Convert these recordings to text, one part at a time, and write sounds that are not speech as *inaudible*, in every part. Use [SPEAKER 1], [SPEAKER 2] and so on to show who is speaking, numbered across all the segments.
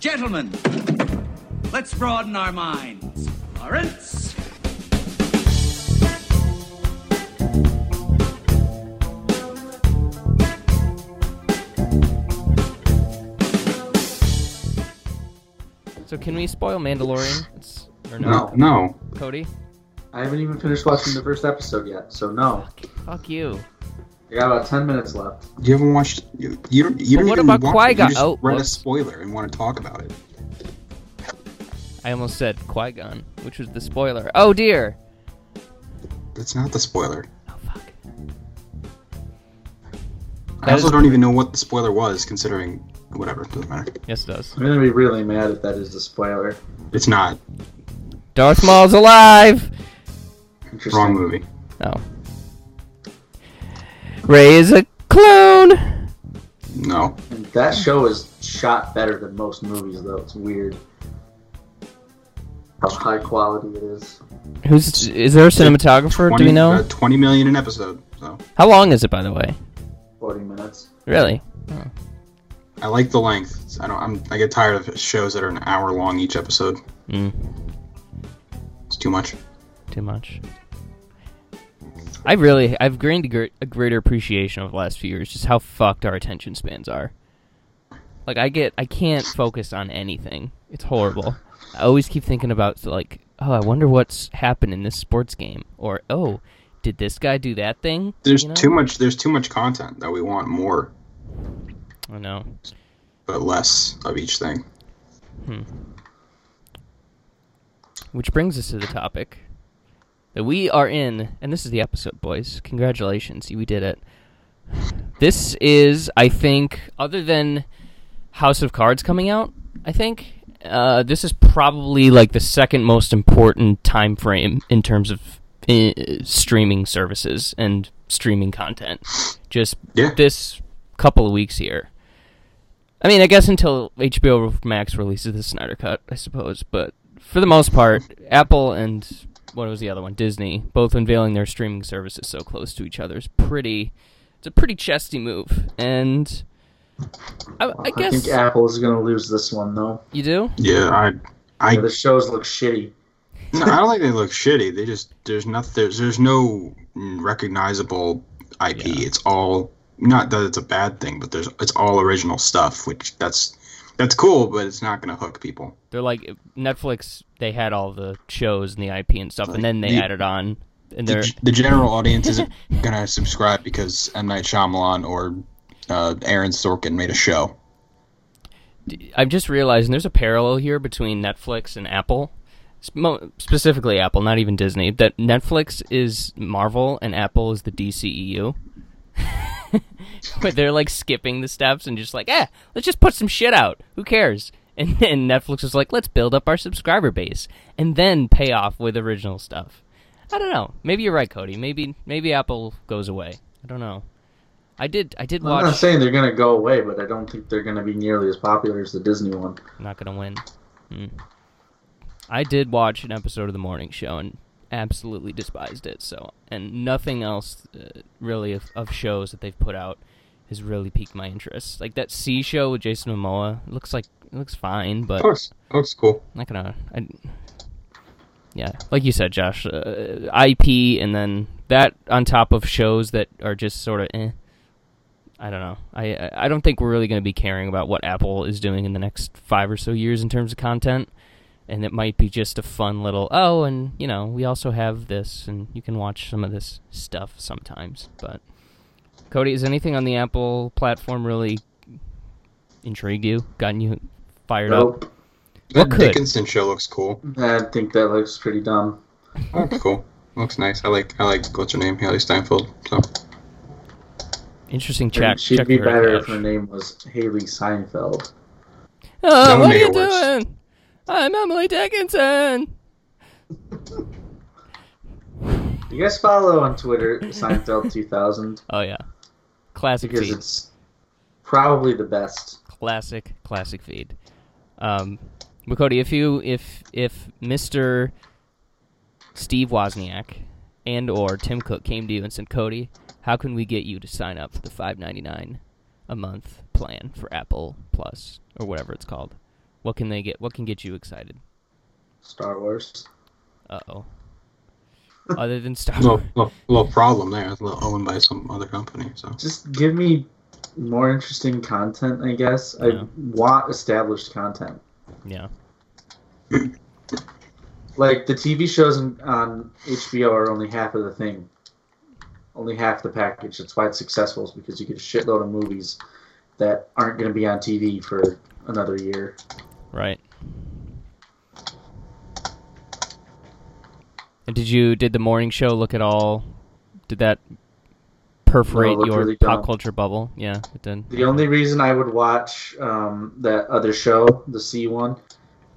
[SPEAKER 1] Gentlemen, let's broaden our minds. Lawrence?
[SPEAKER 2] So can we spoil *sighs* Mandalorian? It's, or no?
[SPEAKER 3] No, no.
[SPEAKER 2] Cody?
[SPEAKER 3] I haven't even finished watching the first episode yet, so no.
[SPEAKER 2] Fuck you.
[SPEAKER 3] I got about 10 minutes left.
[SPEAKER 4] You haven't watched. You, you don't. You
[SPEAKER 2] But
[SPEAKER 4] don't
[SPEAKER 2] what
[SPEAKER 4] even
[SPEAKER 2] about
[SPEAKER 4] watch it.
[SPEAKER 2] Qui-Gon?
[SPEAKER 4] You just
[SPEAKER 2] Oh,
[SPEAKER 4] read a
[SPEAKER 2] whoops.
[SPEAKER 4] spoiler and want to talk about it.
[SPEAKER 2] I almost said Qui-Gon, which was the spoiler. Oh dear.
[SPEAKER 4] That's not the spoiler.
[SPEAKER 2] Oh fuck. That
[SPEAKER 4] I also
[SPEAKER 2] is-
[SPEAKER 4] don't even know what the spoiler was, considering whatever doesn't matter.
[SPEAKER 2] Yes, it does.
[SPEAKER 3] I'm going to be really mad if that is a spoiler.
[SPEAKER 4] It's not
[SPEAKER 2] Darth Maul's alive.
[SPEAKER 3] Interesting.
[SPEAKER 4] wrong movie.
[SPEAKER 2] Oh. Ray is a clone.
[SPEAKER 4] No,
[SPEAKER 3] And that show is shot better than most movies, though. It's weird how high quality it is.
[SPEAKER 2] Who's is there a cinematographer? Do
[SPEAKER 4] 20,
[SPEAKER 2] we know?
[SPEAKER 4] uh, Twenty million an episode. So
[SPEAKER 2] How long is it, by the way?
[SPEAKER 3] 40 minutes.
[SPEAKER 2] Really?
[SPEAKER 4] I like the length. I don't. I'm, I get tired of shows that are an hour long each episode.
[SPEAKER 2] Mm,
[SPEAKER 4] It's too much.
[SPEAKER 2] too much. I really, I've gained a, gr- a greater appreciation over the last few years, just how fucked our attention spans are. Like I get, I can't focus on anything. It's horrible. I always keep thinking about like, oh, I wonder what's happened in this sports game, or oh, did this guy do that thing?
[SPEAKER 4] There's
[SPEAKER 2] You know?
[SPEAKER 4] too much. There's too much content that we want more,
[SPEAKER 2] I know.
[SPEAKER 4] but less of each thing.
[SPEAKER 2] Which brings us to the topic that we are in, and this is the episode, boys. Congratulations, you- we did it. This is, I think, other than House of Cards coming out, I think uh, this is probably like the second most important time frame in terms of uh, streaming services and streaming content. Just
[SPEAKER 4] Yeah.
[SPEAKER 2] this couple of weeks here. I mean, I guess until HBO Max releases the Snyder Cut, I suppose. But for the most part, Apple and what was the other one? Disney, both unveiling their streaming services so close to each other is pretty. It's a pretty chesty move, and I, I
[SPEAKER 3] I
[SPEAKER 2] guess
[SPEAKER 3] think Apple is going to lose this one, though.
[SPEAKER 2] you do.
[SPEAKER 4] Yeah, I. I
[SPEAKER 3] The shows look shitty.
[SPEAKER 4] no, I don't think they look shitty. They just there's nothing. There's there's no recognizable IP. It's all not that it's a bad thing, but there's it's all original stuff, which that's that's cool, but it's not gonna hook people.
[SPEAKER 2] They're like Netflix. They had all the shows and the IP and stuff, and then they
[SPEAKER 4] The-
[SPEAKER 2] added on. And
[SPEAKER 4] The,
[SPEAKER 2] they're
[SPEAKER 4] g- the general audience isn't gonna *laughs* subscribe because M Night Shyamalan or uh, Aaron Sorkin made a show.
[SPEAKER 2] I've just realized, and there's a parallel here between Netflix and Apple, sp- mo- specifically Apple, not even Disney. That Netflix is Marvel and Apple is the DCEU. *laughs* But they're like skipping the steps and just like, eh, let's just put some shit out. Who cares? And *laughs* then Netflix is like, let's build up our subscriber base and then pay off with original stuff. I don't know. Maybe you're right, Cody. Maybe maybe Apple goes away. I don't know. I did I did watch
[SPEAKER 3] I'm not saying they're going to go away, but I don't think they're going to be nearly as popular as the Disney one.
[SPEAKER 2] not gonna win. Hmm. I did watch an episode of the morning show and absolutely despised it. So, and nothing else uh, really of, of shows that they've put out has really piqued my interest. Like that C show with Jason Momoa it looks like it looks fine, but
[SPEAKER 4] course, looks cool.
[SPEAKER 2] not gonna. I, yeah, like you said, Josh, uh, IP, and then that on top of shows that are just sort of. Eh, I don't know. I I- I don't think we're really going to be caring about what Apple is doing in the next five or so years in terms of content, and it might be just a fun little oh, and you know we also have this, and you can watch some of this stuff sometimes. But Cody, is anything on the Apple platform really intrigued you? Gotten you fired up?
[SPEAKER 3] Nope.
[SPEAKER 2] What
[SPEAKER 4] That
[SPEAKER 2] could?
[SPEAKER 4] Dickinson show looks cool.
[SPEAKER 3] I think that looks pretty dumb.
[SPEAKER 4] Looks cool. Looks nice. I like I like what's her name, Haley Steinfeld. So
[SPEAKER 2] Interesting check.
[SPEAKER 3] She'd
[SPEAKER 2] check
[SPEAKER 3] be
[SPEAKER 2] for her,
[SPEAKER 3] better
[SPEAKER 2] Josh.
[SPEAKER 3] if her name was Haley Seinfeld.
[SPEAKER 2] Oh,
[SPEAKER 4] would
[SPEAKER 2] what are
[SPEAKER 4] make
[SPEAKER 2] you
[SPEAKER 4] it worse.
[SPEAKER 2] doing? I'm Emily Dickinson.
[SPEAKER 3] You guys follow on Twitter Seinfeld2000
[SPEAKER 2] Oh yeah, classic
[SPEAKER 3] because
[SPEAKER 2] feed.
[SPEAKER 3] it's probably the best.
[SPEAKER 2] Classic, classic feed. Um, but Cody, if you if if Mister Steve Wozniak and or Tim Cook came to you and said, Cody, how can we get you to sign up for the five ninety nine a month plan for Apple Plus or whatever it's called? What can they get? What can get you excited?
[SPEAKER 3] Star Wars.
[SPEAKER 2] Uh oh. Other than Star
[SPEAKER 4] Little,
[SPEAKER 2] Wars,
[SPEAKER 4] little, little problem there. It's a little owned by some other company. So
[SPEAKER 3] Just give me more interesting content, I guess.
[SPEAKER 2] Yeah.
[SPEAKER 3] I want established content.
[SPEAKER 2] yeah,
[SPEAKER 3] Like the TV shows on- on HBO are only half of the thing, only half the package. That's why it's successful, is because you get a shitload of movies that aren't going to be on TV for another year.
[SPEAKER 2] right. And did you did the morning show look at all? Did that perforate
[SPEAKER 3] No, it
[SPEAKER 2] your
[SPEAKER 3] really
[SPEAKER 2] pop
[SPEAKER 3] don't.
[SPEAKER 2] culture bubble? Yeah, it did.
[SPEAKER 3] The only reason I would watch um, that other show, the C one,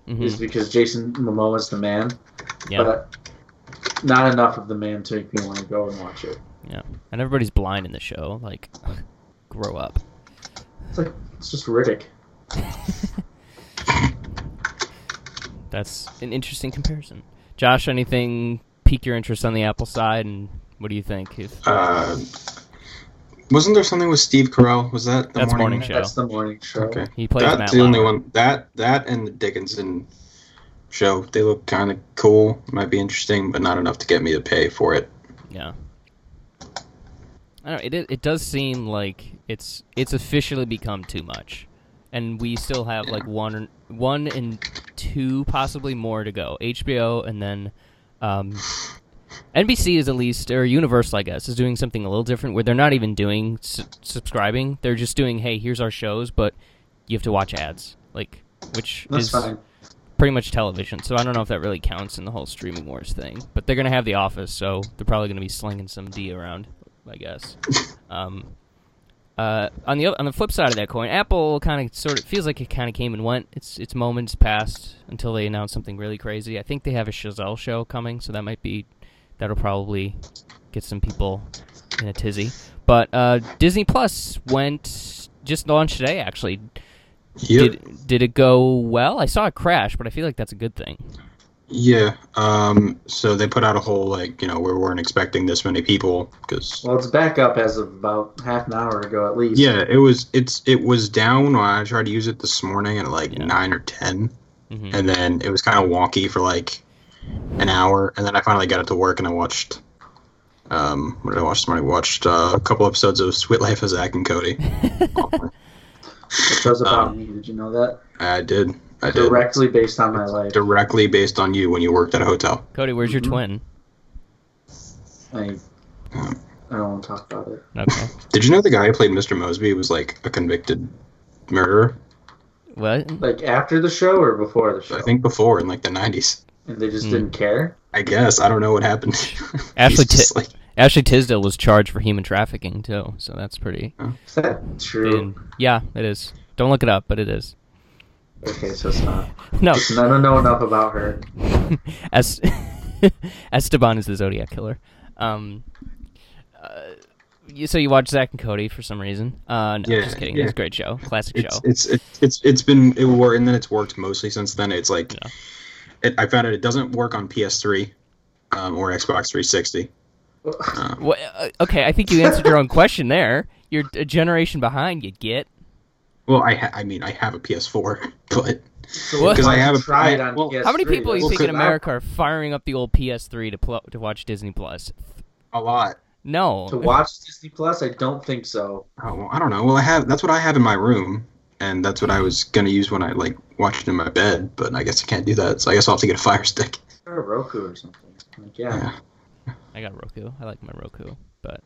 [SPEAKER 2] hmm
[SPEAKER 3] is because Jason Momoa is the man.
[SPEAKER 2] Yeah.
[SPEAKER 3] But not enough of the man to make me want to go and watch it.
[SPEAKER 2] And everybody's blind in the show. Like, *laughs* grow up.
[SPEAKER 3] It's like it's just Riddick.
[SPEAKER 2] That's an interesting comparison. Josh, anything pique your interest on the Apple side, and what do you think? If,
[SPEAKER 4] uh, wasn't there something with Steve Carell? Was that the
[SPEAKER 2] That's morning show.
[SPEAKER 3] That's the morning show.
[SPEAKER 4] Okay,
[SPEAKER 2] He plays
[SPEAKER 4] that's
[SPEAKER 2] Matt
[SPEAKER 4] the only
[SPEAKER 2] Lauer.
[SPEAKER 4] one. That that and the Dickinson show. They look kind of cool. Might be interesting, but not enough to get me to pay for it.
[SPEAKER 2] yeah, I don't. Know, it it does seem like it's it's officially become too much, and we still have like one one and two possibly more to go. HBO and then. Um, NBC is at least, or Universal, I guess, is doing something a little different where they're not even doing su- subscribing. They're just doing, hey, here's our shows, but you have to watch ads, like, which
[SPEAKER 3] That's
[SPEAKER 2] is
[SPEAKER 3] fine.
[SPEAKER 2] pretty much television, so I don't know if that really counts in the whole streaming wars thing. But they're gonna have The Office, so they're probably gonna be slinging some D around, I guess. Um, uh, on the o- on the flip side of that coin, Apple kind of sort of feels like it kind of came and went. Its its moments passed until they announced something really crazy. I think they have a Chazelle show coming, so that might be that'll probably get some people in a tizzy. But uh, Disney Plus went just launched today, actually.
[SPEAKER 4] Yeah,
[SPEAKER 2] Did did it go well? I saw it crash, but I feel like that's a good thing.
[SPEAKER 4] yeah. Um, so they put out a whole like you know we weren't expecting this many people because
[SPEAKER 3] Well, it's back up as of about half an hour ago at least.
[SPEAKER 4] yeah it was it's it was down when I tried to use it this morning at like
[SPEAKER 2] Yeah.
[SPEAKER 4] nine or ten.
[SPEAKER 2] hmm
[SPEAKER 4] and then it was kind of wonky for like an hour and then i finally got it to work and i watched um what did i watch this morning? I watched uh, a couple episodes of sweet life of zach and cody
[SPEAKER 3] It shows about
[SPEAKER 4] Um,
[SPEAKER 3] me. Did you know that?
[SPEAKER 4] i did i did
[SPEAKER 3] Directly based on my life.
[SPEAKER 4] directly based on you when you worked at a hotel
[SPEAKER 2] Cody, where's your
[SPEAKER 4] Mm-hmm.
[SPEAKER 3] Mhm.
[SPEAKER 2] twin?
[SPEAKER 3] I, I don't want to talk about it.
[SPEAKER 2] Okay. *laughs*
[SPEAKER 4] did you know the guy who played mr mosby was like a convicted murderer
[SPEAKER 2] what?
[SPEAKER 3] Like after the show or before the show?
[SPEAKER 4] i think before in like the 90s
[SPEAKER 3] And they just
[SPEAKER 2] Hmm.
[SPEAKER 3] didn't care.
[SPEAKER 4] i guess i don't know what happened *laughs*
[SPEAKER 2] Ashley
[SPEAKER 4] He's just,
[SPEAKER 2] Ti-
[SPEAKER 4] like,
[SPEAKER 2] Ashley Tisdale was charged for human trafficking too, so that's pretty.
[SPEAKER 3] Is that true?
[SPEAKER 2] and- yeah, it is. Don't look it up, but it is.
[SPEAKER 3] Okay, so it's not.
[SPEAKER 4] *laughs*
[SPEAKER 2] No,
[SPEAKER 3] Listen, I don't know enough about her.
[SPEAKER 2] *laughs* Es- *laughs* Esteban is the Zodiac killer. Um, uh, you, so you watch Zach and Cody for some reason? Uh, no,
[SPEAKER 4] Yeah,
[SPEAKER 2] just kidding.
[SPEAKER 4] yeah.
[SPEAKER 2] It's a great show, classic
[SPEAKER 4] it's,
[SPEAKER 2] show.
[SPEAKER 4] It's it's it's it's been it wore and then it's worked mostly since then. It's like
[SPEAKER 2] Yeah.
[SPEAKER 4] it, I found out it doesn't work on PS3 um, or Xbox 360. Um,
[SPEAKER 2] Wha- uh, okay, I think you answered your own question there. You're a generation behind. You get
[SPEAKER 4] well, I ha- I mean I have a PS4, *laughs* but
[SPEAKER 3] So
[SPEAKER 2] What? 'Cause
[SPEAKER 4] I
[SPEAKER 3] why
[SPEAKER 4] have a-
[SPEAKER 3] try it on
[SPEAKER 4] well,
[SPEAKER 3] PS3?
[SPEAKER 2] how many people you
[SPEAKER 4] Well,
[SPEAKER 2] think in
[SPEAKER 4] could-
[SPEAKER 2] America are firing up the old PS3 to pl- to watch Disney Plus?
[SPEAKER 4] a lot.
[SPEAKER 2] No,
[SPEAKER 3] to watch Disney Plus? I don't think so.
[SPEAKER 4] Oh, well, I don't know. Well, I have that's what I have in my room, and that's what I was gonna use when I like watched it in my bed. But I guess I can't do that, so I guess I'll have to get a *laughs* Fire Stick. Uh,
[SPEAKER 3] Or a Roku or something. Like, yeah.
[SPEAKER 4] Yeah.
[SPEAKER 2] I got Roku. I like my Roku, but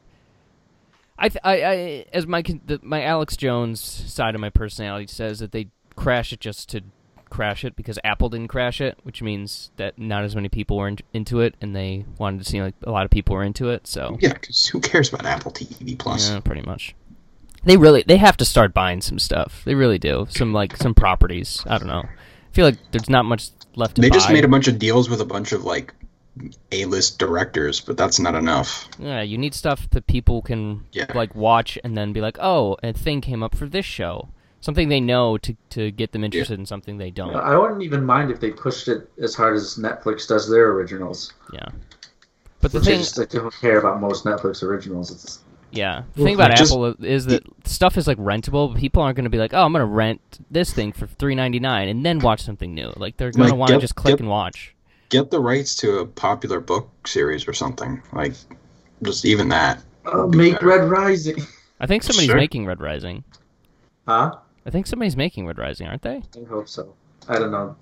[SPEAKER 2] I, th- I, I as my con- the, my Alex Jones side of my personality says that they crash it just to crash it because Apple didn't crash it, which means that not as many people were in- into it, and they wanted to see like a lot of people were into it. So
[SPEAKER 4] Yeah, because who cares about Apple TV Plus?
[SPEAKER 2] yeah, pretty much. They really they have to start buying some stuff. They really do. Some like some properties. I don't know. I feel like there's not much left to
[SPEAKER 4] They
[SPEAKER 2] buy.
[SPEAKER 4] just made a bunch of deals with a bunch of like A-list directors, but that's not enough.
[SPEAKER 2] Yeah, you need stuff that people can
[SPEAKER 4] Yeah.
[SPEAKER 2] like watch and then be like, "Oh, a thing came up for this show." Something they know to to get them interested in something they don't.
[SPEAKER 4] Uh,
[SPEAKER 3] I wouldn't even mind if they pushed it as hard as Netflix does their originals.
[SPEAKER 2] Yeah. But the
[SPEAKER 3] Which
[SPEAKER 2] thing,
[SPEAKER 3] is, I don't care about most Netflix originals. It's
[SPEAKER 2] Yeah. The thing
[SPEAKER 4] Like,
[SPEAKER 2] about
[SPEAKER 4] just-
[SPEAKER 2] Apple is that stuff is like rentable, but people aren't going to be like, "Oh, I'm going to rent this thing for 3.99 and then watch something new." Like they're going to
[SPEAKER 4] Like,
[SPEAKER 2] want to
[SPEAKER 4] yep,
[SPEAKER 2] just click
[SPEAKER 4] yep.
[SPEAKER 2] and watch.
[SPEAKER 4] Get the rights to a popular book series or something. Like, just even that.
[SPEAKER 2] Oh,
[SPEAKER 3] Uh, make Red Rising. *laughs*
[SPEAKER 2] I think somebody's
[SPEAKER 4] Sure.
[SPEAKER 2] making Red Rising.
[SPEAKER 3] Huh?
[SPEAKER 2] I think somebody's making Red Rising, aren't they?
[SPEAKER 3] I hope so. I don't know.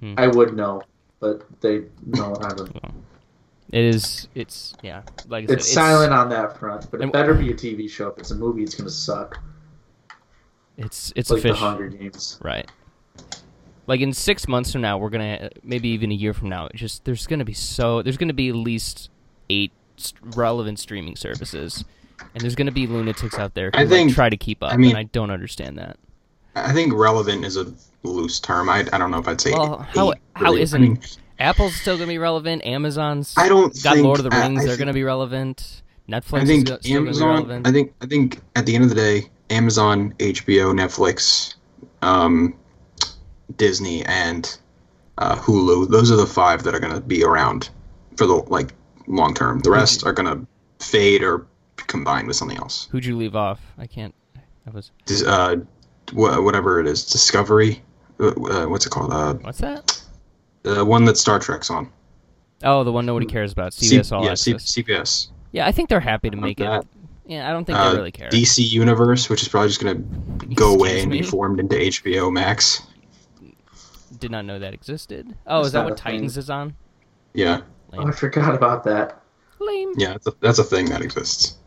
[SPEAKER 2] Hmm.
[SPEAKER 3] I would know, but they no, I don't.
[SPEAKER 2] It is. *laughs* It's yeah. Like I said,
[SPEAKER 3] It's, silent on that front, but it
[SPEAKER 2] And-
[SPEAKER 3] better be a TV show. If it's a movie, it's gonna suck.
[SPEAKER 2] It's it's a
[SPEAKER 3] like The
[SPEAKER 2] fish,
[SPEAKER 3] Hunger Games.
[SPEAKER 2] right? Like in six months from now, we're gonna maybe even a year from now. it Just there's gonna be so there's gonna be at least eight st- relevant streaming services, and there's gonna be lunatics out there who
[SPEAKER 4] I
[SPEAKER 2] like,
[SPEAKER 4] think-
[SPEAKER 2] try to keep up.
[SPEAKER 4] I mean-
[SPEAKER 2] and I don't understand that.
[SPEAKER 4] I think relevant is a loose term. I, I don't know if I'd say.
[SPEAKER 2] Well, how
[SPEAKER 4] eight,
[SPEAKER 2] how
[SPEAKER 4] really.
[SPEAKER 2] isn't
[SPEAKER 4] I, mean,
[SPEAKER 2] Apple's still gonna be relevant? Amazon's
[SPEAKER 4] I don't
[SPEAKER 2] got
[SPEAKER 4] think,
[SPEAKER 2] Lord of the
[SPEAKER 4] I-
[SPEAKER 2] Rings.
[SPEAKER 4] I
[SPEAKER 2] they're
[SPEAKER 4] think-
[SPEAKER 2] gonna be relevant. Netflix
[SPEAKER 4] I think
[SPEAKER 2] is still gonna be
[SPEAKER 4] Amazon.
[SPEAKER 2] relevant.
[SPEAKER 4] I think I think at the end of the day, Amazon, HBO, Netflix, um, Disney, and uh, Hulu. Those are the five that are going to be around for the like long term. The rest
[SPEAKER 2] Mm-hmm.
[SPEAKER 4] are going to fade or combine with something else.
[SPEAKER 2] Who'd you leave off? I can't. I was.
[SPEAKER 4] Dis- Uh, wha whatever it is, Discovery. Uh, uh, what's it called? Uh,
[SPEAKER 2] What's that?
[SPEAKER 4] the one that Star Trek's on.
[SPEAKER 2] Oh, the one nobody cares about.
[SPEAKER 4] C-
[SPEAKER 2] CBS All
[SPEAKER 4] yeah, C-
[SPEAKER 2] Access.
[SPEAKER 4] CBS.
[SPEAKER 2] Yeah, I think they're happy to make it.
[SPEAKER 4] that.
[SPEAKER 2] Yeah, I don't think
[SPEAKER 4] Uh,
[SPEAKER 2] they really care.
[SPEAKER 4] DC Universe, which is probably just going to go away
[SPEAKER 2] Excuse
[SPEAKER 4] and
[SPEAKER 2] me?
[SPEAKER 4] be formed into HBO Max.
[SPEAKER 2] Did not know that existed. Oh,
[SPEAKER 3] That's
[SPEAKER 2] is that
[SPEAKER 3] not
[SPEAKER 2] what
[SPEAKER 3] a thing.
[SPEAKER 2] Titans is on?
[SPEAKER 4] Yeah,
[SPEAKER 2] Lame.
[SPEAKER 3] Oh, I forgot about that.
[SPEAKER 2] Lame.
[SPEAKER 4] yeah, that's a, that's a thing that exists.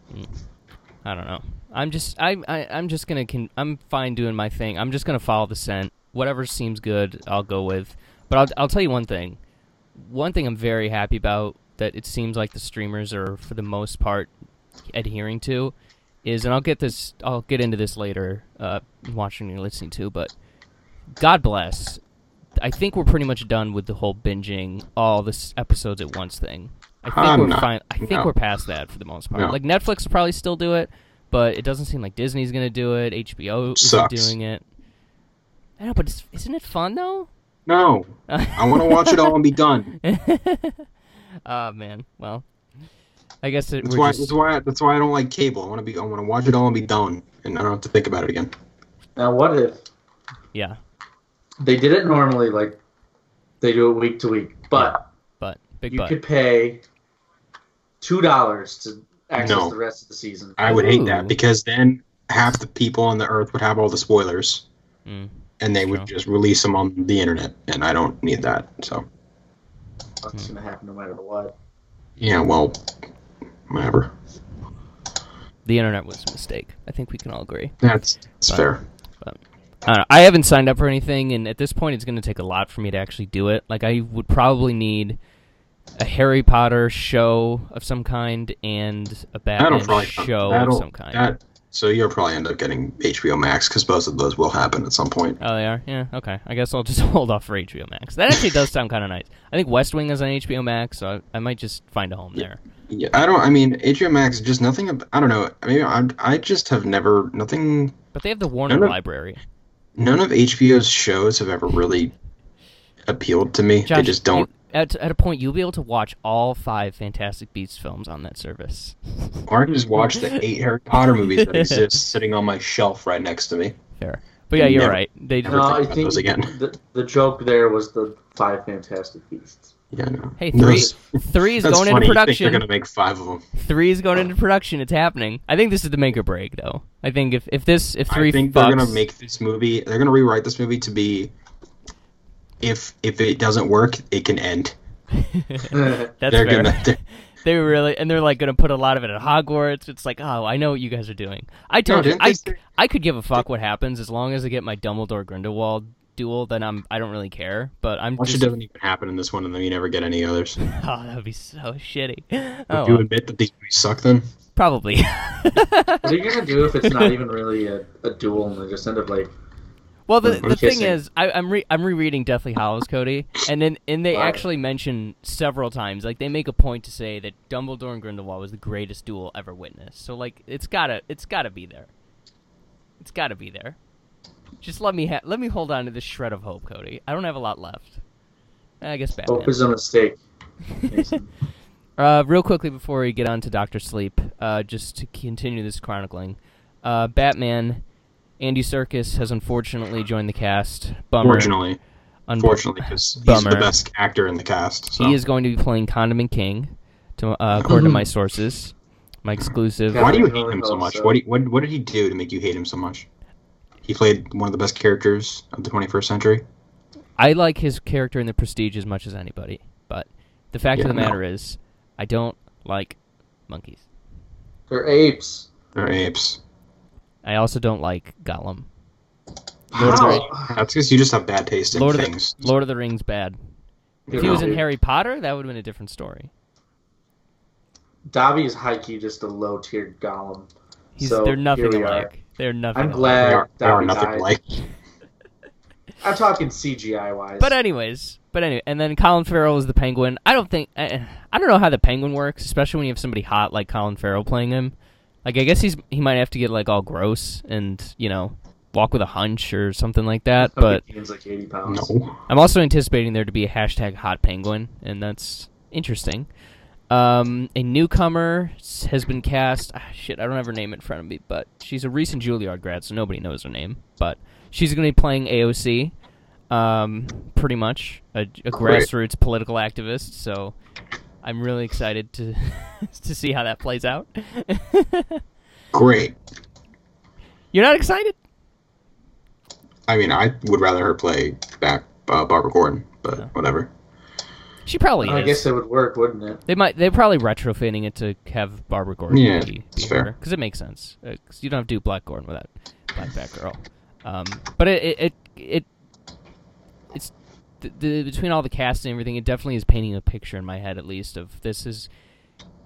[SPEAKER 2] I don't know. I'm just I, I I'm just gonna con- I'm fine doing my thing. I'm just gonna follow the scent. Whatever seems good, I'll go with. But I'll I'll tell you one thing. One thing I'm very happy about that it seems like the streamers are for the most part adhering to is, and I'll get this I'll get into this later. Uh, watching and listening to, but God bless. I think we're pretty much done with the whole binging all the s- episodes at once thing. I think
[SPEAKER 4] I'm
[SPEAKER 2] we're
[SPEAKER 4] not.
[SPEAKER 2] fine. I think
[SPEAKER 4] No.
[SPEAKER 2] we're past that for the most part.
[SPEAKER 4] No.
[SPEAKER 2] Like Netflix will probably still do it, but it doesn't seem like Disney's gonna do it. HBO is
[SPEAKER 4] Sucks.
[SPEAKER 2] doing it. I know, but it's, isn't it fun though?
[SPEAKER 4] No, I want
[SPEAKER 2] *laughs*
[SPEAKER 4] to watch it all and be done.
[SPEAKER 2] Ah man, well, I guess it,
[SPEAKER 4] That's
[SPEAKER 2] we're
[SPEAKER 4] why.
[SPEAKER 2] just-
[SPEAKER 4] That's why. That's why I don't like cable. I want to be. I want to watch it all and be done, and I don't have to think about it again.
[SPEAKER 3] Now, what if
[SPEAKER 2] yeah.
[SPEAKER 3] they did it normally, like they do it week to week, but
[SPEAKER 2] But big
[SPEAKER 3] you
[SPEAKER 2] but
[SPEAKER 3] could pay two dollars to access
[SPEAKER 4] No.
[SPEAKER 3] the rest of the season.
[SPEAKER 4] I would hate that
[SPEAKER 2] Ooh.
[SPEAKER 4] because then half the people on the earth would have all the spoilers,
[SPEAKER 2] Mm.
[SPEAKER 4] and they
[SPEAKER 2] True.
[SPEAKER 4] would just release them on the internet, and I don't need that. So
[SPEAKER 3] It's gonna happen no matter what.
[SPEAKER 4] yeah, well, whatever.
[SPEAKER 2] the internet was a mistake. I think we can all agree.
[SPEAKER 4] That's, that's
[SPEAKER 2] Fine.
[SPEAKER 4] fair.
[SPEAKER 2] I, don't know. I haven't signed up for anything, and at this point, it's going to take a lot for me to actually do it. Like, I would probably need a Harry Potter show of some kind and a
[SPEAKER 4] That'll
[SPEAKER 2] Batman
[SPEAKER 4] probably come-
[SPEAKER 2] show of
[SPEAKER 4] that'll-
[SPEAKER 2] some kind.
[SPEAKER 4] that- so you'll probably end up getting HBO Max because both of those will happen at some point.
[SPEAKER 2] Oh, they are. Yeah. Okay. I guess I'll just *laughs* hold off for HBO Max. That actually does sound kind of nice. I think West Wing is on HBO Max, so I, I might just find a home there.
[SPEAKER 4] Yeah, I don't. I mean, HBO Max just nothing. ab- I don't know. I mean, I, I just have never nothing.
[SPEAKER 2] But they have the Warner
[SPEAKER 4] no.
[SPEAKER 2] Library.
[SPEAKER 4] None of HBO's shows have ever really appealed to me. they
[SPEAKER 2] Josh,
[SPEAKER 4] just don't.
[SPEAKER 2] you- at at a point, you'll be able to watch all five Fantastic Beasts films on that service. *laughs*
[SPEAKER 4] Or I can just watch the eight Harry Potter movies that exist sitting on my shelf right next to me.
[SPEAKER 2] Fair. But yeah, you're
[SPEAKER 4] Never-
[SPEAKER 2] right. They
[SPEAKER 4] never
[SPEAKER 3] No, I
[SPEAKER 4] think about
[SPEAKER 3] think
[SPEAKER 4] those again.
[SPEAKER 3] the the joke there was the five Fantastic
[SPEAKER 2] *laughs*
[SPEAKER 3] Beasts.
[SPEAKER 4] Yeah, no.
[SPEAKER 2] Hey, three,
[SPEAKER 4] *laughs* Those-
[SPEAKER 2] three is
[SPEAKER 4] that's
[SPEAKER 2] going into
[SPEAKER 4] funny. You think
[SPEAKER 2] production.
[SPEAKER 4] They're gonna Oh. make five of them.
[SPEAKER 2] Three is going into production. It's happening. I think this is the make or break, though. I think if, if this if three
[SPEAKER 4] I think
[SPEAKER 2] fucks,
[SPEAKER 4] they're gonna make this movie. They're gonna rewrite this movie to be, if if it doesn't work, it can end.
[SPEAKER 2] that's
[SPEAKER 4] they're
[SPEAKER 2] fair. *laughs*
[SPEAKER 4] *laughs* gonna. They're,
[SPEAKER 2] they really and they're like gonna put a lot of it at Hogwarts. It's like oh, I know what you guys are doing. I told you
[SPEAKER 4] didn't
[SPEAKER 2] I,
[SPEAKER 4] they say-
[SPEAKER 2] I could give a fuck what happens as long as I get my Dumbledore Grindelwald duel. Then I'm I don't really care. But I'm
[SPEAKER 4] watch it
[SPEAKER 2] just
[SPEAKER 4] doesn't even happen in this one, and then you never get any others. Would
[SPEAKER 2] *laughs* oh that would be so shitty. Oh,
[SPEAKER 4] you
[SPEAKER 2] well,
[SPEAKER 4] admit that these movies suck? Then
[SPEAKER 2] probably. *laughs*
[SPEAKER 3] What are you gonna do if it's not even really a, a duel and they just end up like
[SPEAKER 2] Well, the,
[SPEAKER 4] Or
[SPEAKER 2] the thing
[SPEAKER 3] kissing.
[SPEAKER 2] is, I, I'm re- I'm rereading Deathly Hollows, Cody, and then and they
[SPEAKER 3] Wow.
[SPEAKER 2] actually mention several times, like they make a point to say that Dumbledore and Grindelwald was the greatest duel ever witnessed. So like, it's gotta it's gotta be there. It's gotta be there. Just let me ha- let me hold on to this shred of hope,
[SPEAKER 3] oh,
[SPEAKER 2] Cody. I don't have a lot left. I guess Batman. *laughs*
[SPEAKER 3] hope is a mistake? Mason?
[SPEAKER 2] Uh, real quickly before we get on to Doctor Sleep, uh, just to continue this chronicling, uh, Batman, Andy Serkis has unfortunately joined the cast. Bummer.
[SPEAKER 4] Fortunately,
[SPEAKER 2] Unfor-
[SPEAKER 4] fortunately, because he's
[SPEAKER 2] Bummer.
[SPEAKER 4] the best actor in the cast. So.
[SPEAKER 2] he is going to be playing Condiment King, to, uh, according
[SPEAKER 3] *laughs*
[SPEAKER 2] to my sources, my exclusive.
[SPEAKER 4] Why do you
[SPEAKER 3] Yeah, I
[SPEAKER 4] hate
[SPEAKER 3] really
[SPEAKER 4] him so
[SPEAKER 3] hope
[SPEAKER 4] much?
[SPEAKER 3] so.
[SPEAKER 4] What, do you, what what did he do to make you hate him so much? He played one of the best characters of the 21st century.
[SPEAKER 2] I like his character in The Prestige as much as anybody, but the fact of
[SPEAKER 4] Yeah,
[SPEAKER 2] the
[SPEAKER 4] no.
[SPEAKER 2] matter is, I don't like monkeys.
[SPEAKER 3] They're apes.
[SPEAKER 4] They're apes.
[SPEAKER 2] I also don't like Gollum.
[SPEAKER 3] Lord of the
[SPEAKER 4] That's because you just have bad taste in
[SPEAKER 2] Lord of
[SPEAKER 4] things.
[SPEAKER 2] the Lord of the Rings bad. If he
[SPEAKER 4] No.
[SPEAKER 2] was in Harry Potter, that would have been a different story.
[SPEAKER 3] Dobby is high key just a low tier golem.
[SPEAKER 2] He's
[SPEAKER 3] So,
[SPEAKER 2] they're nothing
[SPEAKER 3] here we are.
[SPEAKER 2] alike. They're nothing.
[SPEAKER 3] I'm
[SPEAKER 2] alike.
[SPEAKER 4] They
[SPEAKER 3] glad
[SPEAKER 4] are, they are
[SPEAKER 3] Dobby
[SPEAKER 4] nothing
[SPEAKER 3] died.
[SPEAKER 4] like.
[SPEAKER 3] I'm talking CGI wise.
[SPEAKER 2] But anyways, but anyway, and then Colin Farrell is the Penguin. I don't think I, I don't know how the Penguin works, especially when you have somebody hot like Colin Farrell playing him. Like I guess he's he might have to get like all gross and you know walk with a hunch or something like that. But
[SPEAKER 3] gains like 80 pounds.
[SPEAKER 4] No.
[SPEAKER 2] I'm also anticipating there to be a hashtag hot penguin, and that's interesting. Um, a newcomer s- has been cast. Ah, shit, I don't have her name in front of me, but she's a recent Juilliard grad, so nobody knows her name. But she's going to be playing AOC, um, pretty much a, a
[SPEAKER 4] Great.
[SPEAKER 2] grassroots political activist. So I'm really excited to *laughs* to see how that plays out. *laughs*
[SPEAKER 4] Great.
[SPEAKER 2] You're not excited?
[SPEAKER 4] I mean, I would rather her play back uh, Barbara Gordon, but whatever.
[SPEAKER 2] She probably
[SPEAKER 3] I
[SPEAKER 2] is.
[SPEAKER 3] guess it would work, wouldn't it?
[SPEAKER 2] They might. They're probably retrofitting it to have Barbara Gordon.
[SPEAKER 4] Yeah,
[SPEAKER 2] be,
[SPEAKER 4] it's fair.
[SPEAKER 2] because it makes sense. Because you don't have to do Black Gordon without Black Batgirl. Um, but it it it, it it's the, the between all the cast and everything, it definitely is painting a picture in my head at least of this is.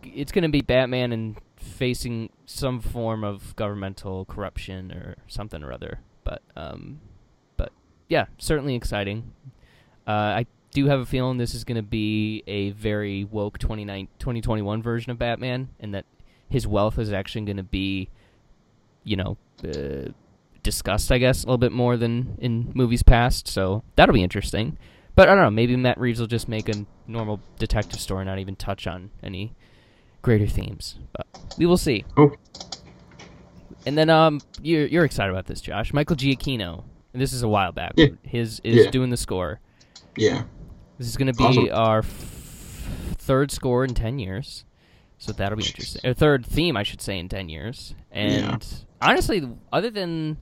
[SPEAKER 2] It's going to be Batman and facing some form of governmental corruption or something or other. But um, but yeah, certainly exciting. Uh, I do have a feeling this is going to be a very woke 29 2021 version of Batman, and that his wealth is actually going to be, you know, uh, discussed, I guess, a little bit more than in movies past. So that'll be interesting. But I don't know. Maybe Matt Reeves will just make a normal detective story, not even touch on any greater themes. But we will see.
[SPEAKER 4] Oh,
[SPEAKER 2] And then um, you're you're excited about this, Josh? Michael Giacchino. And this is a while back.
[SPEAKER 4] Yeah.
[SPEAKER 2] His is
[SPEAKER 4] Yeah.
[SPEAKER 2] doing the score.
[SPEAKER 4] yeah.
[SPEAKER 2] This is going to be
[SPEAKER 4] Awesome.
[SPEAKER 2] our f- third score in 10 years. So that'll be
[SPEAKER 4] Jeez.
[SPEAKER 2] interesting. Or third theme, I should say, in 10 years. And honestly, other than.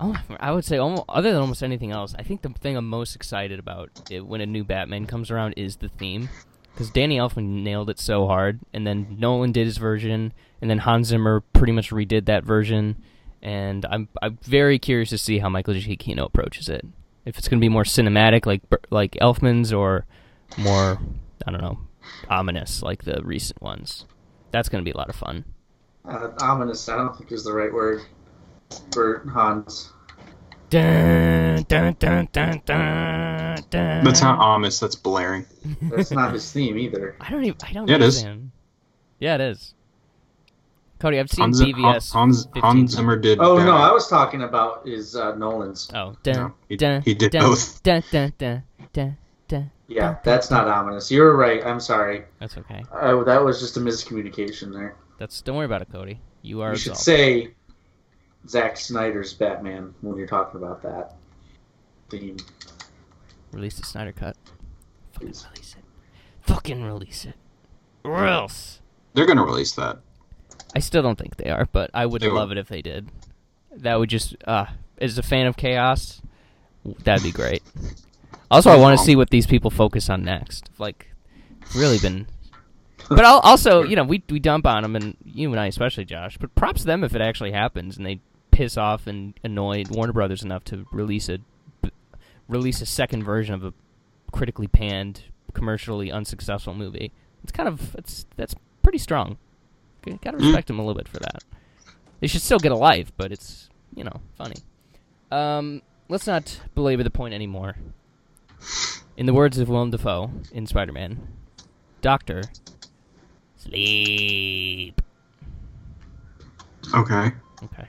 [SPEAKER 2] Oh, I would say almost, other than almost anything else, I think the thing I'm most excited about i when a new Batman comes around is the theme, because Danny Elfman nailed it so hard, and then Nolan did his version, and then Hans Zimmer pretty much redid that version, and I'm I'm very curious to see how Michael Giacchino approaches it. If it's going to be more cinematic, like Bur- like Elfman's, or more I don't know, ominous like the recent ones. That's going to be a lot of fun.
[SPEAKER 3] Uh, ominous, I don't think is the right word for Hans.
[SPEAKER 2] Dun, dun, dun, dun, dun, dun.
[SPEAKER 4] That's not
[SPEAKER 2] Uh,
[SPEAKER 4] ominous. That's blaring.
[SPEAKER 3] That's
[SPEAKER 2] *laughs*
[SPEAKER 3] not his theme either.
[SPEAKER 2] I don't even. I don't
[SPEAKER 4] Yeah, it is.
[SPEAKER 2] understand. Yeah, it is. Cody, I've seen
[SPEAKER 4] Hans,
[SPEAKER 2] BVS.
[SPEAKER 4] Hans,
[SPEAKER 2] 15
[SPEAKER 4] Hans Zimmer did.
[SPEAKER 3] Oh
[SPEAKER 4] better.
[SPEAKER 3] no, I was talking about is uh, Nolan's.
[SPEAKER 2] Oh, dun,
[SPEAKER 4] No, he-
[SPEAKER 2] dun,
[SPEAKER 4] he did
[SPEAKER 2] dun,
[SPEAKER 4] both.
[SPEAKER 2] Dun, dun, dun, dun, dun.
[SPEAKER 3] Yeah, that's not ominous. You were right. I'm sorry.
[SPEAKER 2] That's okay.
[SPEAKER 3] Uh, that was just a miscommunication there.
[SPEAKER 2] That's don't worry about it, Cody. You are
[SPEAKER 3] You should
[SPEAKER 2] absolved.
[SPEAKER 3] say Zack Snyder's Batman when you're talking about that theme.
[SPEAKER 2] Release the Snyder cut. Fucking
[SPEAKER 3] Please.
[SPEAKER 2] release it. Fucking release it. Or else.
[SPEAKER 4] They're gonna release that.
[SPEAKER 2] I still don't think they are, but I would
[SPEAKER 4] They will.
[SPEAKER 2] love it if they did. That would just uh as a fan of chaos, that'd be great. Also, I want to see what these people focus on next. Like, really been. But I'll, also, you know, we we dump on them, and you and I especially, Josh. But props to them if it actually happens, and they piss off and annoy Warner Brothers enough to release a b- release a second version of a critically panned, commercially unsuccessful movie. It's kind of it's that's pretty strong. G- Gotta respect them a little bit for that. They should still get a life, but it's you know funny. Um, let's not belabor the point anymore. In the words of Willem Dafoe in Spider-Man, Doctor, sleep.
[SPEAKER 4] Okay.
[SPEAKER 2] Okay.
[SPEAKER 4] I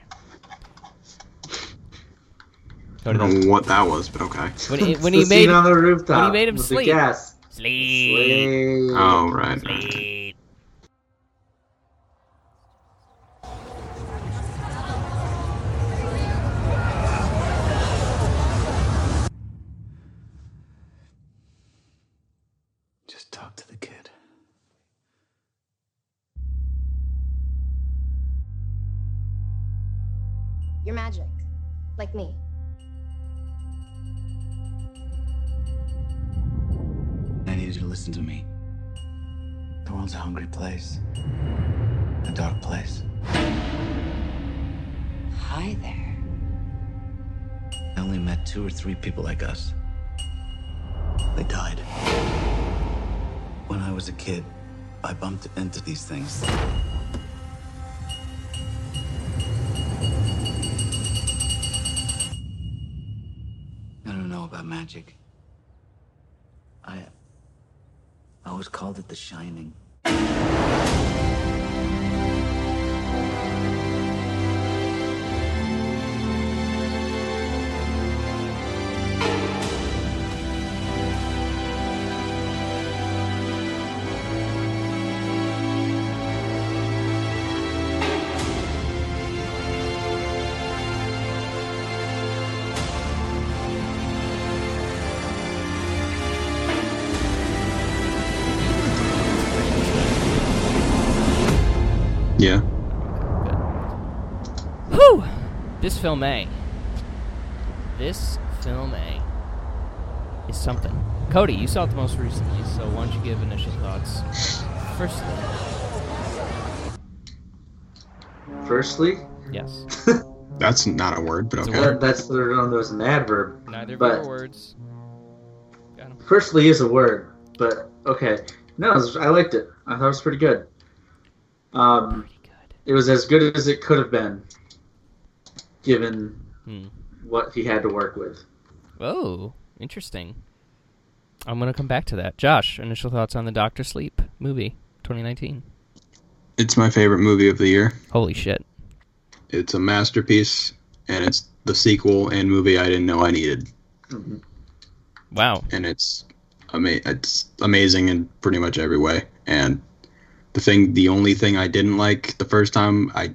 [SPEAKER 2] Cody,
[SPEAKER 4] don't
[SPEAKER 2] that's-
[SPEAKER 4] know what that was, but okay.
[SPEAKER 2] When he, when
[SPEAKER 3] The
[SPEAKER 2] he
[SPEAKER 3] scene
[SPEAKER 2] made
[SPEAKER 3] *laughs* on the rooftop
[SPEAKER 2] made him
[SPEAKER 3] with
[SPEAKER 2] sleep.
[SPEAKER 3] The gas.
[SPEAKER 2] Sleep.
[SPEAKER 3] Slade.
[SPEAKER 4] Oh right.
[SPEAKER 2] Sleep.
[SPEAKER 1] Just talk to the kid.
[SPEAKER 5] You're magic, like me.
[SPEAKER 1] I need you to listen to me.
[SPEAKER 6] The world's a hungry place, a dark place.
[SPEAKER 5] Hi there.
[SPEAKER 6] I only met two or three people like us. They died. When I was a kid, I bumped into these things. I don't know about magic. I. I always called it the shining.
[SPEAKER 4] Yeah.
[SPEAKER 2] Whew! This film A. This film A is something. Cody, you saw it the most recently, so why don't you give initial thoughts? First thing.
[SPEAKER 3] Firstly,
[SPEAKER 2] Yes.
[SPEAKER 4] That's not a word, but
[SPEAKER 2] It's a
[SPEAKER 4] okay.
[SPEAKER 2] word.
[SPEAKER 3] that- that's the one that was an adverb.
[SPEAKER 2] Neither of
[SPEAKER 3] But-
[SPEAKER 2] your words. Got 'em.
[SPEAKER 3] Firstly is a word, but okay. No, it was- I liked it. I thought it was pretty good. Um,
[SPEAKER 2] Pretty good.
[SPEAKER 3] it was as good as it could have been, given
[SPEAKER 2] Hmm.
[SPEAKER 3] what he had to work with.
[SPEAKER 2] Oh, interesting. I'm gonna come back to that. Josh, initial thoughts on the Doctor Sleep movie, 2019.
[SPEAKER 4] It's my favorite movie of the year.
[SPEAKER 2] Holy shit!
[SPEAKER 4] It's a masterpiece, and it's the sequel and movie I didn't know I needed,
[SPEAKER 2] Wow.
[SPEAKER 4] and it's ama- it's amazing in pretty much every way. And the thing, the only thing I didn't like the first time, I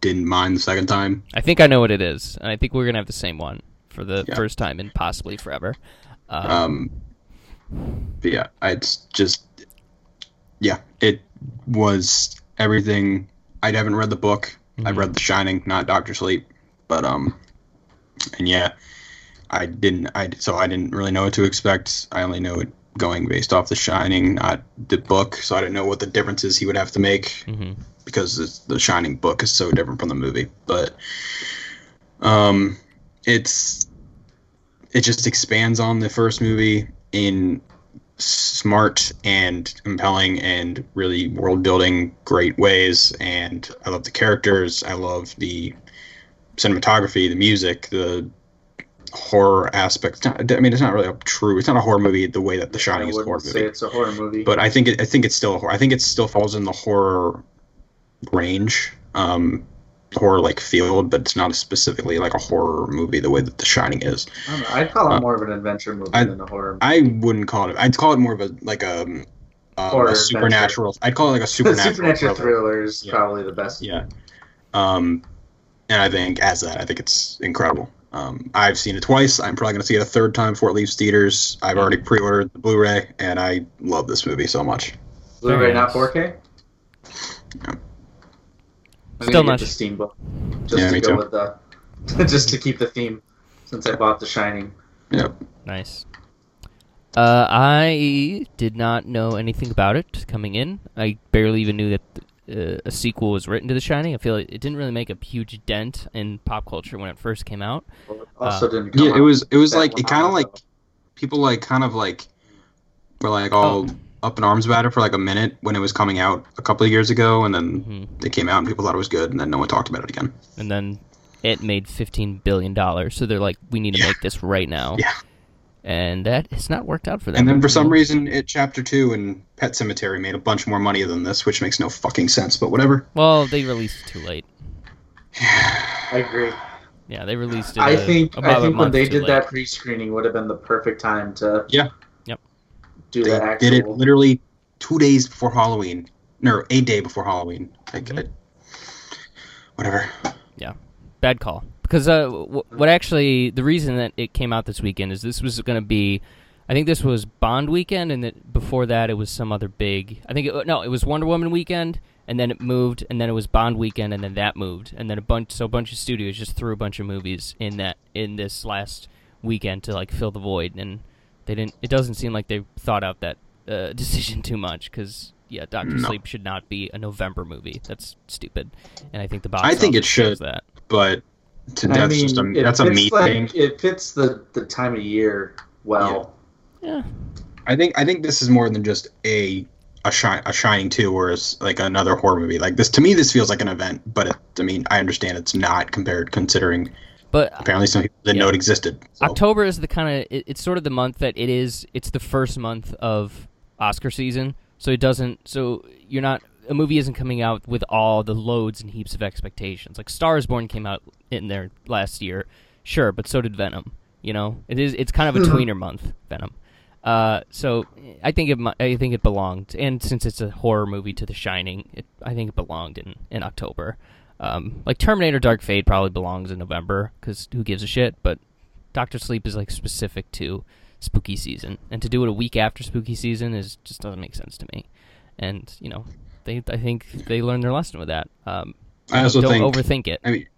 [SPEAKER 4] didn't mind the second time.
[SPEAKER 2] I think I know what it is, and I think we're gonna have the same one for the
[SPEAKER 4] Yeah.
[SPEAKER 2] first time and possibly forever. Uh,
[SPEAKER 4] Um, but yeah, it's just yeah, it was everything. I haven't read the book. I've read The Shining, not Doctor Sleep, but um, and yeah, I didn't. I so I didn't really know what to expect. I only know it going based off The Shining, not the book. So I didn't know what the differences he would have to make
[SPEAKER 2] hmm
[SPEAKER 4] because it's, the Shining book is so different from the movie. But um, it's it just expands on the first movie in smart and compelling and really world building great ways. And I love the characters. I love the cinematography, the music, the horror aspect. It's not- I mean, it's not really a true. It's not a horror movie the way that The
[SPEAKER 3] I
[SPEAKER 4] Shining is a horror
[SPEAKER 3] wouldn't
[SPEAKER 4] movie
[SPEAKER 3] say it's a horror movie.
[SPEAKER 4] but I think it, I think it's still a horror. I think it still falls in the horror range, um, horror like field, but it's not specifically like a horror movie the way that The Shining is.
[SPEAKER 3] I don't know, I'd call it more of an adventure movie
[SPEAKER 4] uh, I-
[SPEAKER 3] than a horror. movie.
[SPEAKER 4] I wouldn't call it. I'd call it more of a like a, um, um,
[SPEAKER 3] Horror
[SPEAKER 4] a supernatural. I'd call it
[SPEAKER 3] *laughs*
[SPEAKER 4] like a supernatural.
[SPEAKER 3] supernatural
[SPEAKER 4] thriller.
[SPEAKER 3] thriller is
[SPEAKER 4] Yeah.
[SPEAKER 3] probably the best.
[SPEAKER 4] Yeah. Um, and I think as that, I think it's incredible. Um, I've seen it twice. I'm probably going to see it a third time before it leaves theaters. I've already pre-ordered the Blu-ray, and I love this movie so much.
[SPEAKER 3] Blu-ray,
[SPEAKER 2] Very
[SPEAKER 3] not
[SPEAKER 2] nice.
[SPEAKER 3] 4K.
[SPEAKER 4] Yeah.
[SPEAKER 3] I'm
[SPEAKER 2] Still
[SPEAKER 3] gonna
[SPEAKER 2] not-
[SPEAKER 3] get the Steamboat. Just
[SPEAKER 4] Yeah,
[SPEAKER 3] to
[SPEAKER 4] me
[SPEAKER 3] go
[SPEAKER 4] too.
[SPEAKER 3] with the, *laughs* just to keep the theme, since I bought The Shining.
[SPEAKER 4] Yep.
[SPEAKER 2] Nice. Uh, I did not know anything about it coming in. I barely even knew that uh, a sequel was written to The Shining. I feel like it didn't really make a huge dent in pop culture when it first came out.
[SPEAKER 3] Also
[SPEAKER 2] Uh,
[SPEAKER 3] didn't. Come
[SPEAKER 4] Yeah, it
[SPEAKER 3] out
[SPEAKER 4] was. It was
[SPEAKER 3] that
[SPEAKER 4] like it
[SPEAKER 3] long
[SPEAKER 4] kind of
[SPEAKER 3] ago.
[SPEAKER 4] like people like kind of like were like all
[SPEAKER 3] Oh.
[SPEAKER 4] up in arms about it for like a minute when it was coming out a couple of years ago, and
[SPEAKER 2] Mhm.
[SPEAKER 4] then
[SPEAKER 3] Mm-hmm.
[SPEAKER 4] it came out and people thought it was good, and then no one talked about it again.
[SPEAKER 2] And then it made $15 billion, so they're like, we need to
[SPEAKER 4] Yeah.
[SPEAKER 2] make this right now.
[SPEAKER 4] Yeah.
[SPEAKER 2] And that has not worked out for them.
[SPEAKER 4] And then for some reason, it Chapter Two and Pet Cemetery made a bunch more money than this, which makes no fucking sense. But whatever.
[SPEAKER 2] Well, they released it too late.
[SPEAKER 3] I agree.
[SPEAKER 2] Yeah, they released it.
[SPEAKER 3] I
[SPEAKER 2] uh,
[SPEAKER 3] think
[SPEAKER 2] about
[SPEAKER 3] I
[SPEAKER 2] a
[SPEAKER 3] think when
[SPEAKER 2] month
[SPEAKER 3] they
[SPEAKER 2] too
[SPEAKER 3] did
[SPEAKER 2] late.
[SPEAKER 3] that pre-screening would have been the perfect time to
[SPEAKER 4] Yeah.
[SPEAKER 2] Yep.
[SPEAKER 3] do
[SPEAKER 4] They
[SPEAKER 3] the actual.
[SPEAKER 4] did it literally two days before Halloween, no, a day before Halloween. Like,
[SPEAKER 3] Mm-hmm.
[SPEAKER 4] I- whatever.
[SPEAKER 2] Bad call. Because uh, w- what actually the reason that it came out this weekend is this was going to be, I think this was Bond weekend, and that before that it was some other big. I think it, no, it was Wonder Woman weekend, and then it moved, and then it was Bond weekend, and then that moved, and then a bunch. So a bunch of studios just threw a bunch of movies in that in this last weekend to like fill the void, and they didn't. It doesn't seem like they thought out that uh, *laughs* decision too much because. Yeah, Doctor
[SPEAKER 4] No.
[SPEAKER 2] Sleep should not be a November movie. That's stupid, and I think the box.
[SPEAKER 4] I think it
[SPEAKER 2] office shows
[SPEAKER 4] should.
[SPEAKER 2] That.
[SPEAKER 4] But to,
[SPEAKER 3] I
[SPEAKER 4] that's
[SPEAKER 3] mean,
[SPEAKER 4] just a
[SPEAKER 3] it
[SPEAKER 4] that's a
[SPEAKER 3] fits,
[SPEAKER 4] me
[SPEAKER 3] like,
[SPEAKER 4] thing.
[SPEAKER 3] It fits the the time of year well.
[SPEAKER 2] Yeah,
[SPEAKER 4] I think I think this is more than just a a, shi- a shining two or is like another horror movie. Like this to me, this feels like an event. But it, I mean, I understand it's not compared considering
[SPEAKER 2] but
[SPEAKER 4] apparently some people didn't
[SPEAKER 2] Yeah.
[SPEAKER 4] know it existed. So.
[SPEAKER 2] October is the kind of it, it's sort of the month that it is. It's the first month of Oscar season, so it doesn't. So you're not a movie isn't coming out with all the loads and heaps of expectations. Like Star is Born came out in there last year, sure, but so did Venom. You know, it is. It's kind of a tweener month, Venom. Uh, so I think it. mi- I think it belonged, and since it's a horror movie to The Shining, it, I think it belonged in in October. Um, like Terminator: Dark Fate probably belongs in November because who gives a shit? But Doctor Sleep is like specific to spooky season, and to do it a week after spooky season is just doesn't make sense to me. And you know, they I think they learned their lesson with that. Um,
[SPEAKER 4] I also
[SPEAKER 2] don't
[SPEAKER 4] think
[SPEAKER 2] overthink it.
[SPEAKER 4] I mean,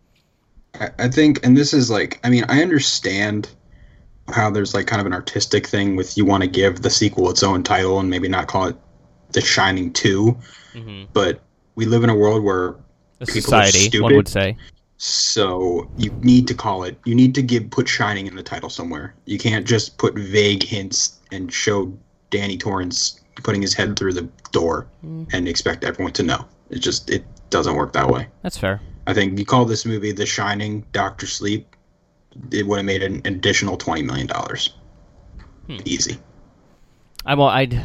[SPEAKER 4] I, I think, and this is like, I mean, I understand how there's like kind of an artistic thing with you want to give the sequel its own title and maybe not call it The Shining 2,
[SPEAKER 2] Mhm.
[SPEAKER 4] but we live in a world where,
[SPEAKER 2] A
[SPEAKER 4] people are
[SPEAKER 2] society, one
[SPEAKER 4] stupid.
[SPEAKER 2] would say.
[SPEAKER 4] so you need to call it, you need to give, put Shining in the title somewhere. You can't just put vague hints and show Danny Torrance putting his head through the door and expect everyone to know. It just, it doesn't work that way.
[SPEAKER 2] That's fair.
[SPEAKER 4] I think you call this movie The Shining, Doctor Sleep, it would have made an additional twenty million dollars. Easy.
[SPEAKER 2] I'm all I'd.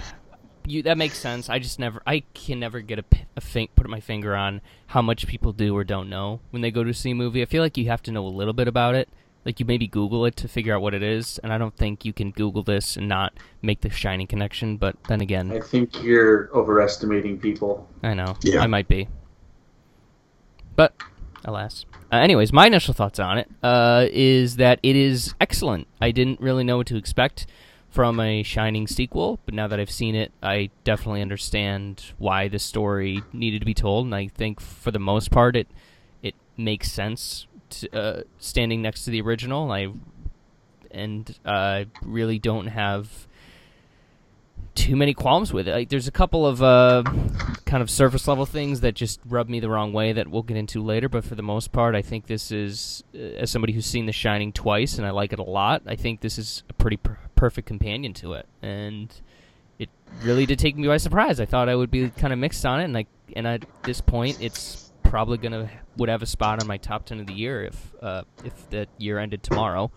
[SPEAKER 2] You, that makes sense. I just never, I can never get a, p- a fin- put my finger on how much people do or don't know when they go to see a movie. I feel like you have to know a little bit about it. Like you maybe Google it to figure out what it is, and I don't think you can Google this and not make the shining connection. But then again,
[SPEAKER 3] I think you're overestimating people.
[SPEAKER 2] I know.
[SPEAKER 4] Yeah.
[SPEAKER 2] I might be. But, alas. Uh, anyways, my initial thoughts on it uh, is that it is excellent. I didn't really know what to expect from a Shining sequel, but now that I've seen it, I definitely understand why the story needed to be told, and I think for the most part, it it makes sense. To, uh, standing next to the original, I and uh, really don't have too many qualms with it. Like, there's a couple of uh, kind of surface level things that just rub me the wrong way that we'll get into later. But for the most part, I think this is, uh, as somebody who's seen The Shining twice and I like it a lot, I think this is a pretty per- perfect companion to it. And it really did take me by surprise. I thought I would be kind of mixed on it, and I and at this point, it's probably gonna would have a spot on my top ten of the year if uh, if the year ended tomorrow.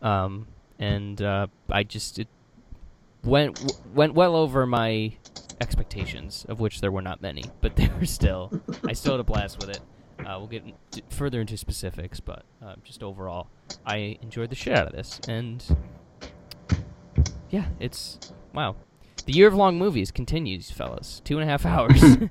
[SPEAKER 2] Um, and uh, I just it went w- went well over my expectations, of which there were not many, but *laughs* they were still. I still had a blast with it. Uh, we'll get in- d- further into specifics, but uh, just overall, I enjoyed the shit out of this, and yeah, it's wow. The year of long movies continues, fellas. Two and a half *laughs* hours. uh,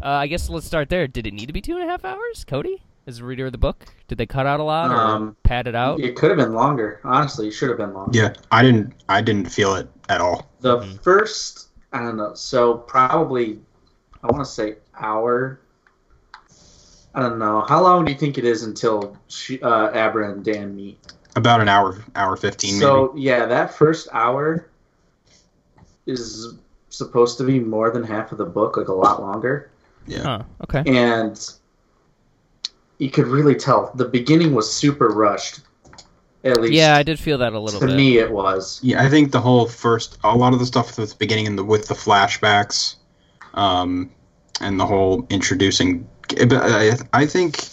[SPEAKER 2] I guess let's start there. Did it need to be two and a half hours, Cody? As a reader of the book, did they cut out a lot or
[SPEAKER 3] Um,
[SPEAKER 2] pad it out?
[SPEAKER 3] It could have been longer. Honestly, it should have been longer.
[SPEAKER 4] Yeah, I didn't. I didn't feel it at all.
[SPEAKER 3] The
[SPEAKER 2] Mhm.
[SPEAKER 3] first, I don't know, so probably, I want to say hour. I don't know. How long do you think it is until she, uh, Abra and Dan meet?
[SPEAKER 4] About an hour, hour fifteen.
[SPEAKER 3] So, yeah, that first hour is supposed to be more than half of the book, like a lot longer.
[SPEAKER 4] maybe. Yeah.
[SPEAKER 2] Huh, okay.
[SPEAKER 3] and you could really tell the beginning was super rushed. At least,
[SPEAKER 2] Yeah, I did feel that a little
[SPEAKER 3] to
[SPEAKER 2] bit.
[SPEAKER 3] me it was.
[SPEAKER 4] Yeah, I think the whole first, a lot of the stuff at the beginning and the with the flashbacks, um, and the whole introducing. But I, I think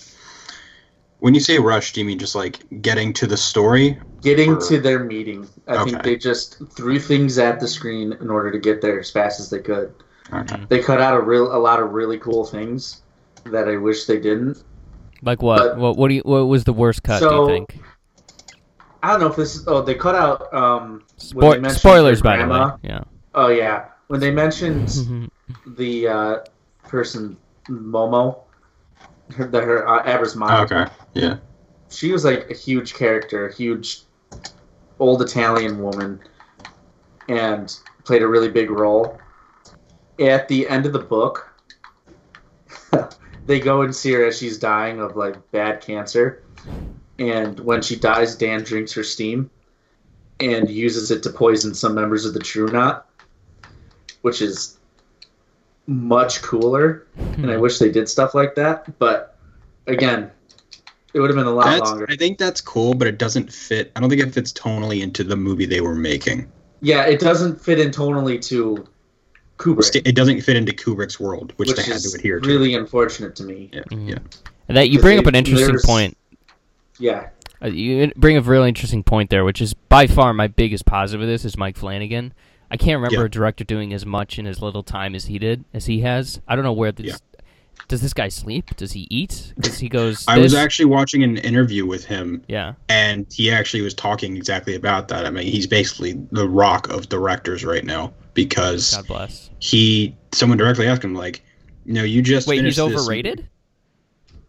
[SPEAKER 4] when you say rush, do you mean just like getting to the story?
[SPEAKER 3] Getting
[SPEAKER 4] Or-
[SPEAKER 3] to their meeting, I think
[SPEAKER 4] Okay.
[SPEAKER 3] they just threw things at the screen in order to get there as fast as they could.
[SPEAKER 4] Okay.
[SPEAKER 3] They cut out a real a lot of really cool things that I wish they didn't.
[SPEAKER 2] Like what?
[SPEAKER 3] But-
[SPEAKER 2] what? What do you? What was the worst cut? do you
[SPEAKER 3] So,
[SPEAKER 2] think?
[SPEAKER 3] I don't know if this is. Oh, they cut out. Um, when they
[SPEAKER 2] Spoil
[SPEAKER 3] mentioned
[SPEAKER 2] spoilers,
[SPEAKER 3] her
[SPEAKER 2] by the
[SPEAKER 3] grandma.
[SPEAKER 2] way. Yeah.
[SPEAKER 3] Oh yeah, when
[SPEAKER 4] *laughs*
[SPEAKER 3] they mentioned the uh, person Momo, her, the, her uh, Abra's mom,
[SPEAKER 4] Okay. Yeah.
[SPEAKER 3] she was like a huge character, a huge old Italian woman, and played a really big role. At the end of the book, *laughs* they go and see her as she's dying of like bad cancer, and when she dies, Dan drinks her steam and uses it to poison some members of the True Knot, which is much cooler.
[SPEAKER 2] Mm-hmm.
[SPEAKER 3] and
[SPEAKER 4] Hmm.
[SPEAKER 3] I wish they did stuff like that, but again. It would have been a lot
[SPEAKER 4] That's,
[SPEAKER 3] longer.
[SPEAKER 4] I think that's cool, but it doesn't fit. I don't think it fits tonally into the movie they were making.
[SPEAKER 3] Yeah, it doesn't fit in tonally to Kubrick,
[SPEAKER 4] It doesn't fit into Kubrick's world, which,
[SPEAKER 3] which
[SPEAKER 4] they had
[SPEAKER 3] is
[SPEAKER 4] to adhere to.
[SPEAKER 3] really unfortunate to me.
[SPEAKER 4] yeah.
[SPEAKER 2] Mhm.
[SPEAKER 4] Yeah.
[SPEAKER 2] And that you
[SPEAKER 3] Because
[SPEAKER 2] bring up
[SPEAKER 3] they-
[SPEAKER 2] an interesting
[SPEAKER 3] there's-
[SPEAKER 2] point.
[SPEAKER 3] Yeah,
[SPEAKER 2] Uh, you bring a really interesting point there, which is by far my biggest positive of this is Mike Flanagan. I can't remember
[SPEAKER 4] Yeah.
[SPEAKER 2] a director doing as much in as little time as he did, as he has. I don't know where this. Does this guy sleep? Does he eat? Because he goes.
[SPEAKER 4] *laughs* I was
[SPEAKER 2] this-
[SPEAKER 4] actually watching an interview with him,
[SPEAKER 2] Yeah.
[SPEAKER 4] and he actually was talking exactly about that. I mean, he's basically the rock of directors right now because
[SPEAKER 2] God bless.
[SPEAKER 4] he. Someone directly asked him, like, "No, you just
[SPEAKER 2] Wait, he's
[SPEAKER 4] finished this-
[SPEAKER 2] overrated.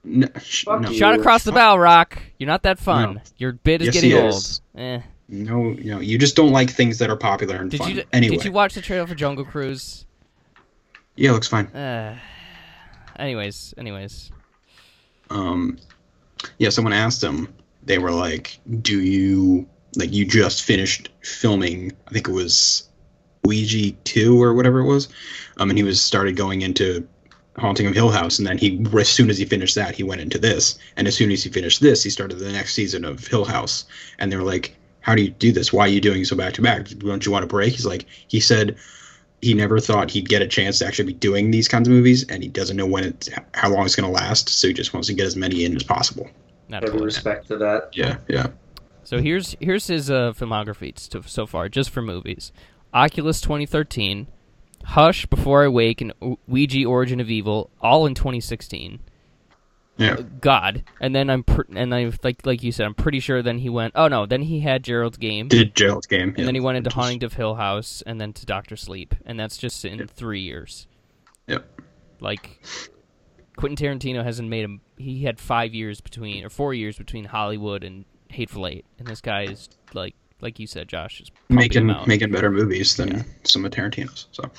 [SPEAKER 4] No, sh-
[SPEAKER 3] Fuck
[SPEAKER 4] no.
[SPEAKER 3] you.
[SPEAKER 2] Shot across the bow, Rock. You're not that fun.
[SPEAKER 4] No.
[SPEAKER 2] Your bid is
[SPEAKER 4] Yes,
[SPEAKER 2] getting
[SPEAKER 4] he
[SPEAKER 2] old.
[SPEAKER 4] is.
[SPEAKER 2] Eh.
[SPEAKER 4] No, no, you just don't like things that are popular and
[SPEAKER 2] Did
[SPEAKER 4] fun.
[SPEAKER 2] you
[SPEAKER 4] anyway,
[SPEAKER 2] did you watch the trailer for Jungle Cruise?
[SPEAKER 4] yeah, it looks fine.
[SPEAKER 2] Uh, anyways, anyways.
[SPEAKER 4] Um, yeah, someone asked him. They were like, "Do you like you just finished filming? I think it was Ouija two or whatever it was." Um, and he was started going into Haunting of Hill House, and then he as soon as he finished that, he went into this, and as soon as he finished this, he started the next season of Hill House. And they were like, "How do you do this? Why are you doing so back to back? Don't you want a break?" He's like, he said he never thought he'd get a chance to actually be doing these kinds of movies, and he doesn't know when it's how long it's going to last, so he just wants to get as many in as possible.
[SPEAKER 2] Not
[SPEAKER 3] every
[SPEAKER 2] cool, yeah.
[SPEAKER 3] respect to that.
[SPEAKER 4] Yeah, yeah.
[SPEAKER 2] So here's here's his uh, filmography to, so far, just for movies: Oculus 2013, Hush, Before I Wake, and O- Ouija: Origin of Evil, all in 2016.
[SPEAKER 4] Yeah.
[SPEAKER 2] God, and then I'm pr- and I like like you said, I'm pretty sure. Then he went. Oh no, then he had Gerald's Game,
[SPEAKER 4] Did Gerald's game.
[SPEAKER 2] and then he went into Haunting of Hill House, and then to Doctor Sleep, and that's just in three years.
[SPEAKER 4] Yeah.
[SPEAKER 2] Like Quentin Tarantino hasn't made him. He had five years between or four years between Hollywood and Hateful Eight, and this guy is like, like you said, Josh is pumping him
[SPEAKER 4] Making
[SPEAKER 2] out.
[SPEAKER 3] *laughs*
[SPEAKER 4] making better movies than some of Tarantino's. So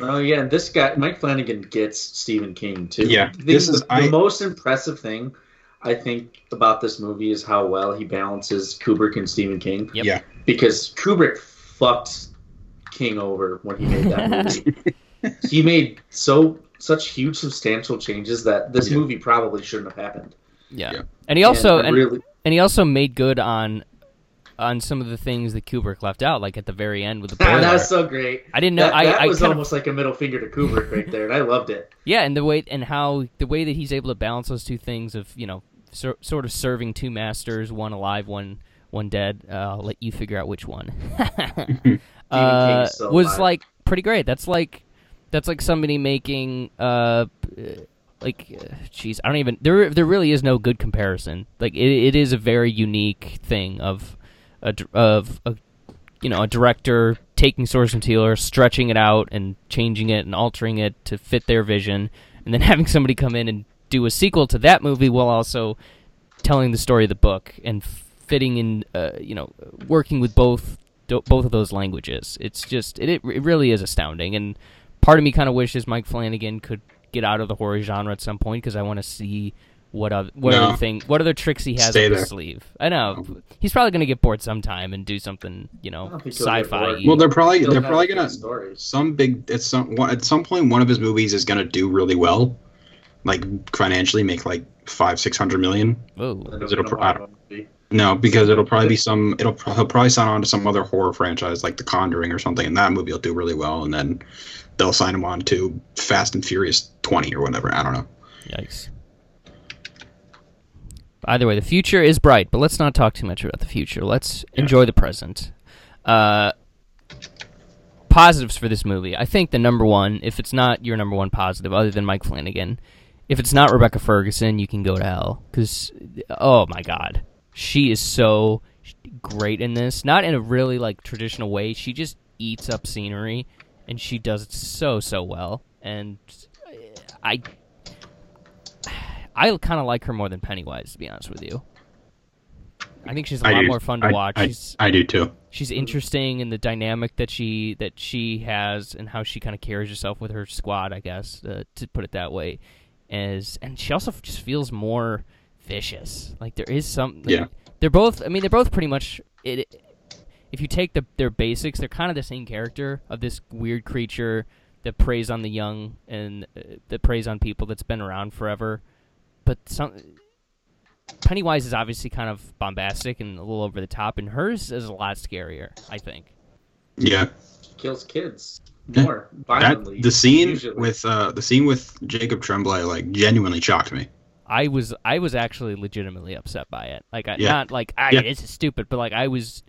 [SPEAKER 3] Oh yeah, and this guy Mike Flanagan gets Stephen King too.
[SPEAKER 4] Yeah,
[SPEAKER 3] The-
[SPEAKER 4] this is-
[SPEAKER 3] the,
[SPEAKER 4] I-
[SPEAKER 3] the most impressive thing I think about this movie is how well he balances Kubrick and Stephen King.
[SPEAKER 2] Yep.
[SPEAKER 4] yeah,
[SPEAKER 3] because Kubrick fucked King over when he
[SPEAKER 4] *laughs*
[SPEAKER 3] made that movie. he made so such huge substantial changes that this
[SPEAKER 4] Yeah.
[SPEAKER 3] movie probably shouldn't have happened.
[SPEAKER 2] yeah.
[SPEAKER 4] Yeah.
[SPEAKER 2] and he also
[SPEAKER 3] And I
[SPEAKER 2] and,
[SPEAKER 3] really,
[SPEAKER 2] and he also made good on on some of the things that Kubrick left out, like at the very end with
[SPEAKER 3] *laughs*
[SPEAKER 2] the boiler.
[SPEAKER 3] that's so great.
[SPEAKER 2] I didn't know.
[SPEAKER 3] that
[SPEAKER 2] I,
[SPEAKER 3] that
[SPEAKER 2] I
[SPEAKER 3] was
[SPEAKER 2] kind of-
[SPEAKER 3] almost like a middle finger to Kubrick right there, and I loved it.
[SPEAKER 2] Yeah, and the way and how the way that he's able to balance those two things of you know sor- sort of serving two masters, one alive, one one dead. Uh, I'll let you figure out which one. *laughs* uh,
[SPEAKER 3] King's still
[SPEAKER 2] was
[SPEAKER 3] alive.
[SPEAKER 2] like pretty great. That's like that's like somebody making uh p- like uh, jeez, I don't even there there really is no good comparison. Like it, it is a very unique thing of a dir- of a you know, a director taking source material, stretching it out and changing it and altering it to fit their vision, and then *laughs* having somebody come in and do a sequel to that movie while also telling the story of the book and fitting in, uh, you know, working with both do- both of those languages. It's just it, it really is astounding, and part of me kind of wishes Mike Flanagan could get out of the horror genre at some point because I want to see. What other, what
[SPEAKER 4] No.
[SPEAKER 2] other thing? What other tricks he has
[SPEAKER 4] Stay
[SPEAKER 2] up
[SPEAKER 4] there.
[SPEAKER 2] his sleeve? I know he's probably gonna get bored sometime and do something, you know,
[SPEAKER 3] I don't think he'll get
[SPEAKER 2] Oh, sci-fi.
[SPEAKER 3] bored.
[SPEAKER 4] Well, they're probably
[SPEAKER 3] Still
[SPEAKER 4] they're
[SPEAKER 3] has
[SPEAKER 4] probably
[SPEAKER 3] good
[SPEAKER 4] gonna
[SPEAKER 3] stories.
[SPEAKER 4] some big at some one- at some point one of his movies is gonna do really well, like financially make like five six hundred million.
[SPEAKER 2] Whoa.
[SPEAKER 4] Is it a pro-
[SPEAKER 3] I
[SPEAKER 4] I
[SPEAKER 3] don't know.
[SPEAKER 4] No, because it'll probably be some. It'll pro- he'll probably sign on to some other horror franchise like The Conjuring or something, and that movie will do really well, and then they'll sign him on to Fast and Furious Twenty or whatever. I don't know.
[SPEAKER 2] Yikes. Either way, the future is bright, but let's not talk too much about the future. Let's enjoy the present. Uh, positives for this movie. I think the number one, if it's not your number one positive, other than Mike Flanagan, if it's not Rebecca Ferguson, you can go to hell. Because, oh my God. She is so great in this. Not in a really, like, traditional way. She just eats up scenery and she does it so so well. And I, I kind of like her more than Pennywise, to be honest with you. I think she's a
[SPEAKER 4] I
[SPEAKER 2] lot
[SPEAKER 4] do.
[SPEAKER 2] more fun to
[SPEAKER 4] I-
[SPEAKER 2] watch.
[SPEAKER 4] I,
[SPEAKER 2] she's
[SPEAKER 4] I do too.
[SPEAKER 2] she's interesting in the dynamic that she that she has and how she kind of carries herself with her squad, I guess, uh, to put it that way. Is and she also just feels more vicious. Like there is some.
[SPEAKER 4] Yeah.
[SPEAKER 2] They're both. I mean, they're both pretty much. It, if you take the their basics, they're kind of the same character of this weird creature that preys on the young and uh, that preys on people that's been around forever. But some Pennywise is obviously kind of bombastic and a little over the top, and hers is a lot scarier. I think.
[SPEAKER 4] Yeah.
[SPEAKER 3] kills kids
[SPEAKER 4] Yeah.
[SPEAKER 3] more violently.
[SPEAKER 4] that the scene
[SPEAKER 3] usually.
[SPEAKER 4] with uh, the scene with Jacob Tremblay like genuinely shocked me.
[SPEAKER 2] I was I was actually legitimately upset by it. Like I,
[SPEAKER 4] Yeah.
[SPEAKER 2] not like I
[SPEAKER 4] Yeah.
[SPEAKER 2] this is stupid, but like I was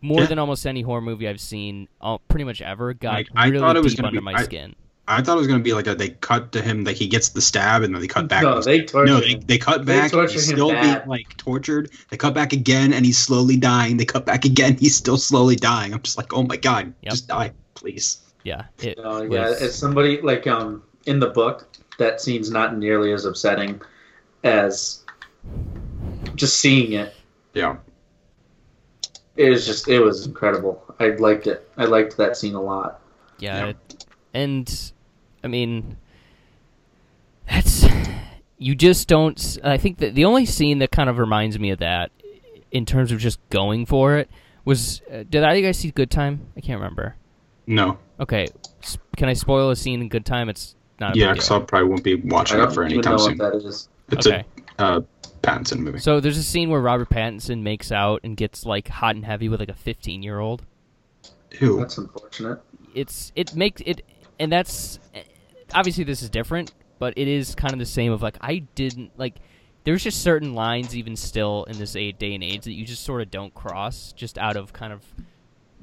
[SPEAKER 2] more
[SPEAKER 4] Yeah.
[SPEAKER 2] than almost any horror movie I've seen, all, pretty much ever, got
[SPEAKER 4] Like, I
[SPEAKER 2] really
[SPEAKER 4] thought it was
[SPEAKER 2] deep
[SPEAKER 4] gonna
[SPEAKER 2] under
[SPEAKER 4] be-
[SPEAKER 2] my
[SPEAKER 4] I-
[SPEAKER 2] skin.
[SPEAKER 4] I thought it was gonna be like a, they cut to him like he gets the stab and then they cut uh, back.
[SPEAKER 3] No, they torture
[SPEAKER 4] no, they,
[SPEAKER 3] him.
[SPEAKER 4] they cut
[SPEAKER 3] They
[SPEAKER 4] back.
[SPEAKER 3] torture
[SPEAKER 4] he's
[SPEAKER 3] him
[SPEAKER 4] still being
[SPEAKER 3] bad.
[SPEAKER 4] like tortured. They cut back again and he's slowly dying. They cut back again. *laughs* He's still slowly dying. I'm just like, oh my god,
[SPEAKER 2] Yep.
[SPEAKER 4] just die, please.
[SPEAKER 2] Yeah, it
[SPEAKER 4] Oh,
[SPEAKER 3] No,
[SPEAKER 2] was,
[SPEAKER 3] Oh, yeah, as somebody like um in the book, that scene's not nearly as upsetting as just seeing it.
[SPEAKER 4] Yeah,
[SPEAKER 3] It was just it was incredible. I liked it. I liked that scene a lot.
[SPEAKER 2] yeah,
[SPEAKER 4] yeah.
[SPEAKER 2] it- and I mean, that's you just don't. s- I think that the only scene that kind of reminds me of that, in terms of just going for it, was uh, did either of you guys see Good Time? I can't remember.
[SPEAKER 4] no,
[SPEAKER 2] Okay, s- can I spoil a scene in Good Time? It's not. A
[SPEAKER 4] yeah,
[SPEAKER 2] big
[SPEAKER 4] because
[SPEAKER 2] deal.
[SPEAKER 4] I probably won't be
[SPEAKER 3] I
[SPEAKER 4] watching it
[SPEAKER 3] don't
[SPEAKER 4] for any
[SPEAKER 3] even
[SPEAKER 4] time
[SPEAKER 3] know
[SPEAKER 4] soon.
[SPEAKER 3] what that is.
[SPEAKER 4] It's
[SPEAKER 2] Okay.
[SPEAKER 4] a uh, Pattinson movie.
[SPEAKER 2] So there's a scene where Robert Pattinson makes out and gets like hot and heavy with like a 15 year old.
[SPEAKER 4] Ew. *laughs*
[SPEAKER 3] That's unfortunate.
[SPEAKER 2] It's it makes it, and that's obviously this is different, but it is kind of the same. Of like I didn't like. There's just certain lines even still in this a- day and age that you just sort of don't cross, just out of kind of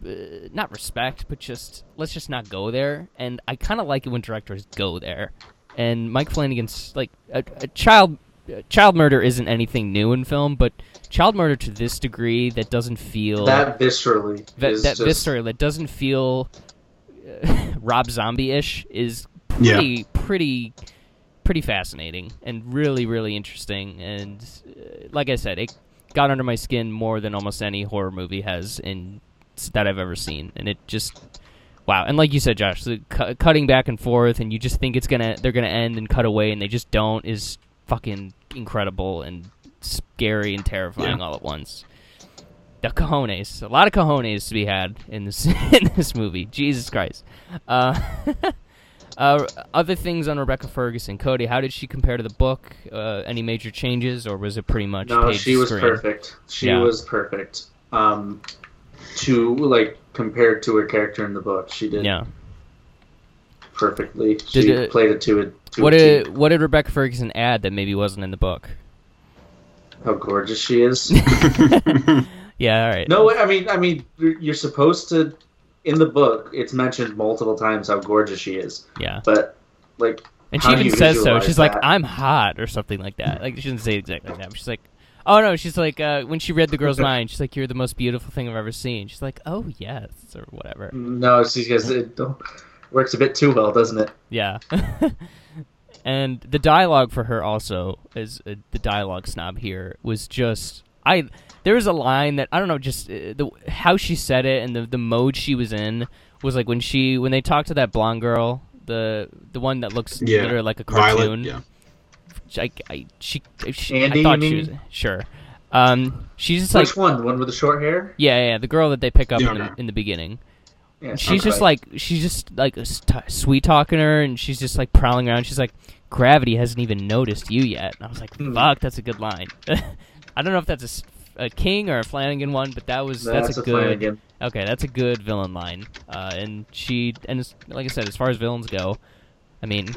[SPEAKER 2] uh, not respect, but just let's just not go there. And I kind of like it when directors go there. And Mike Flanagan's like a, a child. uh, Child murder isn't anything new in film, but child murder to this degree that doesn't feel
[SPEAKER 3] That viscerally
[SPEAKER 2] that,
[SPEAKER 3] is
[SPEAKER 2] that
[SPEAKER 3] just
[SPEAKER 2] visceral that doesn't feel uh, *laughs* Rob Zombie ish is
[SPEAKER 4] Yeah.
[SPEAKER 2] pretty pretty pretty fascinating and really really interesting and uh, like I said it got under my skin more than almost any horror movie has in that I've ever seen and it just wow and like you said Josh the cu- cutting back and forth and you just think it's gonna they're gonna end and cut away and they just don't is fucking incredible and scary and terrifying
[SPEAKER 4] Yeah.
[SPEAKER 2] all at once the cojones. A lot of cojones to be had in this *laughs* in this movie. Jesus Christ. Uh, *laughs* uh, other things on Rebecca Ferguson, Cody. How did she compare to the book? Uh, any major changes, or was it pretty much?
[SPEAKER 3] No,
[SPEAKER 2] page
[SPEAKER 3] she was
[SPEAKER 2] screen?
[SPEAKER 3] perfect. She
[SPEAKER 2] Yeah.
[SPEAKER 3] was perfect. Um to like compared to her character in the book, she did
[SPEAKER 2] Yeah.
[SPEAKER 3] perfectly. She
[SPEAKER 2] it-
[SPEAKER 3] played it to it. To
[SPEAKER 2] What
[SPEAKER 3] a T.
[SPEAKER 2] did what did Rebecca Ferguson add that maybe wasn't in the book?
[SPEAKER 3] how gorgeous
[SPEAKER 2] *laughs*
[SPEAKER 3] she is.
[SPEAKER 2] Yeah. All right.
[SPEAKER 3] no, I mean, I mean, you're you're supposed to. In the book, it's mentioned multiple times how gorgeous she is,
[SPEAKER 2] Yeah.
[SPEAKER 3] but like,
[SPEAKER 2] And
[SPEAKER 3] how
[SPEAKER 2] she
[SPEAKER 3] do
[SPEAKER 2] even
[SPEAKER 3] you
[SPEAKER 2] says so.
[SPEAKER 3] visualize
[SPEAKER 2] She's like,
[SPEAKER 3] that?
[SPEAKER 2] "I'm hot" or something like that. Like she didn't say it exactly like that. But she's like, "Oh no." She's like, uh, when she read the girl's mind, she's like, "You're the most beautiful thing I've ever seen." She's like, "Oh yes," or whatever.
[SPEAKER 3] no, it's because it don't- works a bit too well, doesn't it?
[SPEAKER 2] Yeah. *laughs* and the dialogue for her also is uh, the dialogue snob here was just I there was a line that I don't know just uh, the how she said it and the the mode she was in was like when she when they talked to that blonde girl the the one that looks
[SPEAKER 4] Yeah.
[SPEAKER 2] literally like a cartoon
[SPEAKER 4] Violet. Yeah.
[SPEAKER 2] I, I she, she
[SPEAKER 3] Andy,
[SPEAKER 2] I
[SPEAKER 3] you
[SPEAKER 2] thought she
[SPEAKER 3] mean?
[SPEAKER 2] was sure um she's just like
[SPEAKER 3] Which one? The one with the short hair?
[SPEAKER 2] yeah, yeah, the girl that they pick up
[SPEAKER 4] Yeah,
[SPEAKER 2] in, the,
[SPEAKER 4] okay.
[SPEAKER 2] in the beginning.
[SPEAKER 3] Yeah,
[SPEAKER 2] She's just
[SPEAKER 3] okay.
[SPEAKER 2] like she's just like sweet talking her, and she's just like prowling around. She's like, gravity hasn't even noticed you yet. And I was like,
[SPEAKER 3] Hmm.
[SPEAKER 2] fuck, that's a good line. *laughs* I don't know if that's a s- a, King or a Flanagan one, but that was that's,
[SPEAKER 3] that's a
[SPEAKER 2] good
[SPEAKER 3] Flanagan.
[SPEAKER 2] okay, that's a good villain line. Uh, and she and it's, like I said, as far as villains go, I mean,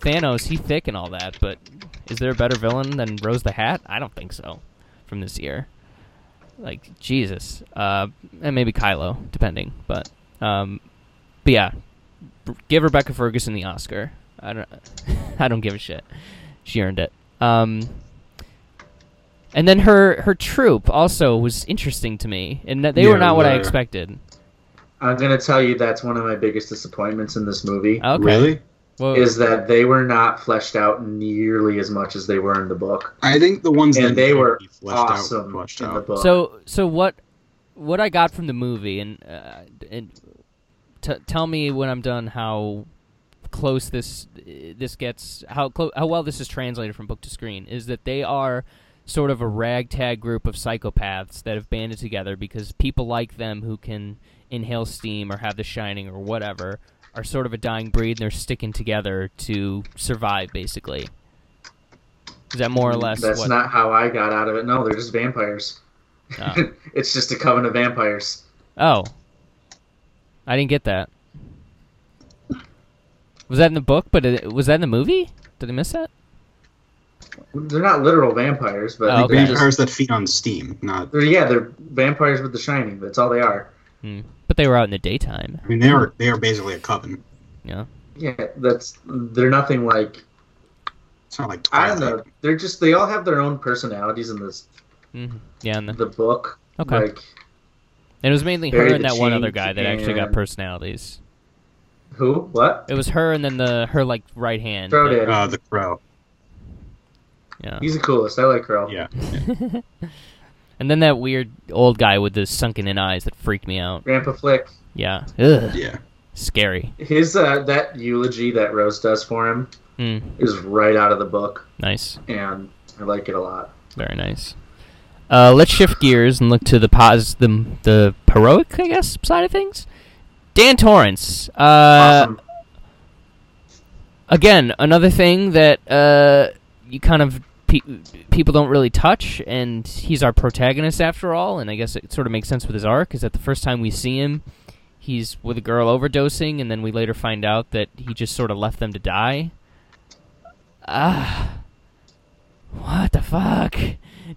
[SPEAKER 2] Thanos he thick and all that, but is there a better villain than Rose the Hat? I don't think so. From this year, like Jesus, uh, and maybe Kylo, depending. But, um, but yeah, R- give Rebecca Ferguson the Oscar. I don't, *laughs* I don't give a shit. She earned it. Um, and then her her troupe also was interesting to me, and that they
[SPEAKER 4] Yeah,
[SPEAKER 2] were not what I
[SPEAKER 4] they're-
[SPEAKER 2] expected.
[SPEAKER 3] I'm gonna tell you that's one of my biggest disappointments in this movie
[SPEAKER 2] Okay.
[SPEAKER 4] Really?
[SPEAKER 2] Well,
[SPEAKER 3] is that they were not fleshed out nearly as much as they were in the book,
[SPEAKER 4] I think the ones
[SPEAKER 3] and
[SPEAKER 4] that
[SPEAKER 3] they
[SPEAKER 4] did
[SPEAKER 3] were
[SPEAKER 4] get fleshed out,
[SPEAKER 3] awesome
[SPEAKER 4] fleshed
[SPEAKER 3] in the
[SPEAKER 4] out.
[SPEAKER 3] book.
[SPEAKER 2] so so what what I got from the movie and uh, and t- tell me when I'm done how close this this gets how clo- how well this is translated from book to screen is that they are sort of a ragtag group of psychopaths that have banded together because people like them who can inhale steam or have the shining or whatever are sort of a dying breed and they're sticking together to survive basically is that more or less
[SPEAKER 3] Mm, that's
[SPEAKER 2] what
[SPEAKER 3] not how I got out of it. No, they're just vampires.
[SPEAKER 2] Oh.
[SPEAKER 3] *laughs* it's just a coven of vampires.
[SPEAKER 2] Oh. I didn't get that. Was that in the book? But it, was that in the movie? Did I miss that?
[SPEAKER 3] They're not literal vampires, but
[SPEAKER 2] Oh,
[SPEAKER 3] they're
[SPEAKER 2] okay.
[SPEAKER 3] just
[SPEAKER 4] Vampires that feed on steam. Not.
[SPEAKER 3] They're, yeah, they're vampires with the shining. That's all they are.
[SPEAKER 2] Hmm. But they were out in the daytime.
[SPEAKER 4] I mean, they are they are basically a coven.
[SPEAKER 2] Yeah.
[SPEAKER 3] Yeah, that's they're nothing like
[SPEAKER 4] It's not like
[SPEAKER 3] I
[SPEAKER 4] Twilight.
[SPEAKER 3] don't know. They're just they all have their own personalities in this
[SPEAKER 2] hmm Yeah. And, the,
[SPEAKER 3] the book.
[SPEAKER 2] Okay.
[SPEAKER 3] Like
[SPEAKER 2] and it was mainly her
[SPEAKER 3] Barry
[SPEAKER 2] and
[SPEAKER 3] the
[SPEAKER 2] that one
[SPEAKER 3] Change
[SPEAKER 2] other guy that actually got
[SPEAKER 3] and-
[SPEAKER 2] personalities.
[SPEAKER 3] who? What?
[SPEAKER 2] It was her and then the her like right hand.
[SPEAKER 3] Crow did.
[SPEAKER 4] Uh, the crow.
[SPEAKER 2] Yeah. *laughs*
[SPEAKER 3] He's the coolest. I like Crow.
[SPEAKER 4] Yeah.
[SPEAKER 2] And then that weird old guy with the sunken in eyes that freaked me out.
[SPEAKER 3] Grandpa Flick.
[SPEAKER 2] Yeah. Ugh.
[SPEAKER 4] Yeah.
[SPEAKER 2] Scary.
[SPEAKER 3] His uh, that eulogy that Rose does for him
[SPEAKER 2] Mm.
[SPEAKER 3] is right out of the book,
[SPEAKER 2] Nice.
[SPEAKER 3] and I like it a lot.
[SPEAKER 2] Very nice. Uh, let's shift gears and look to the pos- the, the heroic, I guess, side of things. Dan Torrance. Uh,
[SPEAKER 3] Awesome.
[SPEAKER 2] Again, another thing that uh, you kind of pe- people don't really touch, and he's our protagonist after all, and I guess it sort of makes sense with his arc, is that the first time we see him, he's with a girl overdosing, and then we later find out that he just sort of left them to die. Ah. What the fuck?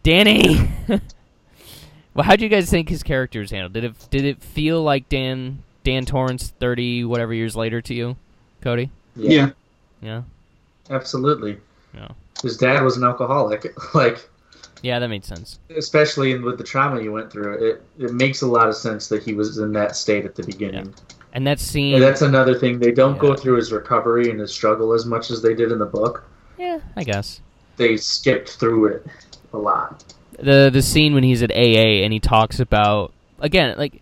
[SPEAKER 2] Danny! *laughs* well, how do you guys think his character was handled? Did it did it feel like Dan Dan Torrance thirty whatever years later to you, Cody?
[SPEAKER 4] Yeah.
[SPEAKER 2] Yeah,
[SPEAKER 3] absolutely.
[SPEAKER 2] Yeah.
[SPEAKER 3] His dad was an alcoholic. *laughs* Like
[SPEAKER 2] yeah, that made sense.
[SPEAKER 3] especially in- with the trauma you went through, it it makes a lot of sense that he was in that state at the beginning.
[SPEAKER 2] And that scene,
[SPEAKER 3] And that's another thing. They don't
[SPEAKER 2] Yeah.
[SPEAKER 3] go through his recovery and his struggle as much as they did in the book.
[SPEAKER 2] yeah, I guess
[SPEAKER 3] They skipped through it a lot.
[SPEAKER 2] the the scene when he's at AA and he talks about again like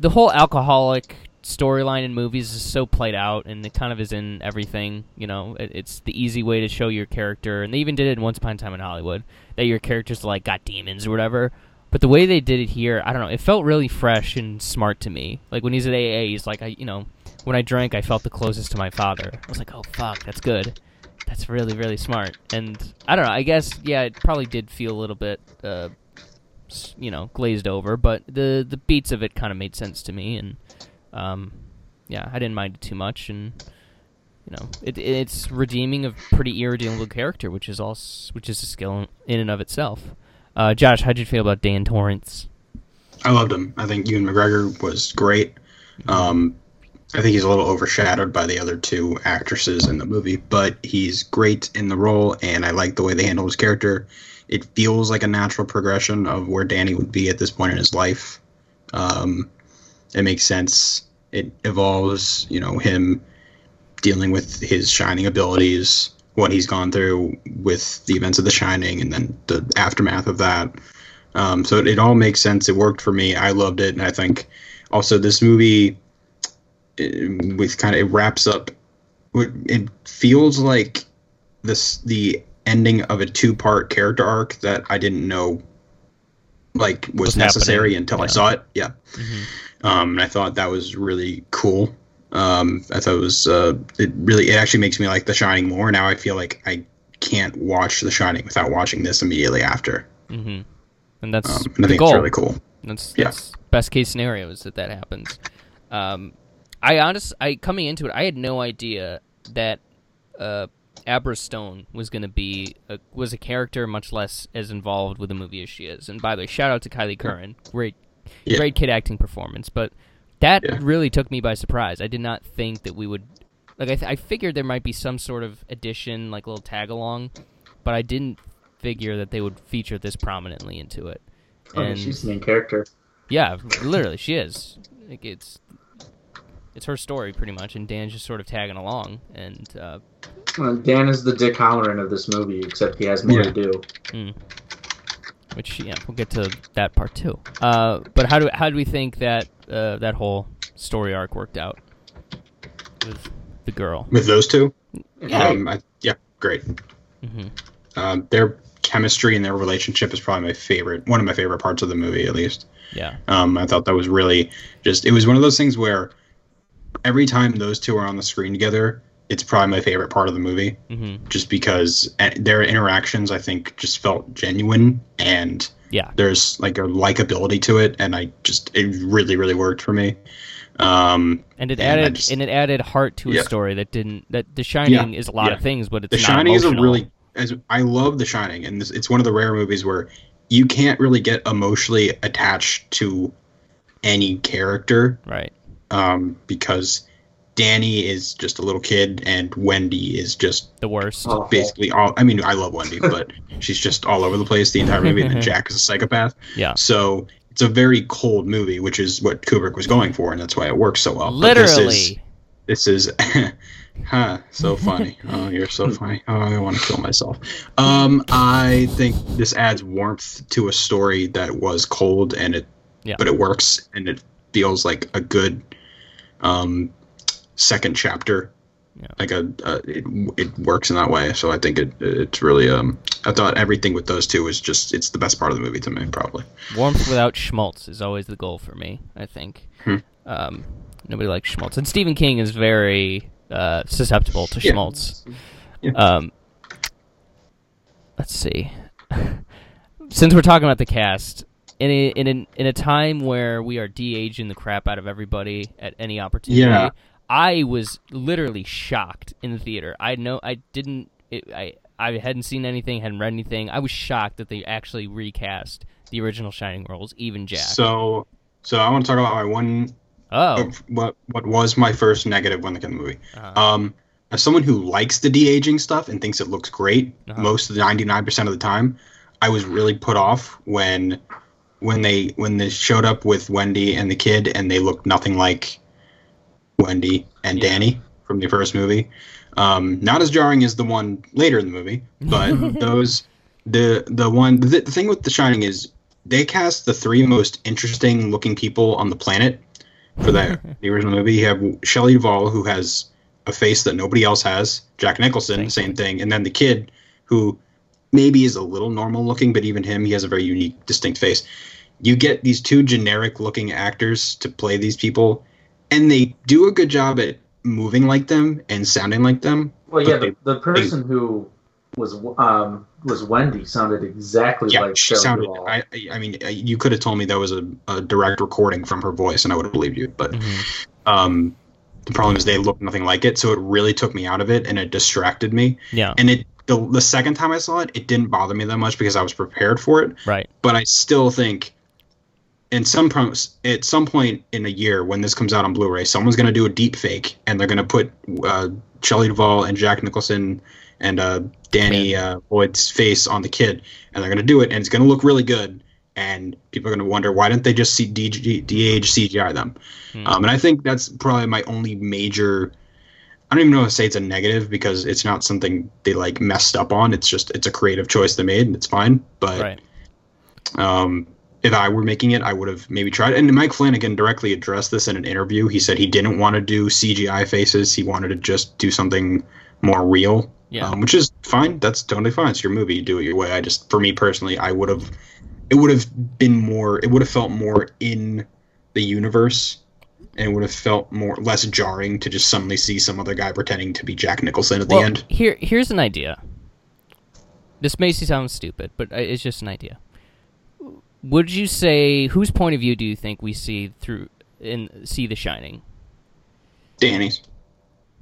[SPEAKER 2] the whole alcoholic storyline in movies is so played out and it kind of is in everything you know it, it's the easy way to show your character and they even did it in once upon a time in hollywood that your characters like got demons or whatever but the way they did it here i don't know it felt really fresh and smart to me like when he's at aa he's like i you know when i drank i felt the closest to my father i was like oh fuck that's good that's really really smart and i don't know i guess yeah it probably did feel a little bit uh, s- you know glazed over but the the beats of it kind of made sense to me and um, yeah i didn't mind it too much and you know it, it's redeeming of pretty irredeemable character which is all s- which is a skill in and of itself uh, josh how'd you feel about dan torrance
[SPEAKER 4] I loved him. I think Ewan McGregor was great. Um, I think he's a little overshadowed by the other two actresses in the movie, but he's great in the role, and I like the way they handle his character. It feels like a natural progression of where Danny would be at this point in his life. Um, it makes sense. It evolves, you know, him dealing with his shining abilities, what he's gone through with the events of The Shining, and then the aftermath of that. Um, so it, it all makes sense. It worked for me. I loved it, and I think also this movie eh, with kind of it wraps up. It it feels like this the ending of a two part character arc that I didn't know like was,
[SPEAKER 2] Was
[SPEAKER 4] necessary
[SPEAKER 2] happening.
[SPEAKER 4] until I
[SPEAKER 2] Yeah.
[SPEAKER 4] saw it. Yeah, um, and I thought that was really cool. Um, I thought it was uh, it really it actually makes me like The Shining more. Now I feel like I can't watch The Shining without watching this immediately after.
[SPEAKER 2] mm-hmm. and
[SPEAKER 4] Um,
[SPEAKER 2] that's
[SPEAKER 4] and I
[SPEAKER 2] the
[SPEAKER 4] think
[SPEAKER 2] goal
[SPEAKER 4] it's really cool.
[SPEAKER 2] That's,
[SPEAKER 4] Yeah.
[SPEAKER 2] that's best case scenario is that that happens. Um, I honest, I coming into it, I had no idea that uh, Abra Stone was going to be a, was a character, much less as involved with the movie as she is. And by the way, shout out to Kylie Curran, great,
[SPEAKER 4] Yeah.
[SPEAKER 2] great kid acting performance. But that
[SPEAKER 4] Yeah.
[SPEAKER 2] really took me by surprise. I did not think that we would like. I, th- I figured there might be some sort of addition, like little tag along, but I didn't figure that they would feature this prominently into it.
[SPEAKER 3] I mean,
[SPEAKER 2] And-
[SPEAKER 3] she's the main character.
[SPEAKER 2] Yeah, literally, she is. Like it's it's her story pretty much, and Dan's just sort of tagging along. And uh,
[SPEAKER 3] Uh, Dan is the Dick Halloran of this movie, except he has more to do.
[SPEAKER 2] which yeah, we'll get to that part too. Uh, but how do how do we think that uh, that whole story arc worked out with the girl?
[SPEAKER 4] with those two.
[SPEAKER 2] Yeah.
[SPEAKER 4] Um, I, yeah, great.
[SPEAKER 2] Mhm.
[SPEAKER 4] Um, their chemistry and their relationship is probably my favorite, one of my favorite parts of the movie, at least.
[SPEAKER 2] Yeah,
[SPEAKER 4] Um, I thought that was really just, it was one of those things where every time those two are on the screen together, it's probably my favorite part of the movie,
[SPEAKER 2] hmm
[SPEAKER 4] just because uh, their interactions, I think, just felt genuine and
[SPEAKER 2] yeah,
[SPEAKER 4] there's like a likability to it. And I just, it really, really worked for me. Um,
[SPEAKER 2] and it
[SPEAKER 4] Yeah, I
[SPEAKER 2] added
[SPEAKER 4] just-
[SPEAKER 2] and it added heart to a
[SPEAKER 4] Yeah.
[SPEAKER 2] story that didn't. That The Shining is a lot of
[SPEAKER 4] yeah.
[SPEAKER 2] things, but it's
[SPEAKER 4] The
[SPEAKER 2] not
[SPEAKER 4] Shining is a
[SPEAKER 2] emotional.
[SPEAKER 4] really as I love The Shining, and this, it's one of the rare movies where you can't really get emotionally attached to any character
[SPEAKER 2] right.
[SPEAKER 4] um, because Danny is just a little kid, and Wendy is just
[SPEAKER 2] The worst.
[SPEAKER 3] Oh,
[SPEAKER 4] basically all. I mean, I love
[SPEAKER 2] *laughs*
[SPEAKER 4] Wendy, but she's just all over the place the entire movie. And then Jack is a psychopath,
[SPEAKER 2] Yeah.
[SPEAKER 4] so it's a very cold movie, which is what Kubrick was going for, and that's why it works so well. But this is-
[SPEAKER 2] Literally.
[SPEAKER 4] this is *laughs* huh
[SPEAKER 2] *laughs*
[SPEAKER 4] so funny oh you're so funny oh i want to kill myself um i think this adds warmth to a story that was cold and it
[SPEAKER 2] Yeah.
[SPEAKER 4] but it works and it feels like a good um second chapter
[SPEAKER 2] Yeah.
[SPEAKER 4] like a uh, it, it works in that way so i think it it's really um i thought everything with those two is just it's the best part of the movie to me probably
[SPEAKER 2] Warmth without schmaltz is always the goal for me. I think.
[SPEAKER 4] Hmm.
[SPEAKER 2] Um, nobody likes schmaltz, and Stephen King is very uh, susceptible to
[SPEAKER 4] Yeah.
[SPEAKER 2] schmaltz.
[SPEAKER 4] Yeah.
[SPEAKER 2] Um, let's see. *laughs* Since we're talking about the cast, in a, in a, in a time where we are de-aging the crap out of everybody at any opportunity,
[SPEAKER 4] Yeah.
[SPEAKER 2] I was literally shocked in the theater. I know I didn't. It, I I hadn't seen anything, hadn't read anything. I was shocked that they actually recast the original Shining roles, even Jack.
[SPEAKER 4] so so i want to talk about my one
[SPEAKER 2] oh,
[SPEAKER 4] of what what was my first negative when I came to the movie. Um, as someone who likes the de aging stuff and thinks it looks great
[SPEAKER 2] Uh-huh.
[SPEAKER 4] most of the ninety nine percent of the time, I was really put off when when they when they showed up with Wendy and the kid and they looked nothing like Wendy and Danny from the first movie. Um, not as jarring as the one later in the movie, but those the the one the, the thing with The Shining is they cast the three most interesting looking people on the planet for that the original movie. You have Shelley Duvall who has a face that nobody else has. Jack Nicholson,
[SPEAKER 2] Thank
[SPEAKER 4] same thing, and then the kid who maybe is a little normal looking, but even him, he has a very unique, distinct face. You get these two generic looking actors to play these people, and they do a good job at moving like them and sounding like them.
[SPEAKER 3] Well,
[SPEAKER 4] but
[SPEAKER 3] yeah,
[SPEAKER 4] they-
[SPEAKER 3] the, the person who was um was Wendy sounded exactly
[SPEAKER 4] yeah,
[SPEAKER 3] like
[SPEAKER 4] she
[SPEAKER 3] Shelley
[SPEAKER 4] sounded.
[SPEAKER 3] Duvall.
[SPEAKER 4] I, I- I mean, uh, you could have told me that was a, a direct recording from her voice, and I would have believed you. But
[SPEAKER 2] Mm-hmm.
[SPEAKER 4] um, the problem is they looked nothing like it, so it really took me out of it, and it distracted me.
[SPEAKER 2] yeah,
[SPEAKER 4] And it the, the second time I saw it, it didn't bother me that much because I was prepared for it.
[SPEAKER 2] right.
[SPEAKER 4] but I still think, in some pro- at some point in a year when this comes out on Blu-ray, someone's going to do a deep fake and they're going to put uh, Shelley Duvall and Jack Nicholson and uh, Danny uh, Boyd's face on the kid, and they're going to do it, and it's going to look really good. And people are going to wonder why didn't they just see DG, DH CGI them?
[SPEAKER 2] Hmm.
[SPEAKER 4] Um, and I think that's probably my only major. I don't even know if to say it's a negative because it's not something they like messed up on. It's just it's a creative choice they made and it's fine. But
[SPEAKER 2] Right.
[SPEAKER 4] um, if I were making it, I would have maybe tried. And Mike Flanagan directly addressed this in an interview. He said he didn't want to do CGI faces. He wanted to just do something more real,
[SPEAKER 2] Yeah.
[SPEAKER 4] um, which is fine. That's totally fine. It's your movie. You do it your way. I just, for me personally, I would have, it would have been more, it would have felt more in the universe and it would have felt more less jarring to just suddenly see some other guy pretending to be Jack Nicholson at
[SPEAKER 2] well,
[SPEAKER 4] the end.
[SPEAKER 2] Here, here's an idea. This may sound stupid, but I- it's just an idea. Would you say whose point of view do you think we see through in see The Shining?
[SPEAKER 4] Danny's.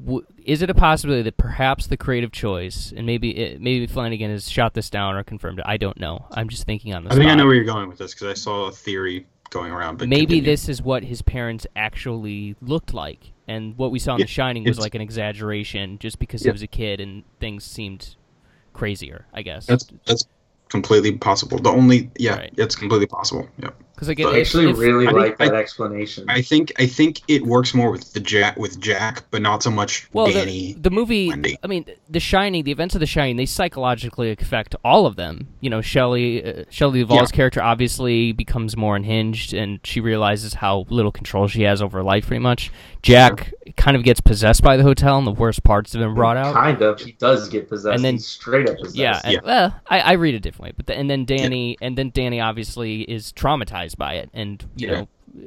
[SPEAKER 2] W- is it a possibility that perhaps the creative choice, and maybe it, maybe Flanagan has shot this down or confirmed it? I don't know. I'm just thinking on the
[SPEAKER 4] I think I
[SPEAKER 2] spot.
[SPEAKER 4] know where you're going with this because I saw a theory going around. But
[SPEAKER 2] maybe
[SPEAKER 4] continue.
[SPEAKER 2] this is what his parents actually looked like, and what we saw in
[SPEAKER 4] Yeah,
[SPEAKER 2] The Shining was
[SPEAKER 4] it's-
[SPEAKER 2] like an exaggeration, just because he was a kid and things seemed crazier. I guess
[SPEAKER 4] That's that's completely possible. The only yeah,
[SPEAKER 2] Right.
[SPEAKER 4] it's completely possible. Yeah.
[SPEAKER 2] because Because like it,
[SPEAKER 4] But
[SPEAKER 3] I
[SPEAKER 2] it's-
[SPEAKER 3] actually
[SPEAKER 2] it's-
[SPEAKER 3] really
[SPEAKER 4] I think-
[SPEAKER 3] like that
[SPEAKER 4] I-
[SPEAKER 3] explanation.
[SPEAKER 4] I think I think it works more with the Jack with Jack, but not so much
[SPEAKER 2] well,
[SPEAKER 4] Danny.
[SPEAKER 2] the, the movie.
[SPEAKER 4] Wendy.
[SPEAKER 2] I mean, The Shining, the events of The Shining, they psychologically affect all of them. You know, Shelley, uh, Shelley Duvall's character obviously becomes more unhinged, and she realizes how little control she has over her life. Pretty much, Jack kind of gets possessed by the hotel, and the worst parts have been brought out.
[SPEAKER 3] Kind of. He does get possessed.
[SPEAKER 2] And then-
[SPEAKER 3] He's straight up possessed.
[SPEAKER 2] Yeah, and,
[SPEAKER 4] Yeah.
[SPEAKER 2] well, I, I read it differently, but the, and then Danny, and then Danny obviously is traumatized by it, and you
[SPEAKER 4] Yeah.
[SPEAKER 2] know, uh,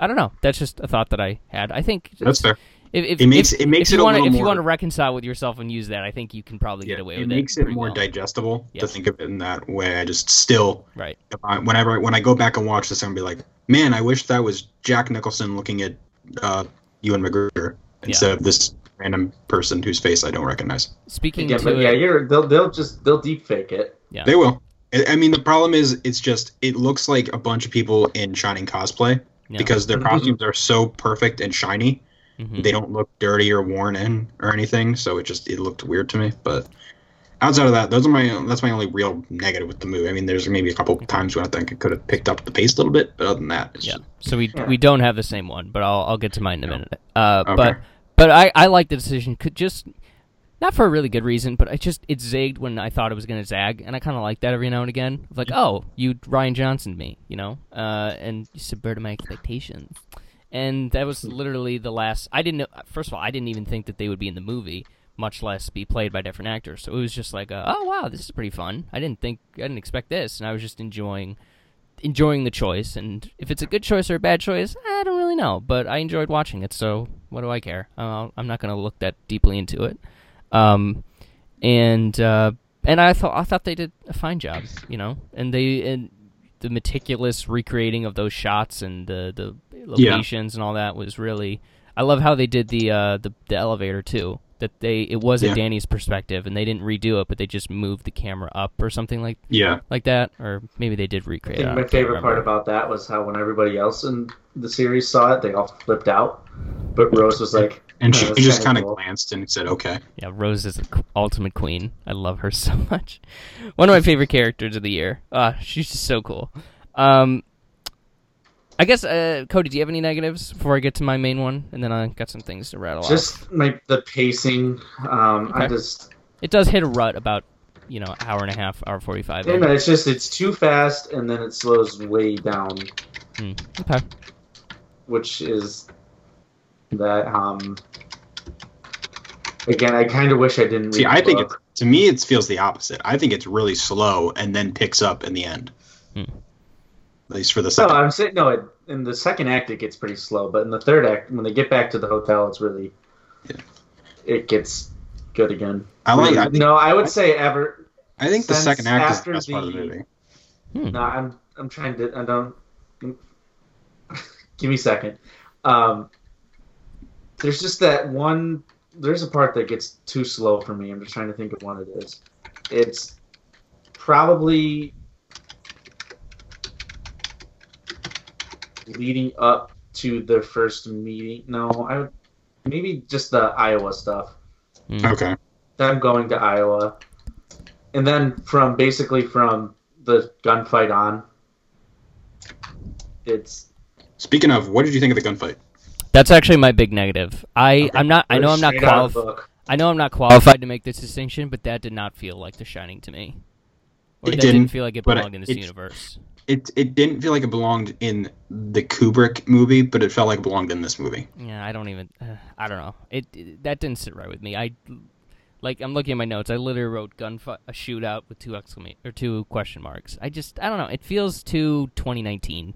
[SPEAKER 2] I don't know. That's just a thought that I had. I think
[SPEAKER 4] That's fair.
[SPEAKER 2] If, if,
[SPEAKER 4] It makes-
[SPEAKER 2] if,
[SPEAKER 4] it makes
[SPEAKER 2] if you
[SPEAKER 4] it a
[SPEAKER 2] wanna,
[SPEAKER 4] little
[SPEAKER 2] if you
[SPEAKER 4] more-
[SPEAKER 2] want to reconcile with yourself and use that, I think you can probably get away
[SPEAKER 4] it
[SPEAKER 2] with
[SPEAKER 4] makes
[SPEAKER 2] it.
[SPEAKER 4] it
[SPEAKER 2] pretty
[SPEAKER 4] more
[SPEAKER 2] well.
[SPEAKER 4] digestible
[SPEAKER 2] Yeah.
[SPEAKER 4] to think of it in that way. I just still,
[SPEAKER 2] Right.
[SPEAKER 4] if I, whenever when I go back and watch this, I'm gonna be like, man, I wish that was Jack Nicholson looking at uh, Ewan McGregor instead of this random person whose face I don't recognize.
[SPEAKER 2] Speaking
[SPEAKER 3] Yeah,
[SPEAKER 2] to
[SPEAKER 3] but
[SPEAKER 2] it,
[SPEAKER 3] yeah, you're they'll they'll just they'll deep fake it.
[SPEAKER 2] Yeah.
[SPEAKER 4] They will. I I mean, the problem is, it's just it looks like a bunch of people in shining cosplay
[SPEAKER 2] Yeah.
[SPEAKER 4] because their
[SPEAKER 3] Mhm.
[SPEAKER 4] costumes are so perfect and shiny.
[SPEAKER 2] mhm.
[SPEAKER 4] They don't look dirty or worn in or anything, so it just it looked weird to me. But outside of that, those are my that's my only real negative with the movie. I mean, there's maybe a couple times when I think it could have picked up the pace a little bit, but other than that, it's
[SPEAKER 2] Mm-hmm. Yeah.
[SPEAKER 4] just-
[SPEAKER 2] So we
[SPEAKER 3] Yeah.
[SPEAKER 2] we don't have the same one, but I'll I'll get to mine in a
[SPEAKER 4] No.
[SPEAKER 2] minute. Uh,
[SPEAKER 4] Okay.
[SPEAKER 2] but but I I like the decision. Could just not for a really good reason, but I just it zagged when I thought it was gonna zag, and I kind of like that every now and again. It's Like, oh, you Ryan Johnson me, you know, uh, and you subverted my expectations. And that was literally the last. I didn't. know First of all, I didn't even think that they would be in the movie, much less be played by different actors. So it was just like, uh, oh wow, this is pretty fun. I didn't think, I didn't expect this, and I was just enjoying enjoying the choice and if it's a good choice or a bad choice i don't really know but i enjoyed watching it so what do i care uh, i'm not going to look that deeply into it um, and uh, and i thought i thought they did a fine job you know and they and the meticulous recreating of those shots and the the locations and all that was really i love how they did the uh the, the elevator too that they it was
[SPEAKER 4] Yeah.
[SPEAKER 2] at danny's perspective and they didn't redo it but they just moved the camera up or something like
[SPEAKER 4] yeah.
[SPEAKER 2] like that, or maybe they did
[SPEAKER 3] I
[SPEAKER 2] recreate.
[SPEAKER 3] think
[SPEAKER 2] it. I
[SPEAKER 3] my
[SPEAKER 2] can't
[SPEAKER 3] favorite part
[SPEAKER 2] remember.
[SPEAKER 3] about that was how when everybody else in the series saw it, they all flipped out. But Rose was like,
[SPEAKER 4] And
[SPEAKER 3] "Oh,
[SPEAKER 4] she
[SPEAKER 3] that's
[SPEAKER 4] just kind
[SPEAKER 3] kinda
[SPEAKER 4] of
[SPEAKER 3] cool."
[SPEAKER 4] glanced and said, "Okay."
[SPEAKER 2] yeah, Rose is the qu- ultimate queen. I love her *laughs* so much. One of my favorite characters of the year. Uh, she's just so cool. Um, I guess uh, Cody, do you have any negatives before I get to my main one, and then I got some things to rattle off.
[SPEAKER 3] Just my the pacing. Um, I
[SPEAKER 2] Okay.
[SPEAKER 3] just
[SPEAKER 2] It does hit a rut about you know hour and a half, hour forty five.
[SPEAKER 3] and it's just it's too fast, and then it slows way down,
[SPEAKER 2] Okay.
[SPEAKER 3] which is that um. Again, I kind of wish I didn't. Read
[SPEAKER 4] See,
[SPEAKER 3] the
[SPEAKER 4] I think
[SPEAKER 3] book.
[SPEAKER 4] it's to me, it feels the opposite. I think it's really slow and then picks up in the end.
[SPEAKER 2] Hmm.
[SPEAKER 4] At least for the
[SPEAKER 3] No,
[SPEAKER 4] second.
[SPEAKER 3] I'm saying no. It, in the second act, it gets pretty slow, but in the third act, when they get back to the hotel, it's really
[SPEAKER 4] Yeah.
[SPEAKER 3] it gets good again.
[SPEAKER 4] I like. I think,
[SPEAKER 3] no, I would say ever.
[SPEAKER 4] I think the
[SPEAKER 3] since
[SPEAKER 4] second act is the
[SPEAKER 3] after
[SPEAKER 4] best part of the
[SPEAKER 3] the-
[SPEAKER 4] movie.
[SPEAKER 3] No, I'm I'm trying to. I don't. Give me a second. Um, there's just that one. There's a part that gets too slow for me. I'm just trying to think of one it is. It's probably leading up to their first meeting. No, I would maybe just the Iowa stuff
[SPEAKER 2] Mm.
[SPEAKER 3] Oh.
[SPEAKER 4] Okay.
[SPEAKER 3] them going to Iowa, and then from basically from the gunfight on, it's
[SPEAKER 4] Speaking of, what did you think of the gunfight?
[SPEAKER 2] That's actually my big negative. I I'm not. I know I'm not
[SPEAKER 3] straight out of the
[SPEAKER 2] qualified.
[SPEAKER 3] book.
[SPEAKER 2] I know I'm not qualified to make this distinction, but that did not feel like The Shining to me. Or
[SPEAKER 4] It
[SPEAKER 2] that didn't,
[SPEAKER 4] didn't,
[SPEAKER 2] feel like it
[SPEAKER 4] but
[SPEAKER 2] belonged in this
[SPEAKER 4] it-
[SPEAKER 2] universe.
[SPEAKER 4] It it didn't feel like it belonged in the Kubrick movie, but it felt like it belonged in this movie.
[SPEAKER 2] Yeah, I don't even. Uh, I don't know. It, it- that didn't sit right with me. I like I'm looking at my notes. I literally wrote gunfight, a shootout with two exclamation or two question marks. I just I don't know. It feels too 2019.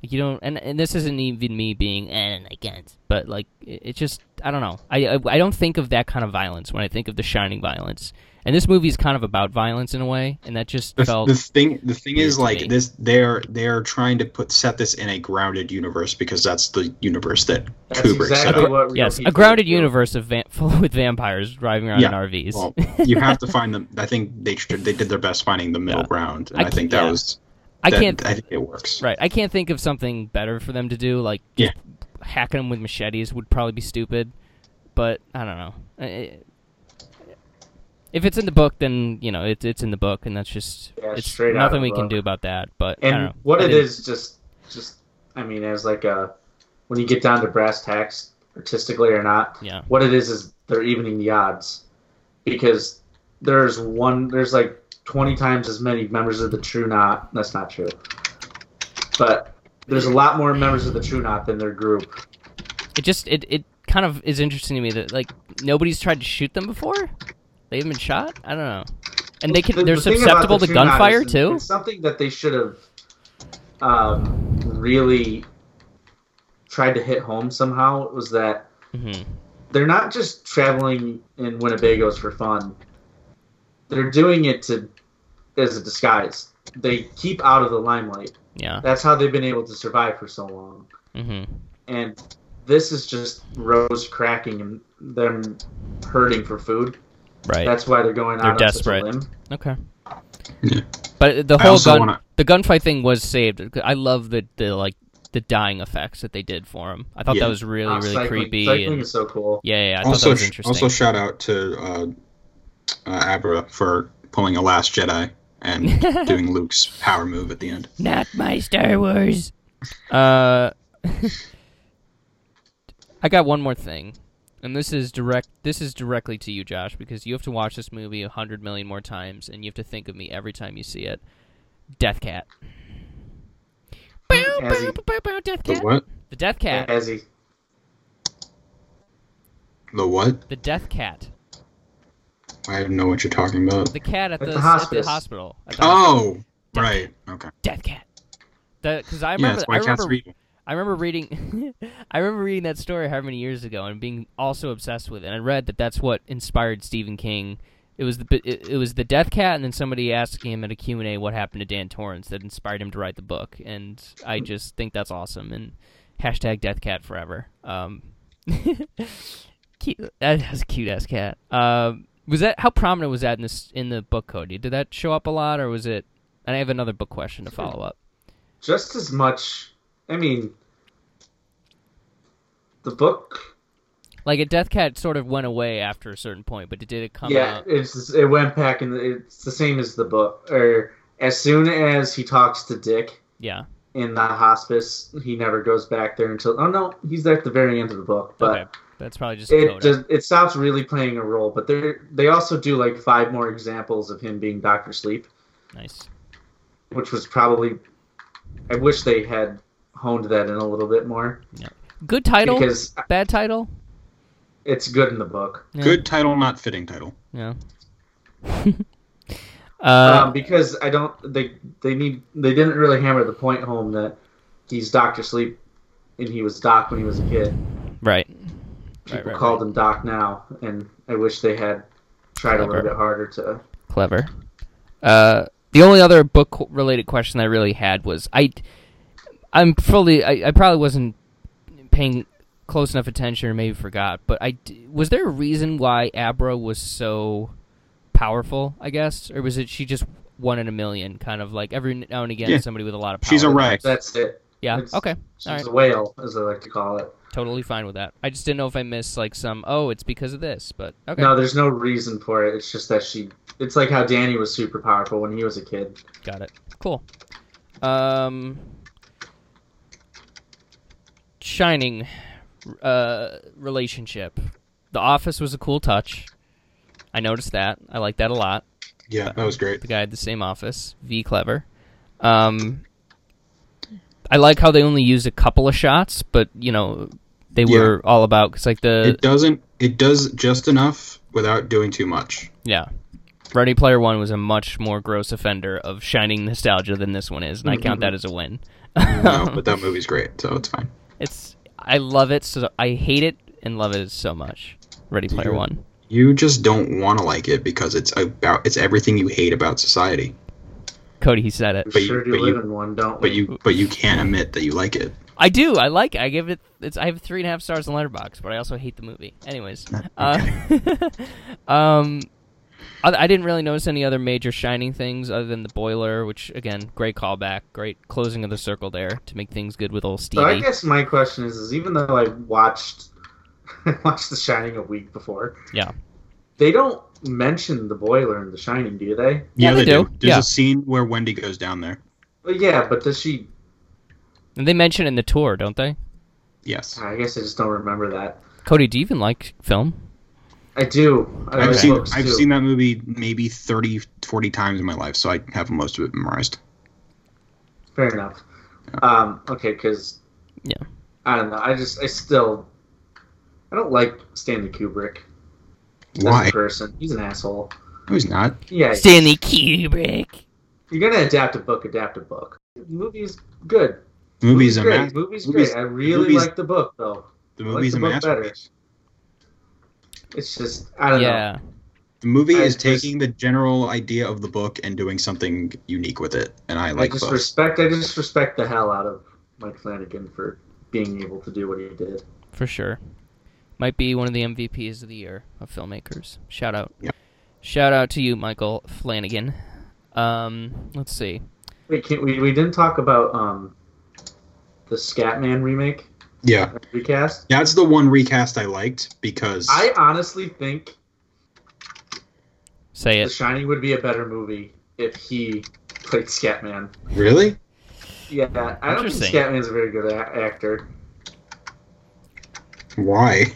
[SPEAKER 2] Like you don't, and, and this isn't even me being eh, and I can't, but like it, it just I don't know. I, I I don't think of that kind of violence when I think of The Shining violence. And this movie is kind of about violence in a way, and that just
[SPEAKER 4] The,
[SPEAKER 2] felt
[SPEAKER 4] the thing the thing
[SPEAKER 2] weird
[SPEAKER 4] is
[SPEAKER 2] to
[SPEAKER 4] like
[SPEAKER 2] me.
[SPEAKER 4] this they're they're trying to put set this in a grounded universe because that's the universe that
[SPEAKER 3] That's
[SPEAKER 4] Kubrick set
[SPEAKER 3] exactly
[SPEAKER 4] up.
[SPEAKER 3] what real
[SPEAKER 2] Yes, a
[SPEAKER 3] people
[SPEAKER 2] grounded
[SPEAKER 3] do.
[SPEAKER 2] universe of van- full *laughs* with vampires driving around
[SPEAKER 4] Yeah.
[SPEAKER 2] in RVs.
[SPEAKER 4] Well, you have to find them. I think they should, they did their best finding the middle
[SPEAKER 2] Yeah.
[SPEAKER 4] ground, and
[SPEAKER 2] I
[SPEAKER 4] I, think
[SPEAKER 2] can't-
[SPEAKER 4] that
[SPEAKER 2] yeah.
[SPEAKER 4] was
[SPEAKER 2] *laughs* I
[SPEAKER 4] that-
[SPEAKER 2] can't
[SPEAKER 4] I think it works.
[SPEAKER 2] right. I can't think of something better for them to do. Like just hacking them with machetes would probably be stupid, but I don't know. I- I- If it's in the book, then you know it's it's in the book, and that's just
[SPEAKER 3] Yeah,
[SPEAKER 2] it's
[SPEAKER 3] straight out
[SPEAKER 2] nothing
[SPEAKER 3] of
[SPEAKER 2] we
[SPEAKER 3] the
[SPEAKER 2] can
[SPEAKER 3] book.
[SPEAKER 2] do about that. But I don't
[SPEAKER 3] And
[SPEAKER 2] know.
[SPEAKER 3] what
[SPEAKER 2] I
[SPEAKER 3] it
[SPEAKER 2] didn't-
[SPEAKER 3] is just just I mean, as like a when you get down to brass tacks, artistically or not,
[SPEAKER 2] Yeah.
[SPEAKER 3] what it is is they're evening the odds because there's one there's like 20 times as many members of the True Knot. That's not true, but there's a lot more members of the True Knot than their group.
[SPEAKER 2] It just it it kind of is interesting to me that like nobody's tried to shoot them before. They haven't been shot. I don't know. And they can
[SPEAKER 3] The-
[SPEAKER 2] they're
[SPEAKER 3] the thing about
[SPEAKER 2] susceptible
[SPEAKER 3] the
[SPEAKER 2] to
[SPEAKER 3] True Knot is
[SPEAKER 2] gunfire
[SPEAKER 3] it's-
[SPEAKER 2] too.
[SPEAKER 3] It's something that they should have um, really tried to hit home somehow. Was that
[SPEAKER 2] hmm
[SPEAKER 3] they're not just traveling in Winnebagoes for fun. They're doing it to as a disguise. They keep out of the limelight.
[SPEAKER 2] Yeah.
[SPEAKER 3] That's how they've been able to survive for so long.
[SPEAKER 2] hmm
[SPEAKER 3] And this is just rows cracking and them hurting for food.
[SPEAKER 2] Right.
[SPEAKER 3] That's why they're going out
[SPEAKER 2] They're
[SPEAKER 3] on such a
[SPEAKER 2] desperate.
[SPEAKER 3] limb.
[SPEAKER 2] okay.
[SPEAKER 4] Yeah.
[SPEAKER 2] But the
[SPEAKER 4] I
[SPEAKER 2] whole
[SPEAKER 4] also
[SPEAKER 2] gun
[SPEAKER 4] wanna-
[SPEAKER 2] the gunfight thing was saved. I love the the like the dying effects that they did for him. I thought
[SPEAKER 4] Yeah.
[SPEAKER 2] that was really
[SPEAKER 3] Uh,
[SPEAKER 2] really
[SPEAKER 3] cycling,
[SPEAKER 2] creepy.
[SPEAKER 3] Cycling
[SPEAKER 2] and-
[SPEAKER 3] is so cool.
[SPEAKER 2] yeah, yeah, yeah, I thought that
[SPEAKER 4] Also,
[SPEAKER 2] was
[SPEAKER 4] sh-
[SPEAKER 2] interesting.
[SPEAKER 4] also shout out to uh, uh, Abra for pulling a Last Jedi
[SPEAKER 2] *laughs*
[SPEAKER 4] and doing Luke's power move at the end.
[SPEAKER 2] Not my Star Wars. Uh, *laughs* I got one more thing, and this is direct. This is directly to you, Josh, because you have to watch this movie a hundred million more times, and you have to think of me every time you see it. Death Cat. Bow,
[SPEAKER 3] As he-
[SPEAKER 2] bow, bow, bow, bow, Death
[SPEAKER 4] The
[SPEAKER 2] Cat.
[SPEAKER 4] what?
[SPEAKER 2] The Death Cat.
[SPEAKER 3] As he,
[SPEAKER 4] The what?
[SPEAKER 2] The Death Cat.
[SPEAKER 4] I don't know what you're talking about.
[SPEAKER 2] The cat at
[SPEAKER 3] At
[SPEAKER 2] the,
[SPEAKER 3] the
[SPEAKER 2] at the
[SPEAKER 3] hospice.
[SPEAKER 2] hospital. At the hos-
[SPEAKER 4] Oh, right. Okay.
[SPEAKER 2] Death Cat. Because I
[SPEAKER 4] Yeah,
[SPEAKER 2] remember,
[SPEAKER 4] that's
[SPEAKER 2] I
[SPEAKER 4] why cats
[SPEAKER 2] remember
[SPEAKER 4] read.
[SPEAKER 2] I remember reading, *laughs* I remember reading that story how many years ago and being also obsessed with it. And I read that that's what inspired Stephen King. It was the bi- it, it was the Death Cat, and then somebody asking him at a Q and A what happened to Dan Torrance that inspired him to write the book. And I just think that's awesome. And hashtag Death Cat forever. Um, *laughs* cute, that was a cute ass cat. Um, was that how prominent was that in this in the book Cody? Did that show up a lot, or was it? And I have another book question to follow up.
[SPEAKER 3] just as much. I mean, the book
[SPEAKER 2] Like a death cat sort of went away after a certain point, but did it come
[SPEAKER 3] yeah,
[SPEAKER 2] out?
[SPEAKER 3] it's it went back and it's the same as the book. Or as soon as he talks to Dick
[SPEAKER 2] Yeah.
[SPEAKER 3] in the hospice, he never goes back there until oh no, he's there at the very end of the book. But
[SPEAKER 2] okay. That's probably just
[SPEAKER 3] it
[SPEAKER 2] Coda.
[SPEAKER 3] does, it stops really playing a role. But they they also do like five more examples of him being Doctor Sleep,
[SPEAKER 2] nice.
[SPEAKER 3] which was probably I wish they had honed that in a little bit more
[SPEAKER 2] Good title.
[SPEAKER 3] because
[SPEAKER 2] Bad title.
[SPEAKER 3] it's good in the book.
[SPEAKER 2] Yeah.
[SPEAKER 4] Good title, not fitting title.
[SPEAKER 2] *laughs* Yeah. uh,
[SPEAKER 3] um, because I don't they they need they didn't really hammer the point home that he's Doctor Sleep and he was Doc when he was a kid.
[SPEAKER 2] right.
[SPEAKER 3] People
[SPEAKER 2] Right, right,
[SPEAKER 3] called him Doc now, and I wish they had tried a little
[SPEAKER 2] Clever.
[SPEAKER 3] bit harder to.
[SPEAKER 2] Clever. Uh, the only other book related question I really had was I. I'm fully. I, I probably wasn't paying close enough attention, or maybe forgot. But I d- was there a reason why Abra was so powerful? I guess, or was it she just one in a million? Kind of like every now and again,
[SPEAKER 4] Yeah.
[SPEAKER 2] somebody with a lot of power.
[SPEAKER 4] She's a wreck.
[SPEAKER 3] That's it.
[SPEAKER 2] Yeah.
[SPEAKER 3] It's-
[SPEAKER 2] Okay.
[SPEAKER 3] She's
[SPEAKER 2] All right.
[SPEAKER 3] a whale, as I like to call it.
[SPEAKER 2] Totally fine with that. I just didn't know if I missed like some. Oh, it's because of this. But okay.
[SPEAKER 3] No, there's no reason for it. It's just that she. It's like how Danny was super powerful when he was a kid.
[SPEAKER 2] Got it. Cool. Um, Shining uh, relationship. The Office was a cool touch. I noticed that. I like that a lot. Uh,
[SPEAKER 4] Yeah, that was great.
[SPEAKER 2] The guy had the same office. V clever. Um, I like how they only used a couple of shots, but you know they
[SPEAKER 4] Yeah.
[SPEAKER 2] were all about because like the
[SPEAKER 4] It doesn't. It does just enough without doing too much.
[SPEAKER 2] Yeah. Ready Player One was a much more gross offender of shining nostalgia than this one is, and I count
[SPEAKER 4] Mm-hmm.
[SPEAKER 2] that as a win. *laughs* Um,
[SPEAKER 4] No, but that movie's great, so it's fine.
[SPEAKER 2] It's I love it so I hate it and love it so much. Ready Player One.
[SPEAKER 4] You just don't want to like it because it's about it's everything you hate about society.
[SPEAKER 2] Cody, he said it.
[SPEAKER 3] We
[SPEAKER 4] But you-
[SPEAKER 3] sure do
[SPEAKER 4] but
[SPEAKER 3] live
[SPEAKER 4] you-
[SPEAKER 3] in one, don't
[SPEAKER 4] But
[SPEAKER 3] we?
[SPEAKER 4] you but you can't admit that you like it.
[SPEAKER 2] I do. I like. It. I give it. It's. I have three and a half stars in Letterbox, but I also hate the movie. Anyways, uh, *laughs* um, I, I didn't really notice any other major shining things other than the boiler, which again, great callback, great closing of the circle there to make things good with old Stevie.
[SPEAKER 3] So I guess my question is: is even though I watched, *laughs* I watched The Shining a week before.
[SPEAKER 2] Yeah.
[SPEAKER 3] They don't mention the boiler in The Shining, do they?
[SPEAKER 2] Yeah, they do.
[SPEAKER 4] There's
[SPEAKER 2] Yeah.
[SPEAKER 4] a scene where Wendy goes down there.
[SPEAKER 3] Well, yeah, but does she?
[SPEAKER 2] And they mention it in the tour, don't they?
[SPEAKER 4] Yes.
[SPEAKER 3] I guess I just don't remember that.
[SPEAKER 2] Cody, do you even like film?
[SPEAKER 3] I do. I
[SPEAKER 4] I've
[SPEAKER 3] like
[SPEAKER 4] seen
[SPEAKER 3] books,
[SPEAKER 4] I've
[SPEAKER 3] too.
[SPEAKER 4] seen that movie maybe 30, 40 times in my life, so I have most of it memorized.
[SPEAKER 3] Fair enough. Um, okay, because
[SPEAKER 2] Yeah.
[SPEAKER 3] I don't know. I just I still I don't like Stanley Kubrick as
[SPEAKER 4] Why?
[SPEAKER 3] a person. He's an asshole.
[SPEAKER 4] No, he's not.
[SPEAKER 3] Yeah,
[SPEAKER 2] Stanley Kubrick.
[SPEAKER 3] you're gonna adapt a book. Adapt a book. The movie is good.
[SPEAKER 4] The movie's a
[SPEAKER 3] great.
[SPEAKER 4] masterpiece.
[SPEAKER 3] Movie's,
[SPEAKER 4] movie's-
[SPEAKER 3] great. I really
[SPEAKER 4] movie's-
[SPEAKER 3] like the book though.
[SPEAKER 4] The
[SPEAKER 3] like
[SPEAKER 4] movie's
[SPEAKER 3] the
[SPEAKER 4] a
[SPEAKER 3] book better.
[SPEAKER 4] masterpiece.
[SPEAKER 3] It's just I don't know.
[SPEAKER 2] Yeah.
[SPEAKER 4] The movie
[SPEAKER 3] I
[SPEAKER 4] is
[SPEAKER 3] just-
[SPEAKER 4] taking the general idea of the book and doing something unique with it, and I like
[SPEAKER 3] I just
[SPEAKER 4] both.
[SPEAKER 3] respect. I just respect the hell out of Mike Flanagan for being able to do what he did.
[SPEAKER 2] for sure. Might be one of the MVPs of the year of filmmakers. Shout out.
[SPEAKER 4] Yeah.
[SPEAKER 2] Shout out to you, Michael Flanagan. Um, let's see.
[SPEAKER 3] Wait, can't, we we didn't talk about um the Scatman remake
[SPEAKER 4] yeah,
[SPEAKER 3] recast.
[SPEAKER 4] that's the one recast I liked because
[SPEAKER 3] I honestly think
[SPEAKER 2] Say
[SPEAKER 3] The
[SPEAKER 2] it.
[SPEAKER 3] Shining would be a better movie if he played Scatman.
[SPEAKER 4] really
[SPEAKER 3] Yeah, I don't think
[SPEAKER 2] Interesting.
[SPEAKER 3] Scatman's a very good a- actor.
[SPEAKER 4] why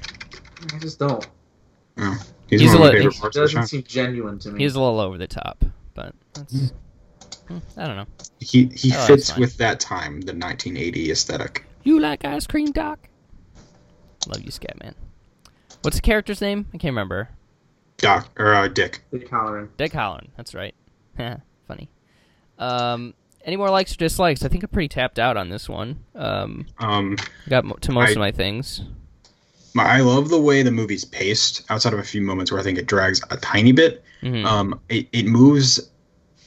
[SPEAKER 3] I just don't.
[SPEAKER 4] he's,
[SPEAKER 2] He's
[SPEAKER 4] one of my
[SPEAKER 2] a-
[SPEAKER 4] favorite
[SPEAKER 2] he
[SPEAKER 4] parts
[SPEAKER 3] It
[SPEAKER 4] of the
[SPEAKER 3] doesn't
[SPEAKER 4] show.
[SPEAKER 3] seem genuine to me.
[SPEAKER 2] He's a little over the top, but that's. Hmm, I don't know.
[SPEAKER 4] He he
[SPEAKER 2] Oh, that's
[SPEAKER 4] fits
[SPEAKER 2] fine.
[SPEAKER 4] with that time, the 1980 aesthetic.
[SPEAKER 2] You like ice cream, Doc? Love you, Scatman. What's the character's name? I can't remember.
[SPEAKER 4] Doc or uh, Dick.
[SPEAKER 3] the coloring.
[SPEAKER 2] Dick Holland. That's right. *laughs* Funny. Um, any more likes or dislikes? I think I'm pretty tapped out on this one. Um,
[SPEAKER 4] Um,
[SPEAKER 2] got mo- to most
[SPEAKER 4] I-
[SPEAKER 2] of my things.
[SPEAKER 4] my, I love the way the movie's paced. Outside of a few moments where I think it drags a tiny bit,
[SPEAKER 2] Mhm.
[SPEAKER 4] um, it it moves,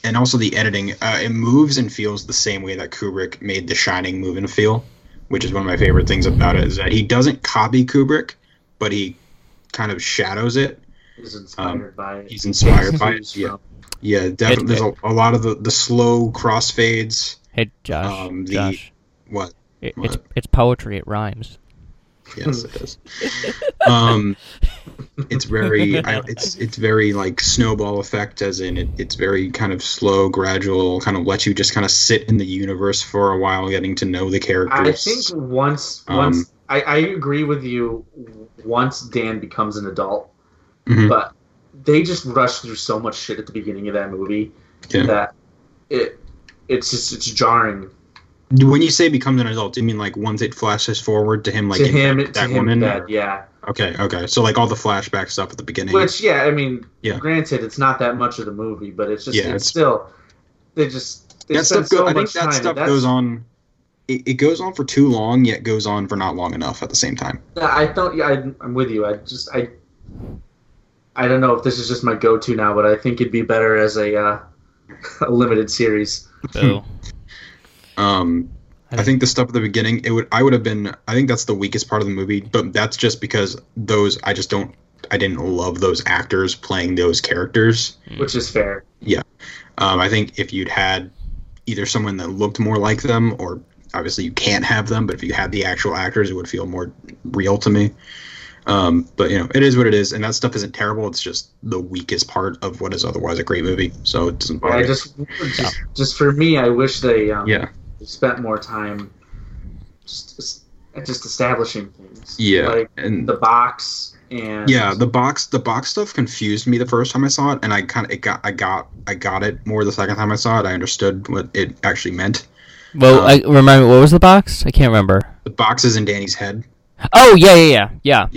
[SPEAKER 4] and also the editing. Uh, it moves and feels the same way that Kubrick made The Shining move and feel, which is one of my favorite things about it. Is that he doesn't copy Kubrick, but he kind of shadows it.
[SPEAKER 3] He's inspired by it.
[SPEAKER 4] Um, He's inspired by
[SPEAKER 3] He's
[SPEAKER 4] it. Yeah,
[SPEAKER 3] from-
[SPEAKER 4] yeah. Definitely, there's a, a lot of the the slow crossfades.
[SPEAKER 2] Hey, Josh.
[SPEAKER 4] um, the-
[SPEAKER 2] Josh.
[SPEAKER 4] What
[SPEAKER 2] It,
[SPEAKER 4] What?
[SPEAKER 2] it's it's poetry. It
[SPEAKER 4] *laughs*
[SPEAKER 2] rhymes.
[SPEAKER 4] Yes, it is. um, it's very, I, it's it's very like snowball effect, as in it, it's very kind of slow, gradual, kind of lets you just kind of sit in the universe for a while, getting to know the
[SPEAKER 3] I
[SPEAKER 4] characters.
[SPEAKER 3] think once
[SPEAKER 4] Um,
[SPEAKER 3] once I, I agree with you. Once Dan becomes an adult,
[SPEAKER 4] Mhm.
[SPEAKER 3] but they just rush through so much shit at the beginning of that movie
[SPEAKER 4] Yeah.
[SPEAKER 3] that it it's just it's jarring
[SPEAKER 4] when you say becomes an adult, do you mean like once it flashes forward to him, like
[SPEAKER 3] to
[SPEAKER 4] in
[SPEAKER 3] him
[SPEAKER 4] that
[SPEAKER 3] to him
[SPEAKER 4] woman?
[SPEAKER 3] that
[SPEAKER 4] or-
[SPEAKER 3] yeah.
[SPEAKER 4] Okay, okay. So like all the flashback stuff at the beginning.
[SPEAKER 3] Which, yeah, I mean,
[SPEAKER 4] Yeah.
[SPEAKER 3] granted, it's not that much of the movie, but it's just
[SPEAKER 4] Yeah,
[SPEAKER 3] it's,
[SPEAKER 4] it's-
[SPEAKER 3] still they just they
[SPEAKER 4] that
[SPEAKER 3] spend
[SPEAKER 4] stuff. Go,
[SPEAKER 3] so
[SPEAKER 4] I think
[SPEAKER 3] much time.
[SPEAKER 4] that stuff
[SPEAKER 3] That's-
[SPEAKER 4] goes on. It, it goes on for too long, yet goes on for not long enough at the same time.
[SPEAKER 3] I don't. Yeah, I, I'm with you. I just I I don't know if this is just my go-to now, but I think it'd be better as a uh, *laughs* a limited series.
[SPEAKER 2] Boo.
[SPEAKER 4] Um, I think the stuff at the beginning, it would I would have been. I think that's the weakest part of the movie, but that's just because those I just don't. I didn't love those actors playing those characters.
[SPEAKER 3] Which is fair.
[SPEAKER 4] Um, I think if you'd had either someone that looked more like them, or obviously you can't have them, but if you had the actual actors, it would feel more real to me. Um, but you know, it is what it is, and that stuff isn't terrible. It's just the weakest part of what is otherwise a great movie, so it doesn't bother.
[SPEAKER 3] I
[SPEAKER 4] me.
[SPEAKER 3] just, just just for me, I wish they um,
[SPEAKER 4] yeah,
[SPEAKER 3] spent more time just just- just establishing things.
[SPEAKER 4] yeah,
[SPEAKER 3] like
[SPEAKER 4] and
[SPEAKER 3] the box and
[SPEAKER 4] yeah the box the box stuff confused me the first time i saw it and i kind of it got i got i got it more the second time i saw it i understood what it actually meant
[SPEAKER 2] Well,
[SPEAKER 4] Uh,
[SPEAKER 2] I, remind me, what was the box? I can't remember.
[SPEAKER 4] the box is in danny's head
[SPEAKER 2] Oh yeah, yeah, yeah, yeah,
[SPEAKER 4] Yeah.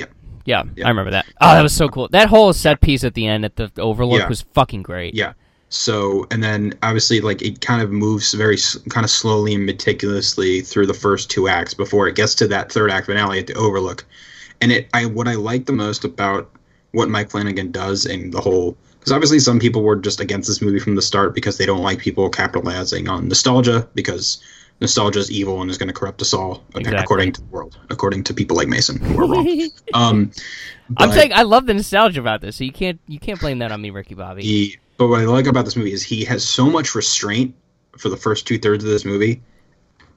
[SPEAKER 2] yeah.
[SPEAKER 4] Yeah.
[SPEAKER 2] I remember that. Oh, that was so cool. That whole set piece at the end at the Overlook
[SPEAKER 4] Yeah.
[SPEAKER 2] was fucking great.
[SPEAKER 4] Yeah. So, and then obviously, like it kind of moves very s- kind of slowly and meticulously through the first two acts before it gets to that third act finale at the Overlook. And it, I, what I like the most about what Mike Flanagan does and the whole, because obviously some people were just against this movie from the start because they don't like people capitalizing on nostalgia because nostalgia is evil and is going to corrupt us all, ac-
[SPEAKER 2] Exactly.
[SPEAKER 4] according to the world, according to people like Mason who
[SPEAKER 2] *laughs*
[SPEAKER 4] are wrong. um,
[SPEAKER 2] I'm
[SPEAKER 4] but-
[SPEAKER 2] saying I love the nostalgia about this, so you can't you can't blame that on me, Ricky Bobby.
[SPEAKER 4] he but what i like about this movie is he has so much restraint for the first two thirds of this movie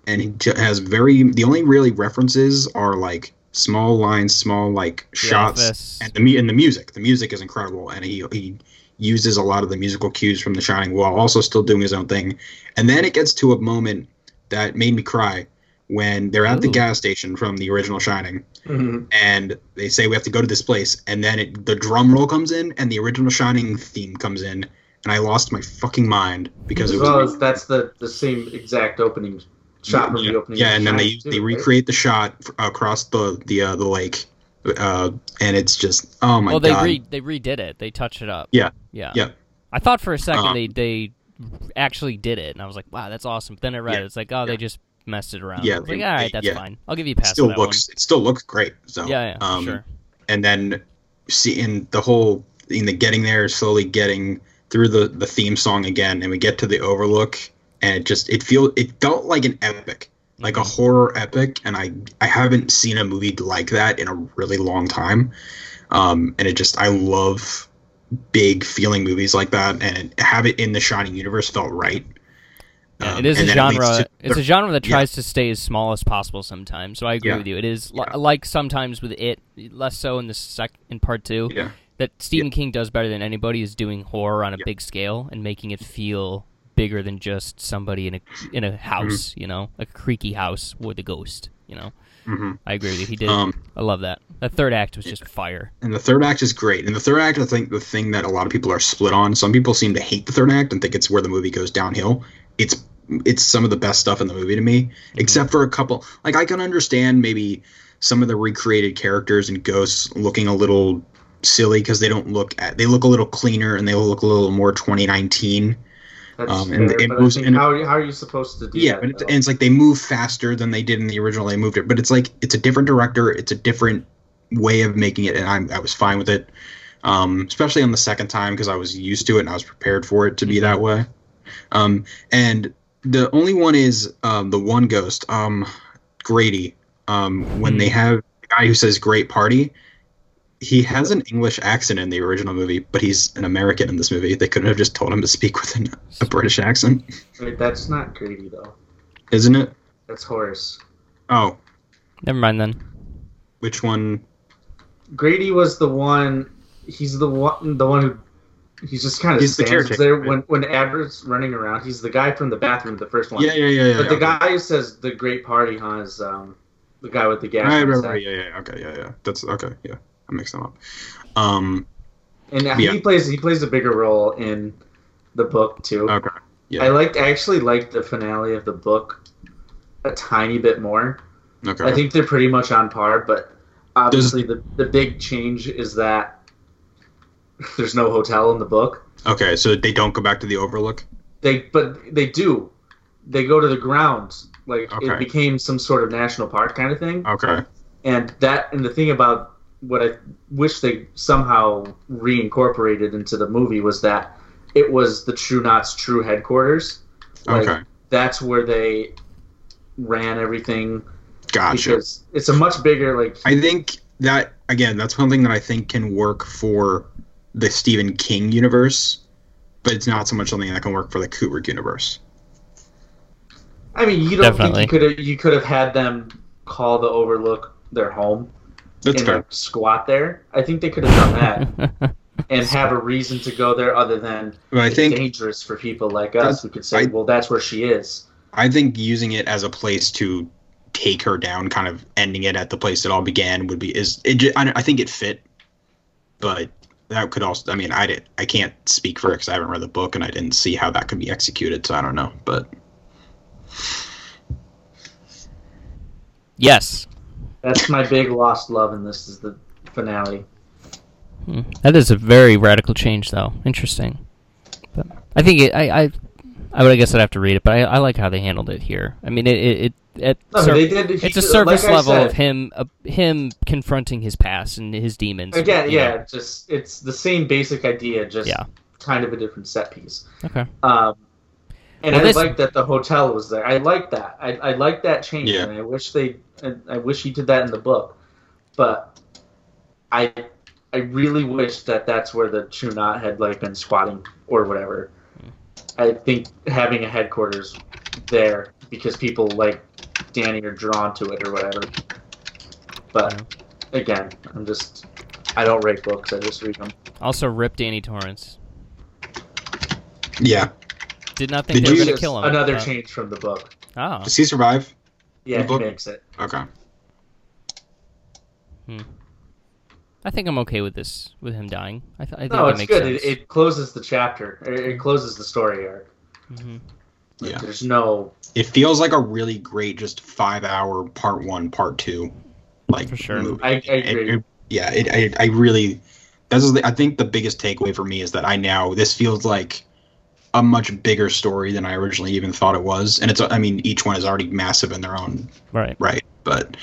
[SPEAKER 4] and he j- has very the only really references are like small lines small like shots
[SPEAKER 2] Office.
[SPEAKER 4] and the mu- and the music the music is incredible and he he uses a lot of the musical cues from the shining while also still doing his own thing and then it gets to a moment that made me cry when they're at the
[SPEAKER 2] Ooh.
[SPEAKER 4] gas station from the original Shining,
[SPEAKER 3] Mhm.
[SPEAKER 4] and they say we have to go to this place, and then it, the drum roll comes in, and the original Shining theme comes in, and I lost my fucking mind because
[SPEAKER 3] *laughs* As
[SPEAKER 4] it
[SPEAKER 3] well
[SPEAKER 4] was
[SPEAKER 3] as that's the, the same exact opening shot from
[SPEAKER 4] yeah,
[SPEAKER 3] the opening.
[SPEAKER 4] yeah, and then they
[SPEAKER 3] shot, too,
[SPEAKER 4] they
[SPEAKER 3] right?
[SPEAKER 4] recreate the shot f- across the the uh, the lake, uh, and it's just oh my
[SPEAKER 2] well, they
[SPEAKER 4] god.
[SPEAKER 2] re they redid it. They touched it up.
[SPEAKER 4] Yeah.
[SPEAKER 2] Yeah.
[SPEAKER 4] Yeah.
[SPEAKER 2] I thought for a second
[SPEAKER 4] Um,
[SPEAKER 2] they they actually did it, and I was like, wow, that's awesome. But then I read
[SPEAKER 4] Yeah,
[SPEAKER 2] it. It's like, oh, they just messed it around.
[SPEAKER 4] Yeah,
[SPEAKER 2] I was
[SPEAKER 4] they-
[SPEAKER 2] like, all right,
[SPEAKER 4] they-
[SPEAKER 2] that's
[SPEAKER 4] yeah.
[SPEAKER 2] fine. I'll give you a
[SPEAKER 4] It
[SPEAKER 2] pass.
[SPEAKER 4] still
[SPEAKER 2] for that one."
[SPEAKER 4] looks it still looks great. So
[SPEAKER 2] Yeah, yeah,
[SPEAKER 4] um,
[SPEAKER 2] sure.
[SPEAKER 4] and then seeing the whole in the getting there slowly getting through the the theme song again and we get to the overlook and it just it feel it felt like an epic like a
[SPEAKER 2] Mm-hmm.
[SPEAKER 4] horror epic and i i haven't seen a movie like that in a really long time um and it just i love big feeling movies like that and have it in the shining universe felt right
[SPEAKER 2] Yeah,
[SPEAKER 4] Um,
[SPEAKER 2] it is a
[SPEAKER 4] and then leads
[SPEAKER 2] genre.
[SPEAKER 4] to-
[SPEAKER 2] it's a genre that
[SPEAKER 4] yeah.
[SPEAKER 2] tries to stay as small as possible. Sometimes, so I agree
[SPEAKER 4] Yeah.
[SPEAKER 2] with you. It is li-
[SPEAKER 4] Yeah.
[SPEAKER 2] like sometimes with it, less so in the sec in part two.
[SPEAKER 4] yeah
[SPEAKER 2] That Stephen King does better than anybody is doing horror on a
[SPEAKER 4] Yeah.
[SPEAKER 2] big scale and making it feel bigger than just somebody in a in
[SPEAKER 4] Mm-hmm.
[SPEAKER 2] a house. You know, a creaky house with a ghost. You know,
[SPEAKER 4] Mhm.
[SPEAKER 2] I agree with you. He did.
[SPEAKER 4] um
[SPEAKER 2] I love that. That third act was just fire.
[SPEAKER 4] And the third act is great. And the third act, I think, the thing that a lot of people are split on. Some people seem to hate the third act and think it's where the movie goes downhill. It's it's some of the best stuff in the movie to me, except for a couple. Like I can understand maybe some of the recreated characters and ghosts looking a little silly because they don't look at they look a little cleaner and they look a little more 2019.
[SPEAKER 3] That's
[SPEAKER 4] um, and-
[SPEAKER 3] fair,
[SPEAKER 4] and
[SPEAKER 3] but I
[SPEAKER 4] moves-
[SPEAKER 3] think
[SPEAKER 4] and-
[SPEAKER 3] how, how are you supposed to do
[SPEAKER 4] Yeah,
[SPEAKER 3] that?
[SPEAKER 4] but it's,
[SPEAKER 3] though?
[SPEAKER 4] and it's like they move faster than they did in the original. They moved it, but it's like it's a different director. It's a different way of making it, and I'm, I was fine with it, um, especially on the second time because I was used to it and I was prepared for it to be that way. Um, and the only one is um, the one ghost, um, Grady. Um, when they have the guy who says "great party," he has an English accent in the original movie, but he's an American in this movie. They could have just told him to speak with an, a British accent,
[SPEAKER 3] Wait, that's not greedy though.
[SPEAKER 4] isn't it?
[SPEAKER 3] That's Horace.
[SPEAKER 4] Oh,
[SPEAKER 2] Never mind then.
[SPEAKER 4] which one?
[SPEAKER 3] Grady was the one. He's the one. The one who. He's just kind of
[SPEAKER 4] He's the
[SPEAKER 3] stands
[SPEAKER 4] caretaker,
[SPEAKER 3] there
[SPEAKER 4] right?
[SPEAKER 3] when when Edward's running around. He's the guy from the bathroom, the first one.
[SPEAKER 4] Yeah, yeah, yeah, yeah.
[SPEAKER 3] But the
[SPEAKER 4] yeah.
[SPEAKER 3] guy who says the great party, huh, is um, the guy with the gas.
[SPEAKER 4] I
[SPEAKER 3] on his
[SPEAKER 4] remember.
[SPEAKER 3] head.
[SPEAKER 4] Yeah, yeah. Okay, yeah, yeah. That's okay. Yeah, I mixed them up. Um.
[SPEAKER 3] And
[SPEAKER 4] Yeah.
[SPEAKER 3] he plays he plays a bigger role in the book too.
[SPEAKER 4] Okay. Oh, yeah.
[SPEAKER 3] I liked I actually liked the finale of the book a tiny bit more.
[SPEAKER 4] Okay.
[SPEAKER 3] I think they're pretty much on par,
[SPEAKER 4] Does-
[SPEAKER 3] but obviously the the big change is that there's no hotel in the book.
[SPEAKER 4] okay. So they don't go back to the Overlook.
[SPEAKER 3] They but they do. They go to the grounds. Like
[SPEAKER 4] Okay. Uh.
[SPEAKER 3] it became some sort of national park kind of thing.
[SPEAKER 4] Okay.
[SPEAKER 3] and that and the thing about what I wish they somehow reincorporated into the movie was that it was the True Knots true headquarters. Like,
[SPEAKER 4] Okay.
[SPEAKER 3] That's where they ran everything
[SPEAKER 4] Gotcha.
[SPEAKER 3] because it's a much bigger like
[SPEAKER 4] I think that again, that's one thing that I think can work for the Stephen King universe, but it's not so much something that can work for the Kubrick universe.
[SPEAKER 3] I mean you don't
[SPEAKER 2] Definitely.
[SPEAKER 3] think you could have you could have had them call the overlook their home
[SPEAKER 4] That's
[SPEAKER 3] and
[SPEAKER 4] fair.
[SPEAKER 3] like, squat there. I think they could have
[SPEAKER 2] *laughs*
[SPEAKER 3] done that and have a reason to go there other than
[SPEAKER 4] But I
[SPEAKER 3] it's
[SPEAKER 4] think
[SPEAKER 3] dangerous for people like
[SPEAKER 4] That's-
[SPEAKER 3] us who could say,
[SPEAKER 4] I-
[SPEAKER 3] Well that's where she is.
[SPEAKER 4] I think using it as a place to take her down, kind of ending it at the place it all began, would be is it. ju- I, don't- I think it fit, but that could also. I mean, I did. I can't speak for it because I haven't read the book and I didn't see how that could be executed. So I don't know. But
[SPEAKER 2] Yes,
[SPEAKER 3] That's my big lost love, and this is the finale.
[SPEAKER 2] Hmm. that is a very radical change, though. Interesting. But I think it, I, I I would I guess I'd have to read it, but I, I like how they handled it here. I mean, it it, it at
[SPEAKER 3] No,
[SPEAKER 2] sur-
[SPEAKER 3] they did- he-
[SPEAKER 2] it's a
[SPEAKER 3] like
[SPEAKER 2] surface
[SPEAKER 3] I
[SPEAKER 2] level
[SPEAKER 3] said-
[SPEAKER 2] of him uh, him confronting his past and his demons.
[SPEAKER 3] Again,
[SPEAKER 2] you know.
[SPEAKER 3] yeah, just it's the same basic idea, just
[SPEAKER 2] Yeah.
[SPEAKER 3] kind of a different set piece.
[SPEAKER 2] Okay.
[SPEAKER 3] Um, and
[SPEAKER 2] Well,
[SPEAKER 3] I
[SPEAKER 2] this-
[SPEAKER 3] like that the hotel was there. I like that. I, I like that change,
[SPEAKER 4] Yeah.
[SPEAKER 3] and I wish they. I, I wish he did that in the book, but I I really wish that that's where the Chunat had like been squatting or whatever. I think having a headquarters there because people like Danny are drawn to it or whatever. But again, I'm just I don't rate books. I just read them.
[SPEAKER 2] Also, rip Danny Torrance.
[SPEAKER 4] yeah,
[SPEAKER 2] Did not think
[SPEAKER 4] Did
[SPEAKER 2] they were
[SPEAKER 4] you-
[SPEAKER 2] going to kill him.
[SPEAKER 3] Another
[SPEAKER 2] but-
[SPEAKER 3] change from the book.
[SPEAKER 2] Oh,
[SPEAKER 4] does he survive?
[SPEAKER 3] Yeah,
[SPEAKER 4] book-
[SPEAKER 3] fix it.
[SPEAKER 4] Okay.
[SPEAKER 2] I think I'm okay with this, with him dying. I, th- I think
[SPEAKER 3] No,
[SPEAKER 2] that
[SPEAKER 3] it's
[SPEAKER 2] makes
[SPEAKER 3] good.
[SPEAKER 2] sense.
[SPEAKER 3] It, it closes the chapter. It, it closes the story arc.
[SPEAKER 2] Mhm.
[SPEAKER 4] Yeah.
[SPEAKER 3] There's no.
[SPEAKER 4] It feels like a really great just five hour part one, part two. Like
[SPEAKER 2] For sure.
[SPEAKER 4] movie.
[SPEAKER 3] I, I
[SPEAKER 4] It-
[SPEAKER 3] agree.
[SPEAKER 4] it- yeah, it, I, I really. That's the, I think the biggest takeaway for me is that I now this feels like a much bigger story than I originally even thought it was, and it's I mean each one is already massive in their own
[SPEAKER 2] Right.
[SPEAKER 4] right, but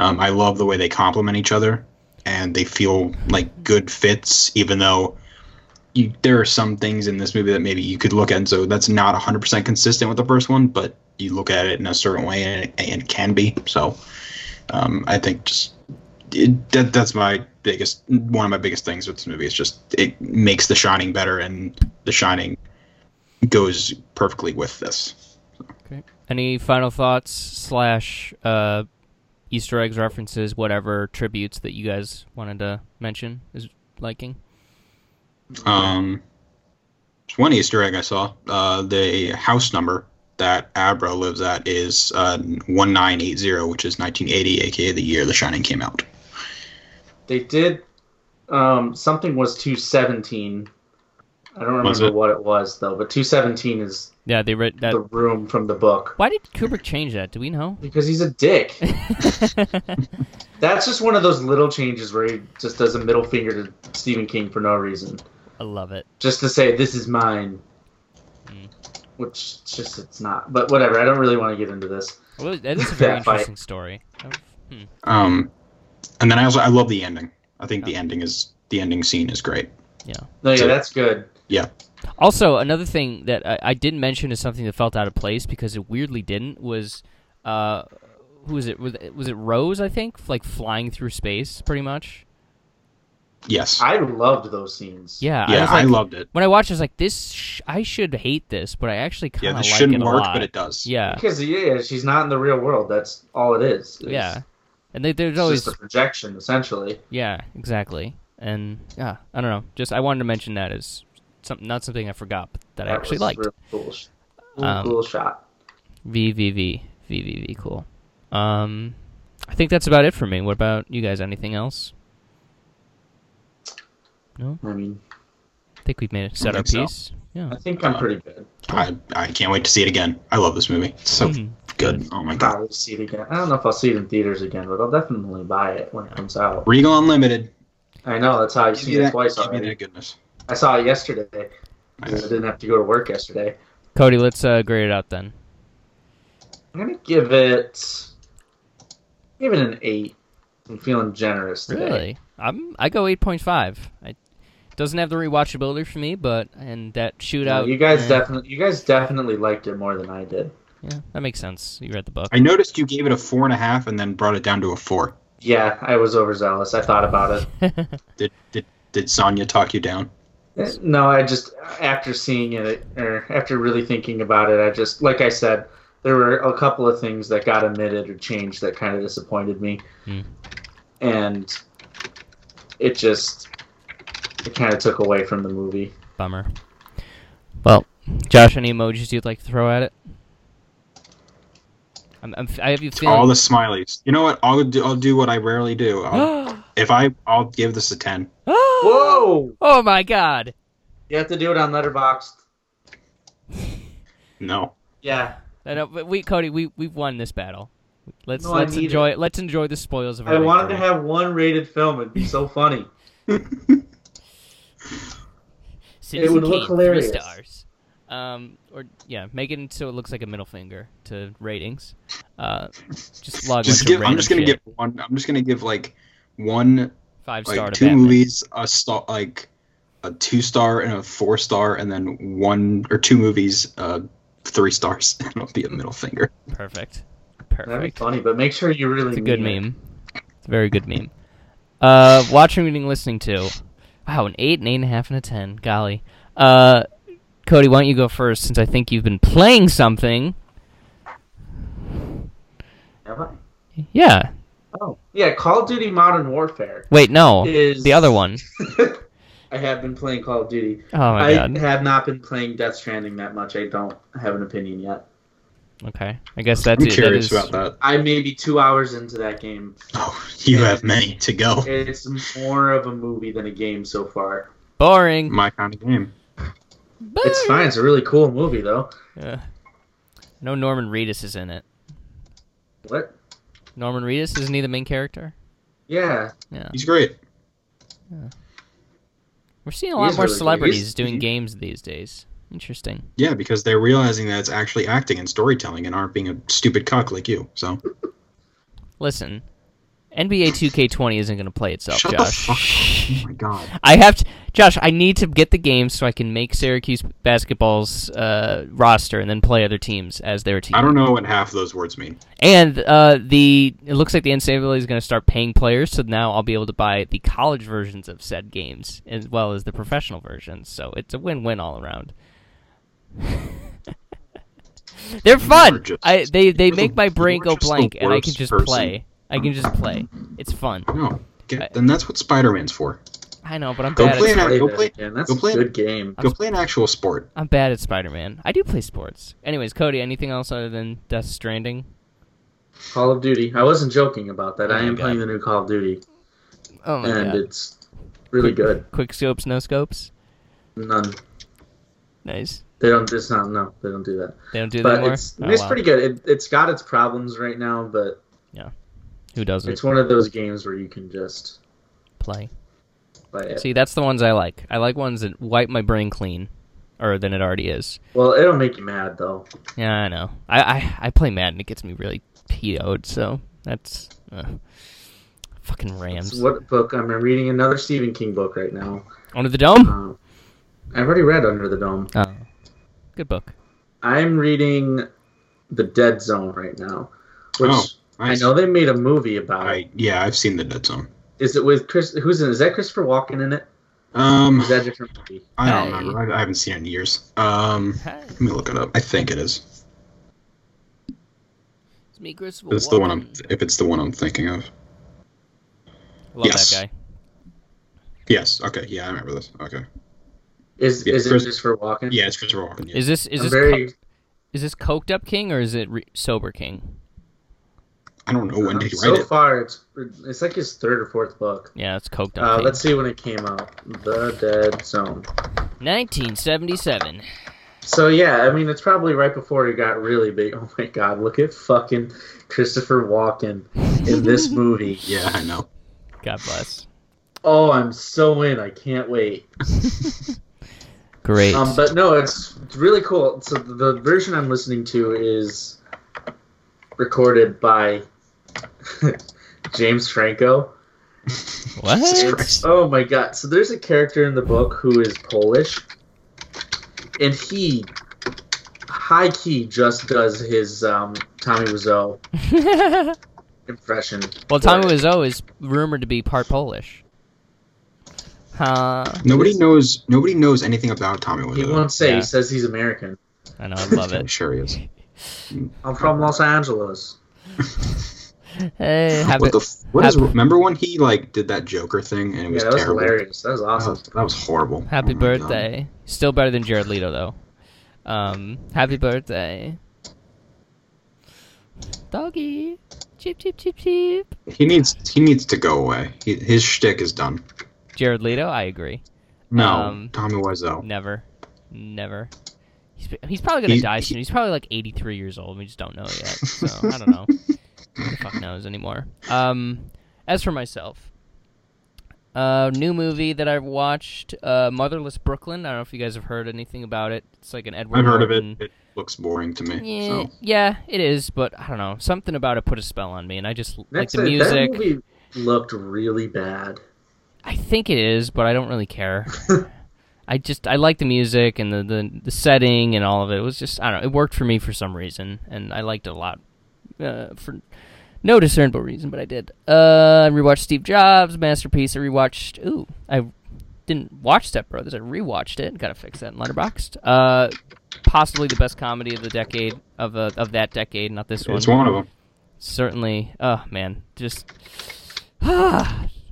[SPEAKER 4] um, I love the way they complement each other and they feel like good fits, even though you, there are some things in this movie that maybe you could look at and so that's not 100% consistent with the first one, but you look at it in a certain way and it, and it can be. So um, I think just it, that, that's my biggest one of my biggest things with this movie is just it makes The Shining better and The Shining goes perfectly with this.
[SPEAKER 2] Any final thoughts slash uh, Easter eggs, references, whatever tributes that you guys wanted to mention is liking?
[SPEAKER 4] Um, there's one Easter egg I saw. Uh, the house number that Abra lives at is uh, 1980, which is 1980, aka the year The Shining came out.
[SPEAKER 3] They did. Um, something was 217. I don't
[SPEAKER 4] Was
[SPEAKER 3] remember
[SPEAKER 4] it?
[SPEAKER 3] what it was though, but 217 is
[SPEAKER 2] Yeah, they read that.
[SPEAKER 3] the room from the book
[SPEAKER 2] Why did Kubrick change that? Do we know? *laughs*
[SPEAKER 3] because he's a dick. That's just one of those little changes where he just does a middle finger to Stephen King for no reason,
[SPEAKER 2] I love it.
[SPEAKER 3] just to say this is mine,
[SPEAKER 2] Mm.
[SPEAKER 3] which it's just it's not. But whatever. I don't really want to get into this.
[SPEAKER 2] Well, that is a very
[SPEAKER 3] That fight.
[SPEAKER 2] interesting story. Oh, hmm.
[SPEAKER 4] Um, and then I also I love the ending. I think the ending is the ending scene is great.
[SPEAKER 3] No, yeah,
[SPEAKER 4] So-
[SPEAKER 3] that's good.
[SPEAKER 4] Yeah,
[SPEAKER 2] Also, another thing that I, I didn't mention is something that felt out of place because it weirdly didn't was, uh, who was it? Was it, was it Rose? I think like flying through space, pretty much.
[SPEAKER 4] yes,
[SPEAKER 3] I loved those scenes.
[SPEAKER 2] Yeah, I
[SPEAKER 4] yeah,
[SPEAKER 2] was
[SPEAKER 4] I,
[SPEAKER 2] like,
[SPEAKER 4] loved it.
[SPEAKER 2] when I watched, it, I was like, "This, sh- I should hate this, but I actually kind
[SPEAKER 4] Yeah,
[SPEAKER 2] of
[SPEAKER 4] this
[SPEAKER 2] like
[SPEAKER 4] shouldn't
[SPEAKER 2] it a
[SPEAKER 4] work,
[SPEAKER 2] lot."
[SPEAKER 4] but it does.
[SPEAKER 2] yeah,
[SPEAKER 3] Because yeah, she's not in the real world. That's all it is. It's-
[SPEAKER 2] yeah, and they, there's
[SPEAKER 3] It's
[SPEAKER 2] always,
[SPEAKER 3] just a projection, essentially.
[SPEAKER 2] yeah, exactly, and yeah, I don't know. Just I wanted to mention that as something, not something I forgot, but that, I actually
[SPEAKER 3] was
[SPEAKER 2] liked.
[SPEAKER 3] Real cool, sh- cool,
[SPEAKER 2] Um,
[SPEAKER 3] cool shot.
[SPEAKER 2] V V V V V V cool. Um, I think that's about it for me. What about you guys? Anything else?
[SPEAKER 3] I mean,
[SPEAKER 2] I think we've made it set
[SPEAKER 4] I
[SPEAKER 2] our
[SPEAKER 4] think so.
[SPEAKER 2] piece. Yeah.
[SPEAKER 3] I think I'm pretty good.
[SPEAKER 4] I I can't wait to see it again. I love this movie. It's so
[SPEAKER 2] Mhm.
[SPEAKER 4] good. Oh my god,
[SPEAKER 3] Probably see it again. I don't know if I'll see it in theaters again, but I'll definitely buy it when it comes out.
[SPEAKER 4] Regal Unlimited.
[SPEAKER 3] I know that's how I've
[SPEAKER 4] Give
[SPEAKER 3] seen
[SPEAKER 4] me
[SPEAKER 3] it
[SPEAKER 4] that-
[SPEAKER 3] twice
[SPEAKER 4] give me
[SPEAKER 3] already.
[SPEAKER 4] that goodness.
[SPEAKER 3] I saw it yesterday. I
[SPEAKER 4] Nice.
[SPEAKER 3] didn't have to go to work yesterday.
[SPEAKER 2] Cody, let's uh, grade it out then.
[SPEAKER 3] I'm gonna give it, give it an eight. I'm feeling generous today.
[SPEAKER 2] Really? I'm I go eight point five. I doesn't have the rewatchability for me, but and that
[SPEAKER 3] Yeah,
[SPEAKER 2] shootout.
[SPEAKER 3] you guys
[SPEAKER 2] eh,
[SPEAKER 3] definitely, you guys definitely liked it more than I did.
[SPEAKER 2] Yeah, that makes sense. You read the book.
[SPEAKER 4] I noticed you gave it a four and a half and then brought it down to a four.
[SPEAKER 3] Yeah, I was overzealous. I thought about it.
[SPEAKER 4] Did did did Sonya talk you down?
[SPEAKER 3] Eh, No, I just after seeing it or after really thinking about it, I just like I said, there were a couple of things that got omitted or changed that kind of disappointed me,
[SPEAKER 2] Hmm.
[SPEAKER 3] and it just it kind of took away from the movie.
[SPEAKER 2] *laughs* Bummer. Well, Josh, any emojis you'd like to throw at it? I'm, I'm, I have you feeling. *gasps*
[SPEAKER 4] All the smileys. You know what? I'll do. I'll do what I rarely do. I'll,
[SPEAKER 2] *gasps*
[SPEAKER 4] if I, I'll give this a ten.
[SPEAKER 3] Whoa!
[SPEAKER 2] Oh my god.
[SPEAKER 3] You have to do it on Letterboxd.
[SPEAKER 4] No.
[SPEAKER 3] Yeah,
[SPEAKER 2] I know, but we Cody, we we've won this battle. Let's
[SPEAKER 3] No, I
[SPEAKER 2] let's
[SPEAKER 3] need
[SPEAKER 2] enjoy let's enjoy the spoils of our
[SPEAKER 3] I wanted to
[SPEAKER 2] victory.
[SPEAKER 3] have one rated film. It'd be so funny.
[SPEAKER 2] Citizen
[SPEAKER 3] would look
[SPEAKER 2] Kane, three
[SPEAKER 3] hilarious.
[SPEAKER 2] stars. Um or yeah, make it so it looks like a middle finger to ratings. Uh
[SPEAKER 4] *laughs*
[SPEAKER 2] just log
[SPEAKER 4] Just
[SPEAKER 2] into
[SPEAKER 4] give. I'm
[SPEAKER 2] random
[SPEAKER 4] just gonna
[SPEAKER 2] shit.
[SPEAKER 4] give one. I'm just gonna give like one,
[SPEAKER 2] five star
[SPEAKER 4] like
[SPEAKER 2] to
[SPEAKER 4] two
[SPEAKER 2] Batman.
[SPEAKER 4] movies, a star, like a two star and a four star, and then one or two movies, uh, three stars, *laughs* and it'll be a middle finger.
[SPEAKER 2] Perfect.
[SPEAKER 3] That'd be
[SPEAKER 2] Perfect.
[SPEAKER 3] funny, but make sure you really.
[SPEAKER 2] It's a good
[SPEAKER 3] mean it.
[SPEAKER 2] meme. It's a very good meme. Uh, watching, reading, listening to. Wow, an eight, an eight and a half, and a ten. Golly. Uh, Cody, why don't you go first since I think you've been playing something?
[SPEAKER 3] Have I?
[SPEAKER 2] Yeah.
[SPEAKER 3] Oh, yeah. Call of Duty Modern Warfare.
[SPEAKER 2] Wait, no.
[SPEAKER 3] Is-
[SPEAKER 2] The other one.
[SPEAKER 3] *laughs* I have been playing Call of Duty.
[SPEAKER 2] Oh my
[SPEAKER 3] I
[SPEAKER 2] god.
[SPEAKER 3] have not been playing Death Stranding that much. I don't have an opinion yet.
[SPEAKER 2] Okay. I guess that's
[SPEAKER 4] I'm
[SPEAKER 2] it.
[SPEAKER 4] curious
[SPEAKER 2] that is,
[SPEAKER 4] about that.
[SPEAKER 3] I may be two hours into that game.
[SPEAKER 4] Oh, you have many to go.
[SPEAKER 3] It's more of a movie than a game so far.
[SPEAKER 2] Boring.
[SPEAKER 4] My kind of game.
[SPEAKER 3] It's fine. It's a really cool movie, though.
[SPEAKER 2] Yeah. No Norman Reedus is in it.
[SPEAKER 3] What?
[SPEAKER 2] Norman Reedus isn't he the main character?
[SPEAKER 3] Yeah.
[SPEAKER 2] Yeah.
[SPEAKER 4] He's great.
[SPEAKER 2] We're seeing a
[SPEAKER 3] He
[SPEAKER 2] lot
[SPEAKER 3] is
[SPEAKER 2] more
[SPEAKER 3] really good.
[SPEAKER 2] celebrities
[SPEAKER 3] He's-
[SPEAKER 2] doing
[SPEAKER 3] he-
[SPEAKER 2] games these days. Interesting.
[SPEAKER 4] Yeah, because they're realizing that it's actually acting and storytelling and aren't being a stupid cuck like you. So
[SPEAKER 2] Listen, NBA 2K20 isn't going to play itself,
[SPEAKER 4] shut
[SPEAKER 2] Josh.
[SPEAKER 4] the fuck up. Oh my god.
[SPEAKER 2] I have to, Josh. I need to get the game so I can make Syracuse basketball's uh, roster and then play other teams as their team.
[SPEAKER 4] I don't know what half of those words mean.
[SPEAKER 2] And uh, the it looks like the NCAA is going to start paying players, so now I'll be able to buy the college versions of said games as well as the professional versions. So it's a win-win all around. *laughs* They're fun.
[SPEAKER 4] just-
[SPEAKER 2] I they they
[SPEAKER 4] you're the-
[SPEAKER 2] make my brain
[SPEAKER 4] you're
[SPEAKER 2] go
[SPEAKER 4] just the
[SPEAKER 2] blank, and I can
[SPEAKER 4] worst
[SPEAKER 2] just
[SPEAKER 4] person.
[SPEAKER 2] play. I can just play. It's fun.
[SPEAKER 4] No. Get, then that's what Spider Man's for.
[SPEAKER 2] I know, but I'm
[SPEAKER 4] Go
[SPEAKER 2] bad.
[SPEAKER 4] play
[SPEAKER 2] At,
[SPEAKER 4] an,
[SPEAKER 3] Play
[SPEAKER 4] go
[SPEAKER 3] that
[SPEAKER 4] play,
[SPEAKER 3] again. That's
[SPEAKER 4] go play
[SPEAKER 3] a good game.
[SPEAKER 4] go play an actual sport.
[SPEAKER 2] I'm bad at Spider-Man. I do play sports. Anyways, Cody, anything else other than Death Stranding?
[SPEAKER 3] Call of Duty. I wasn't joking about that.
[SPEAKER 2] Oh
[SPEAKER 3] I
[SPEAKER 2] my
[SPEAKER 3] am
[SPEAKER 2] God.
[SPEAKER 3] playing the new Call of Duty,
[SPEAKER 2] Oh my
[SPEAKER 3] and
[SPEAKER 2] god!
[SPEAKER 3] it's really good.
[SPEAKER 2] Quick scopes, no scopes.
[SPEAKER 3] None.
[SPEAKER 2] Nice.
[SPEAKER 3] They don't. It's not. No, they don't do that.
[SPEAKER 2] They don't do that
[SPEAKER 3] But
[SPEAKER 2] anymore.
[SPEAKER 3] it's
[SPEAKER 2] Oh,
[SPEAKER 3] it's
[SPEAKER 2] wow.
[SPEAKER 3] pretty good. It, it's got its problems right now, but
[SPEAKER 2] Who doesn't?
[SPEAKER 3] it's one of those games where you can just
[SPEAKER 2] play.
[SPEAKER 3] play it.
[SPEAKER 2] See, that's the ones I like. I like ones that wipe my brain clean, or than it already is.
[SPEAKER 3] Well, it'll make you mad though.
[SPEAKER 2] Yeah, I know. I I, I play Madden. It gets me really PO'd. So that's uh, fucking
[SPEAKER 3] It's
[SPEAKER 2] Rams.
[SPEAKER 3] what book? I'm reading another Stephen King book right now.
[SPEAKER 2] Under the dome.
[SPEAKER 3] Um, I've already read Under the Dome.
[SPEAKER 2] Oh, good book.
[SPEAKER 3] I'm reading The Dead Zone right now, which
[SPEAKER 4] Oh,
[SPEAKER 3] I
[SPEAKER 4] Nice.
[SPEAKER 3] know they made a movie about.
[SPEAKER 4] I yeah, I've seen the Dead Zone.
[SPEAKER 3] Is it with Chris? Who's in? Is that Christopher Walken in it?
[SPEAKER 4] Um,
[SPEAKER 3] Is that a different movie?
[SPEAKER 4] I don't
[SPEAKER 2] Hey.
[SPEAKER 4] remember. I, I haven't seen it in years. Um,
[SPEAKER 2] Hi,
[SPEAKER 4] let me look it up. I think it is.
[SPEAKER 2] it's me, Chris.
[SPEAKER 4] If it's the one I'm. If it's the one I'm thinking of.
[SPEAKER 2] Love
[SPEAKER 4] Yes.
[SPEAKER 2] that guy.
[SPEAKER 4] Yes. Okay. Yeah, I remember this. Okay.
[SPEAKER 3] Is
[SPEAKER 4] Yeah,
[SPEAKER 3] is it
[SPEAKER 4] Chris-
[SPEAKER 3] Christopher Walken?
[SPEAKER 4] Yeah, it's Christopher Walken. Yeah.
[SPEAKER 2] Is this is
[SPEAKER 3] I'm
[SPEAKER 2] this
[SPEAKER 3] very.
[SPEAKER 2] co- is this coked up King or is it re- sober King?
[SPEAKER 4] I don't know Oh, when did he
[SPEAKER 3] um, so
[SPEAKER 4] write it.
[SPEAKER 3] far, it's it's like his third or fourth book.
[SPEAKER 2] Yeah, it's coked up.
[SPEAKER 3] Uh,
[SPEAKER 2] King.
[SPEAKER 3] let's see when it came out. The Dead Zone.
[SPEAKER 2] 1977.
[SPEAKER 3] So yeah, I mean it's probably right before he got really big. *laughs* Oh my god, look at fucking Christopher Walken in this movie.
[SPEAKER 4] Yeah, I know.
[SPEAKER 2] God bless.
[SPEAKER 3] Oh, I'm so in. I can't wait.
[SPEAKER 2] Great.
[SPEAKER 3] Um, but no, it's it's really cool. So the version I'm listening to is recorded by *laughs* James Franco.
[SPEAKER 2] what?
[SPEAKER 4] Jesus
[SPEAKER 3] It's-
[SPEAKER 4] Christ.
[SPEAKER 3] oh my god. So there's a character in the book who is Polish, and he high key just does his um, Tommy Wiseau
[SPEAKER 2] *laughs*
[SPEAKER 3] impression.
[SPEAKER 2] Well, Tommy
[SPEAKER 3] Right.
[SPEAKER 2] Wiseau is rumored to be part Polish. Huh?
[SPEAKER 4] Nobody knows. Nobody knows anything about Tommy
[SPEAKER 3] He
[SPEAKER 4] Wiseau.
[SPEAKER 3] won't say.
[SPEAKER 2] Yeah.
[SPEAKER 3] He says he's American.
[SPEAKER 2] I know, I love
[SPEAKER 4] I'm
[SPEAKER 2] it.
[SPEAKER 4] sure he is.
[SPEAKER 3] I'm from Los Angeles.
[SPEAKER 2] *laughs* Hey, have
[SPEAKER 4] What
[SPEAKER 2] it.
[SPEAKER 4] the? F- what is?
[SPEAKER 2] have-
[SPEAKER 4] Remember when he like did that Joker thing and it was
[SPEAKER 3] yeah, that was
[SPEAKER 4] terrible.
[SPEAKER 3] hilarious. That was
[SPEAKER 4] That
[SPEAKER 3] awesome.
[SPEAKER 4] was, that was horrible.
[SPEAKER 2] happy
[SPEAKER 4] Oh my God.
[SPEAKER 2] birthday. Still better than Jared Leto though. Um, happy birthday, doggy. Cheep cheep cheep cheep.
[SPEAKER 4] He needs. He needs to go away. He, his shtick is done.
[SPEAKER 2] Jared Leto, I agree.
[SPEAKER 4] No,
[SPEAKER 2] Um,
[SPEAKER 4] Tommy Wiseau.
[SPEAKER 2] Never, never. He's, he's probably gonna
[SPEAKER 4] He-
[SPEAKER 2] die soon.
[SPEAKER 4] he-
[SPEAKER 2] He's probably like 83 years old. We just don't
[SPEAKER 4] *laughs*
[SPEAKER 2] know yet. So I don't know. Who the fuck knows anymore? Um, as for myself, uh, new movie that I've watched, uh, Motherless Brooklyn. I don't know if you guys have heard anything about it. It's like an Edward.
[SPEAKER 4] I've heard of
[SPEAKER 2] Norton-
[SPEAKER 4] it. It looks boring to me.
[SPEAKER 2] Yeah,
[SPEAKER 4] So.
[SPEAKER 2] yeah, it is, but I don't know. Something about it put a spell on me, and I just like
[SPEAKER 3] That's
[SPEAKER 2] the
[SPEAKER 3] it.
[SPEAKER 2] music.
[SPEAKER 3] That movie looked really bad.
[SPEAKER 2] I think it is, but I don't really care. I just I like the music and the, the the setting and all of it. It was just I don't know. It worked for me for some reason, and I liked it a lot. Uh, for no discernible reason, but I did. Uh, I rewatched Steve Jobs masterpiece. I rewatched. Ooh, I didn't watch Step Brothers. I rewatched it. Got to fix that in Letterboxd. Uh, possibly the best comedy of the decade of uh, of that decade. Not this one
[SPEAKER 4] It's one of them.
[SPEAKER 2] *sighs* certainly oh man just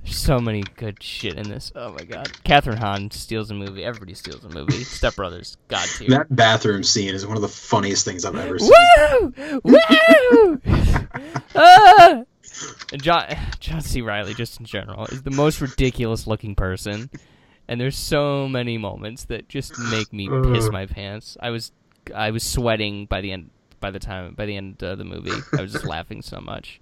[SPEAKER 2] So many good shit in this. Oh my god. Catherine Hahn steals a movie. Everybody steals a movie. Step Brothers. God tier.
[SPEAKER 4] That bathroom scene is one of the funniest things I've ever seen.
[SPEAKER 2] Woo! Woo! ah! And John John C. Riley, just in general, is the most ridiculous looking person. And there's so many moments that just make me piss my pants. I was I was sweating by the end by the time by the end of the movie. I was just laughing so much.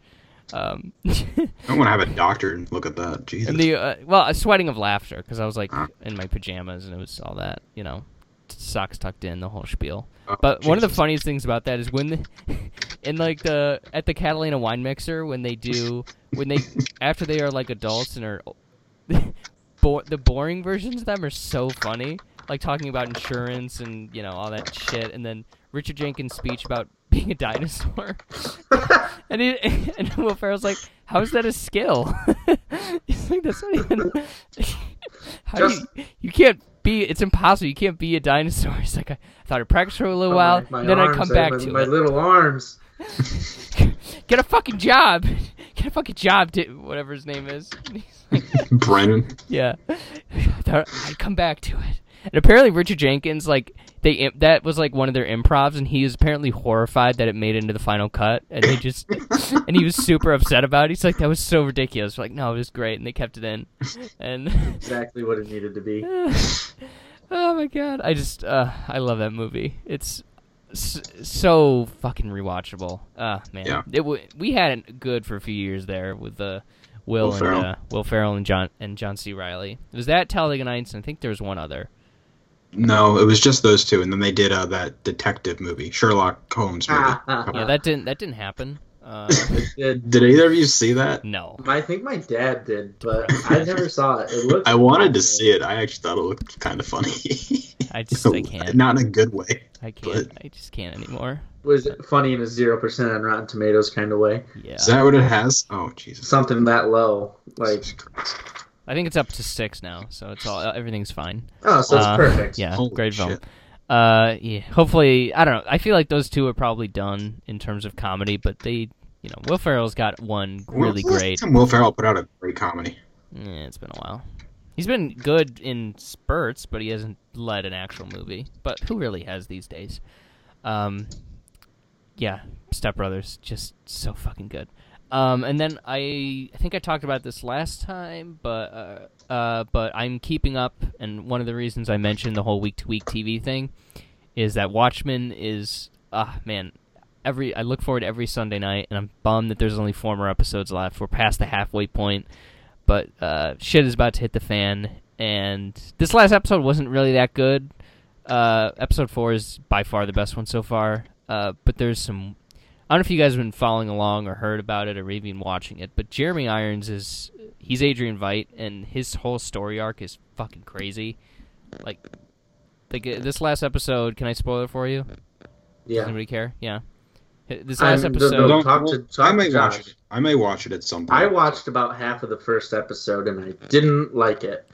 [SPEAKER 2] Um, *laughs*
[SPEAKER 4] I want to have a doctor and look at that. Jesus.
[SPEAKER 2] and the uh, well, a sweating of laughter because I was like in my pajamas and it was all that you know, socks tucked in, the whole spiel.
[SPEAKER 4] Oh,
[SPEAKER 2] But one of the
[SPEAKER 4] Jesus.
[SPEAKER 2] funniest things about that is when the, *laughs* in like the at the Catalina wine mixer when they do when they after they are like adults and are, bo- the boring versions of them are so funny. Like talking about insurance and you know all that shit, and then Richard Jenkins' speech about *laughs* being a
[SPEAKER 3] *laughs*
[SPEAKER 2] dinosaur, and he, *laughs* and Will Ferrell's like, "How is that a skill?" *laughs* He's like, "That's not even. *laughs* How do
[SPEAKER 3] Just-
[SPEAKER 2] you, you can't be. It's impossible. You can't be a dinosaur." *laughs* He's like, "I thought I practiced for a little while,
[SPEAKER 3] my
[SPEAKER 2] and then I
[SPEAKER 3] arms,
[SPEAKER 2] come back
[SPEAKER 3] my,
[SPEAKER 2] to
[SPEAKER 3] my
[SPEAKER 2] it.
[SPEAKER 3] little arms.
[SPEAKER 2] *laughs* Get a fucking job. *laughs* Get a fucking job. To, whatever his name is." *laughs* He's like,
[SPEAKER 4] Brennan.
[SPEAKER 2] yeah. *laughs* I thought I'd come back to it. And apparently Richard Jenkins, like they im- that was like one of their improvs, and he is apparently horrified that it made it into the final cut, and they just and he was super upset about it. He's like, that was so ridiculous. We're like, no, it was great, and they kept it in. And *laughs*
[SPEAKER 3] Exactly what it needed
[SPEAKER 2] *sighs*
[SPEAKER 3] to be.
[SPEAKER 2] oh my god, I just uh, I love that movie. It's s- so fucking rewatchable. Ah man,
[SPEAKER 4] Yeah.
[SPEAKER 2] it w- we had it good for a few years there with the Will,
[SPEAKER 4] Will
[SPEAKER 2] and
[SPEAKER 4] Ferrell.
[SPEAKER 2] uh, Will Ferrell and John and John C. Riley. It was that Talladega Nights, and I think there was one other.
[SPEAKER 4] No, it was just those two, and then they did uh, that detective movie, Sherlock Holmes
[SPEAKER 3] *laughs*
[SPEAKER 4] movie.
[SPEAKER 2] Yeah, that didn't that didn't happen. Uh, *laughs*
[SPEAKER 3] Did-
[SPEAKER 4] Did either of you see that?
[SPEAKER 2] no,
[SPEAKER 3] I think my dad did, but I
[SPEAKER 4] *laughs*
[SPEAKER 3] never saw it. It looked.
[SPEAKER 4] I wanted to see it. I actually thought it looked kind of funny. *laughs*
[SPEAKER 2] I just I can't.
[SPEAKER 4] Not in a good way.
[SPEAKER 2] I can't. I just can't anymore.
[SPEAKER 3] was funny in a zero percent on Rotten Tomatoes kind of way.
[SPEAKER 2] Yeah,
[SPEAKER 4] Is that what it has? Oh, Jesus.
[SPEAKER 3] Something that low, like
[SPEAKER 4] Jesus Christ.
[SPEAKER 2] I think it's up to six now, so it's all everything's fine.
[SPEAKER 3] oh, so it's
[SPEAKER 2] Uh,
[SPEAKER 3] perfect.
[SPEAKER 2] Yeah,
[SPEAKER 4] Holy
[SPEAKER 2] great film.
[SPEAKER 4] shit.
[SPEAKER 2] Uh, yeah. Hopefully, I don't know. I feel like those two are probably done in terms of comedy, but they, you know, Will Ferrell's got one really
[SPEAKER 4] When was the last
[SPEAKER 2] great.
[SPEAKER 4] time Will Ferrell put out a great comedy.
[SPEAKER 2] Eh, it's been a while. He's been good in spurts, but he hasn't led an actual movie. But who really has these days? Um, yeah, Step Brothers, just so fucking good. Um, and then I, I think I talked about this last time, but uh, uh, but I'm keeping up, and one of the reasons I mentioned the whole week to week TV thing is that Watchmen is ah man, every I look forward to every Sunday night, and I'm bummed that there's only four more episodes left. We're past the halfway point, but uh, shit is about to hit the fan, and this last episode wasn't really that good. Uh, episode four is by far the best one so far, uh, but there's some. I don't know if you guys have been following along or heard about it or even watching it, but Jeremy Irons is he's Adrian Veidt, and his whole story arc is fucking crazy. Like, like uh, this last episode, can I spoil it for you?
[SPEAKER 3] Yeah.
[SPEAKER 2] Does anybody care? Yeah. H- This
[SPEAKER 3] I'm-
[SPEAKER 2] last
[SPEAKER 3] the-
[SPEAKER 2] episode.
[SPEAKER 3] the- talk to-
[SPEAKER 4] I
[SPEAKER 3] talk
[SPEAKER 4] may
[SPEAKER 3] to
[SPEAKER 4] watch
[SPEAKER 3] Josh.
[SPEAKER 4] it. I may watch it at some point.
[SPEAKER 3] I watched about half of the first episode and I didn't like it.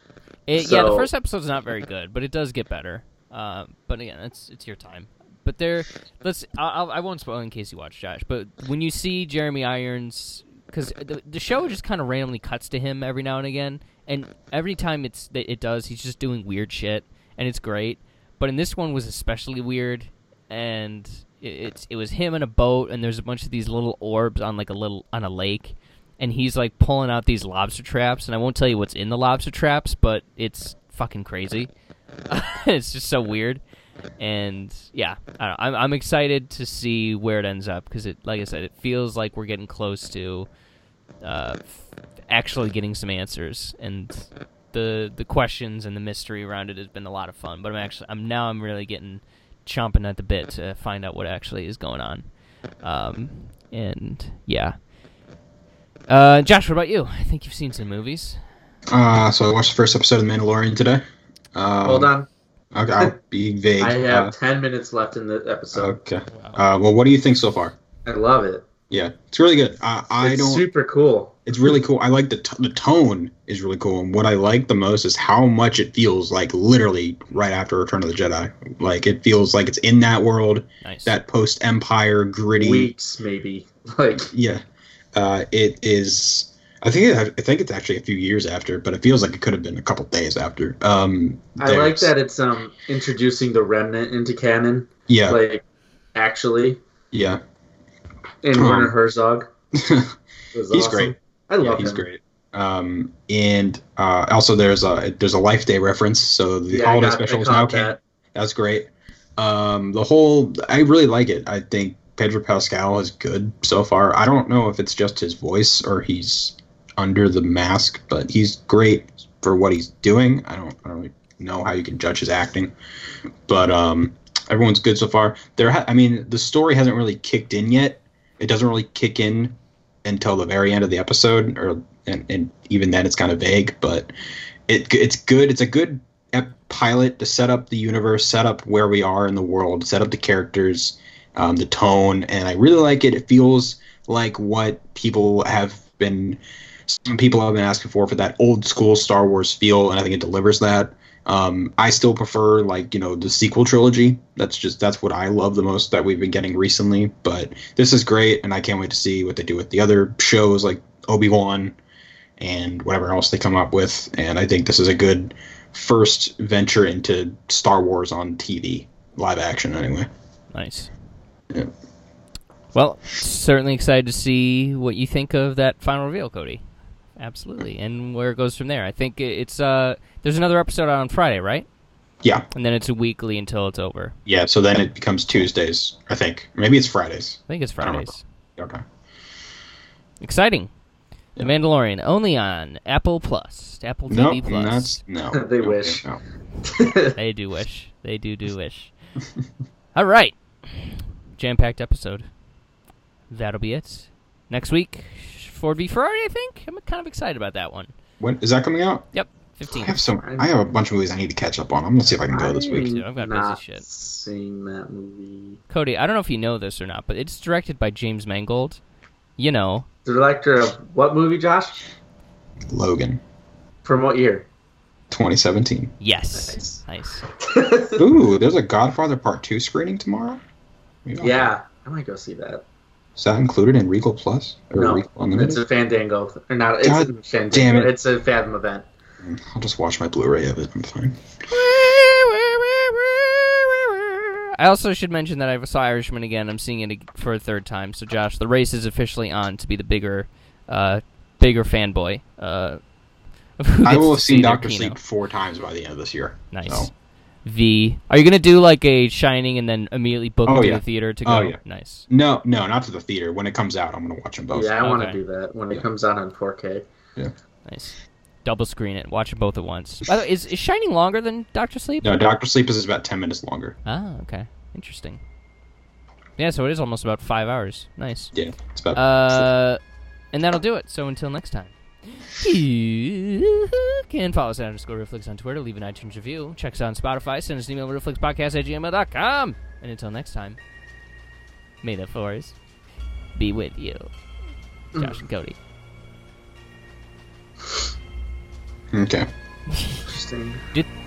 [SPEAKER 2] It, Yeah, the
[SPEAKER 3] So-
[SPEAKER 2] first episode's not very good, but it does get better. Uh, but again, it's it's your time. But there, let's. I, I'll- I won't spoil in case you watch Josh. But when you see Jeremy Irons, because the, the show just kind of randomly cuts to him every now and again, and every time it's that it does, he's just doing weird shit, and it's great. But in this one was especially weird, and it, it's it was him in a boat, and there's a bunch of these little orbs on like a little on a lake, and he's like pulling out these lobster traps and i won't tell you what's in the lobster traps but it's fucking crazy *laughs* it's just so weird and yeah I don't, I'm, I'm excited to see where it ends up because it like i said it feels like we're getting close to uh, actually getting some answers and the the questions and the mystery around it has been a lot of fun but i'm actually i'm now i'm really getting chomping at the bit to find out what actually is going on um, and yeah uh, Josh, what about you? I think you've seen some movies.
[SPEAKER 4] Uh, so I watched the first episode of The Mandalorian today. Um,
[SPEAKER 3] Hold on.
[SPEAKER 4] Okay, I'll be vague.
[SPEAKER 3] *laughs* I have
[SPEAKER 4] Uh,
[SPEAKER 3] 10 minutes left in the episode.
[SPEAKER 4] okay. Uh, well, what do you think so far?
[SPEAKER 3] I love it.
[SPEAKER 4] Yeah, it's really good. Uh, I
[SPEAKER 3] it's
[SPEAKER 4] don't.
[SPEAKER 3] super cool.
[SPEAKER 4] It's really cool. I like the t- the tone is really cool, and what I like the most is how much it feels like literally right after Return of the Jedi. Like it feels like it's in that world,
[SPEAKER 2] Nice.
[SPEAKER 4] that post Empire gritty.
[SPEAKER 3] *laughs* Weeks, maybe. Like,
[SPEAKER 4] Yeah, uh, it is. I think it, I think it's actually a few years after, but it feels like it could have been a couple days after. Um,
[SPEAKER 3] I like
[SPEAKER 4] there's-
[SPEAKER 3] that it's um introducing the remnant into canon,
[SPEAKER 4] Yeah,
[SPEAKER 3] like actually,
[SPEAKER 4] yeah, *laughs*
[SPEAKER 3] and
[SPEAKER 4] Um,
[SPEAKER 3] Werner Herzog. was
[SPEAKER 4] he's
[SPEAKER 3] awesome.
[SPEAKER 4] great.
[SPEAKER 3] I love
[SPEAKER 4] yeah, he's
[SPEAKER 3] him.
[SPEAKER 4] great. Um, and uh, also there's a there's a Life Day reference, so the
[SPEAKER 3] Yeah, I
[SPEAKER 4] holiday
[SPEAKER 3] got- I
[SPEAKER 4] special is
[SPEAKER 3] caught
[SPEAKER 4] now can
[SPEAKER 3] that.
[SPEAKER 4] *laughs* That's great. Um, the whole I really like it. I think Pedro Pascal is good so far. I don't know if it's just his voice or he's under the mask, but he's great for what he's doing. I don't I don't really know how you can judge his acting, but um, everyone's good so far. There, ha- I mean, the story hasn't really kicked in yet. It doesn't really kick in until the very end of the episode, or and, and even then it's kind of vague. But it it's good. It's a good ep- pilot to set up the universe, set up where we are in the world, set up the characters, um, the tone, and I really like it. It feels like what people have been, some people have been asking for for that old school Star Wars feel, and I think it delivers that. Um, I still prefer like you know the sequel trilogy. That's just that's what I love the most that we've been getting recently. But this is great, and I can't wait to see what they do with the other shows like Obi Wan and whatever else they come up with. And I think this is a good first venture into Star Wars on TV, live action anyway.
[SPEAKER 2] Nice.
[SPEAKER 4] Yeah.
[SPEAKER 2] Well, certainly excited to see what you think of that final reveal, Cody. Absolutely, and where it goes from there. I think i- it's uh, there's another episode out on Friday, right?
[SPEAKER 4] Yeah,
[SPEAKER 2] And then it's a weekly until it's over.
[SPEAKER 4] yeah. So then it becomes Tuesdays, I think. Maybe it's Fridays.
[SPEAKER 2] I think it's
[SPEAKER 4] I don't
[SPEAKER 2] Fridays.
[SPEAKER 4] Okay.
[SPEAKER 2] Exciting. The
[SPEAKER 4] Yeah.
[SPEAKER 2] Mandalorian only on Apple Plus, Apple
[SPEAKER 4] No,
[SPEAKER 2] TV Plus.
[SPEAKER 4] that's no. *laughs*
[SPEAKER 3] They
[SPEAKER 4] no,
[SPEAKER 3] wish.
[SPEAKER 4] no, no.
[SPEAKER 2] They do wish. They do do wish. All right, jam-packed episode. That'll be it. Next week, Ford v Ferrari. I think I'm kind of excited about that one.
[SPEAKER 4] When is that coming out?
[SPEAKER 2] Yep,
[SPEAKER 4] I
[SPEAKER 2] fifteen.
[SPEAKER 4] have some. I have a bunch of movies I need to catch up on. I'm gonna see if I can go this week.
[SPEAKER 2] Dude, I've got busy
[SPEAKER 3] not
[SPEAKER 2] shit.
[SPEAKER 3] Seeing that movie,
[SPEAKER 2] Cody, I don't know if you know this or not, but it's directed by James Mangold. You know,
[SPEAKER 3] the director of what movie, Josh?
[SPEAKER 4] Logan,
[SPEAKER 3] From what year?
[SPEAKER 4] 2017.
[SPEAKER 2] yes, nice.
[SPEAKER 4] Ooh, there's a Godfather Part Two screening tomorrow. Maybe I'll-
[SPEAKER 3] *laughs* yeah, I might go see that.
[SPEAKER 4] Is that included in Regal Plus or
[SPEAKER 3] No,
[SPEAKER 4] Regal Unlimited?
[SPEAKER 3] it's a Fandango th- or not? It's
[SPEAKER 4] God
[SPEAKER 3] a Fandango.
[SPEAKER 4] damn it.
[SPEAKER 3] It's a Fathom event.
[SPEAKER 4] I'll just watch my Blu-ray of it. I'm fine.
[SPEAKER 2] I also should mention that I saw Irishman again. I'm seeing it ag- for a third time. So, Josh, the race is officially on to be the bigger, uh, bigger fanboy. Uh, of who
[SPEAKER 4] I
[SPEAKER 2] gets
[SPEAKER 4] will
[SPEAKER 2] to
[SPEAKER 4] have seen
[SPEAKER 2] see their
[SPEAKER 4] Doctor
[SPEAKER 2] Kino.
[SPEAKER 4] Sleep four times by the end of this year.
[SPEAKER 2] Nice.
[SPEAKER 4] So,
[SPEAKER 2] V. Are you gonna do like a Shining and then immediately book
[SPEAKER 4] Oh,
[SPEAKER 2] it to
[SPEAKER 4] yeah.
[SPEAKER 2] the theater to go?
[SPEAKER 4] Oh, yeah.
[SPEAKER 2] Nice.
[SPEAKER 4] No, no, not to the theater. When it comes out, I'm gonna watch them both.
[SPEAKER 3] Yeah, I want
[SPEAKER 2] Okay.
[SPEAKER 3] to do that when it
[SPEAKER 4] Oh, Yeah.
[SPEAKER 3] comes out on 4K.
[SPEAKER 2] Nice. Double screen it. Watch it both at once. By the way, is, is Shining longer than Doctor Sleep?
[SPEAKER 4] No, Doctor Sleep is about ten minutes longer.
[SPEAKER 2] Ah, okay. Interesting. Yeah, so it is almost about five hours. Nice.
[SPEAKER 4] Yeah, it's about.
[SPEAKER 2] Uh, and that'll do it. So until next time. You can follow us at underscore Reflex on Twitter, leave an iTunes review, check us out on Spotify, send us an email to reflexpodcast at gmail.com. And until next time, may the force be with you. Josh and Cody.
[SPEAKER 4] okay.
[SPEAKER 3] Interesting.
[SPEAKER 2] Did-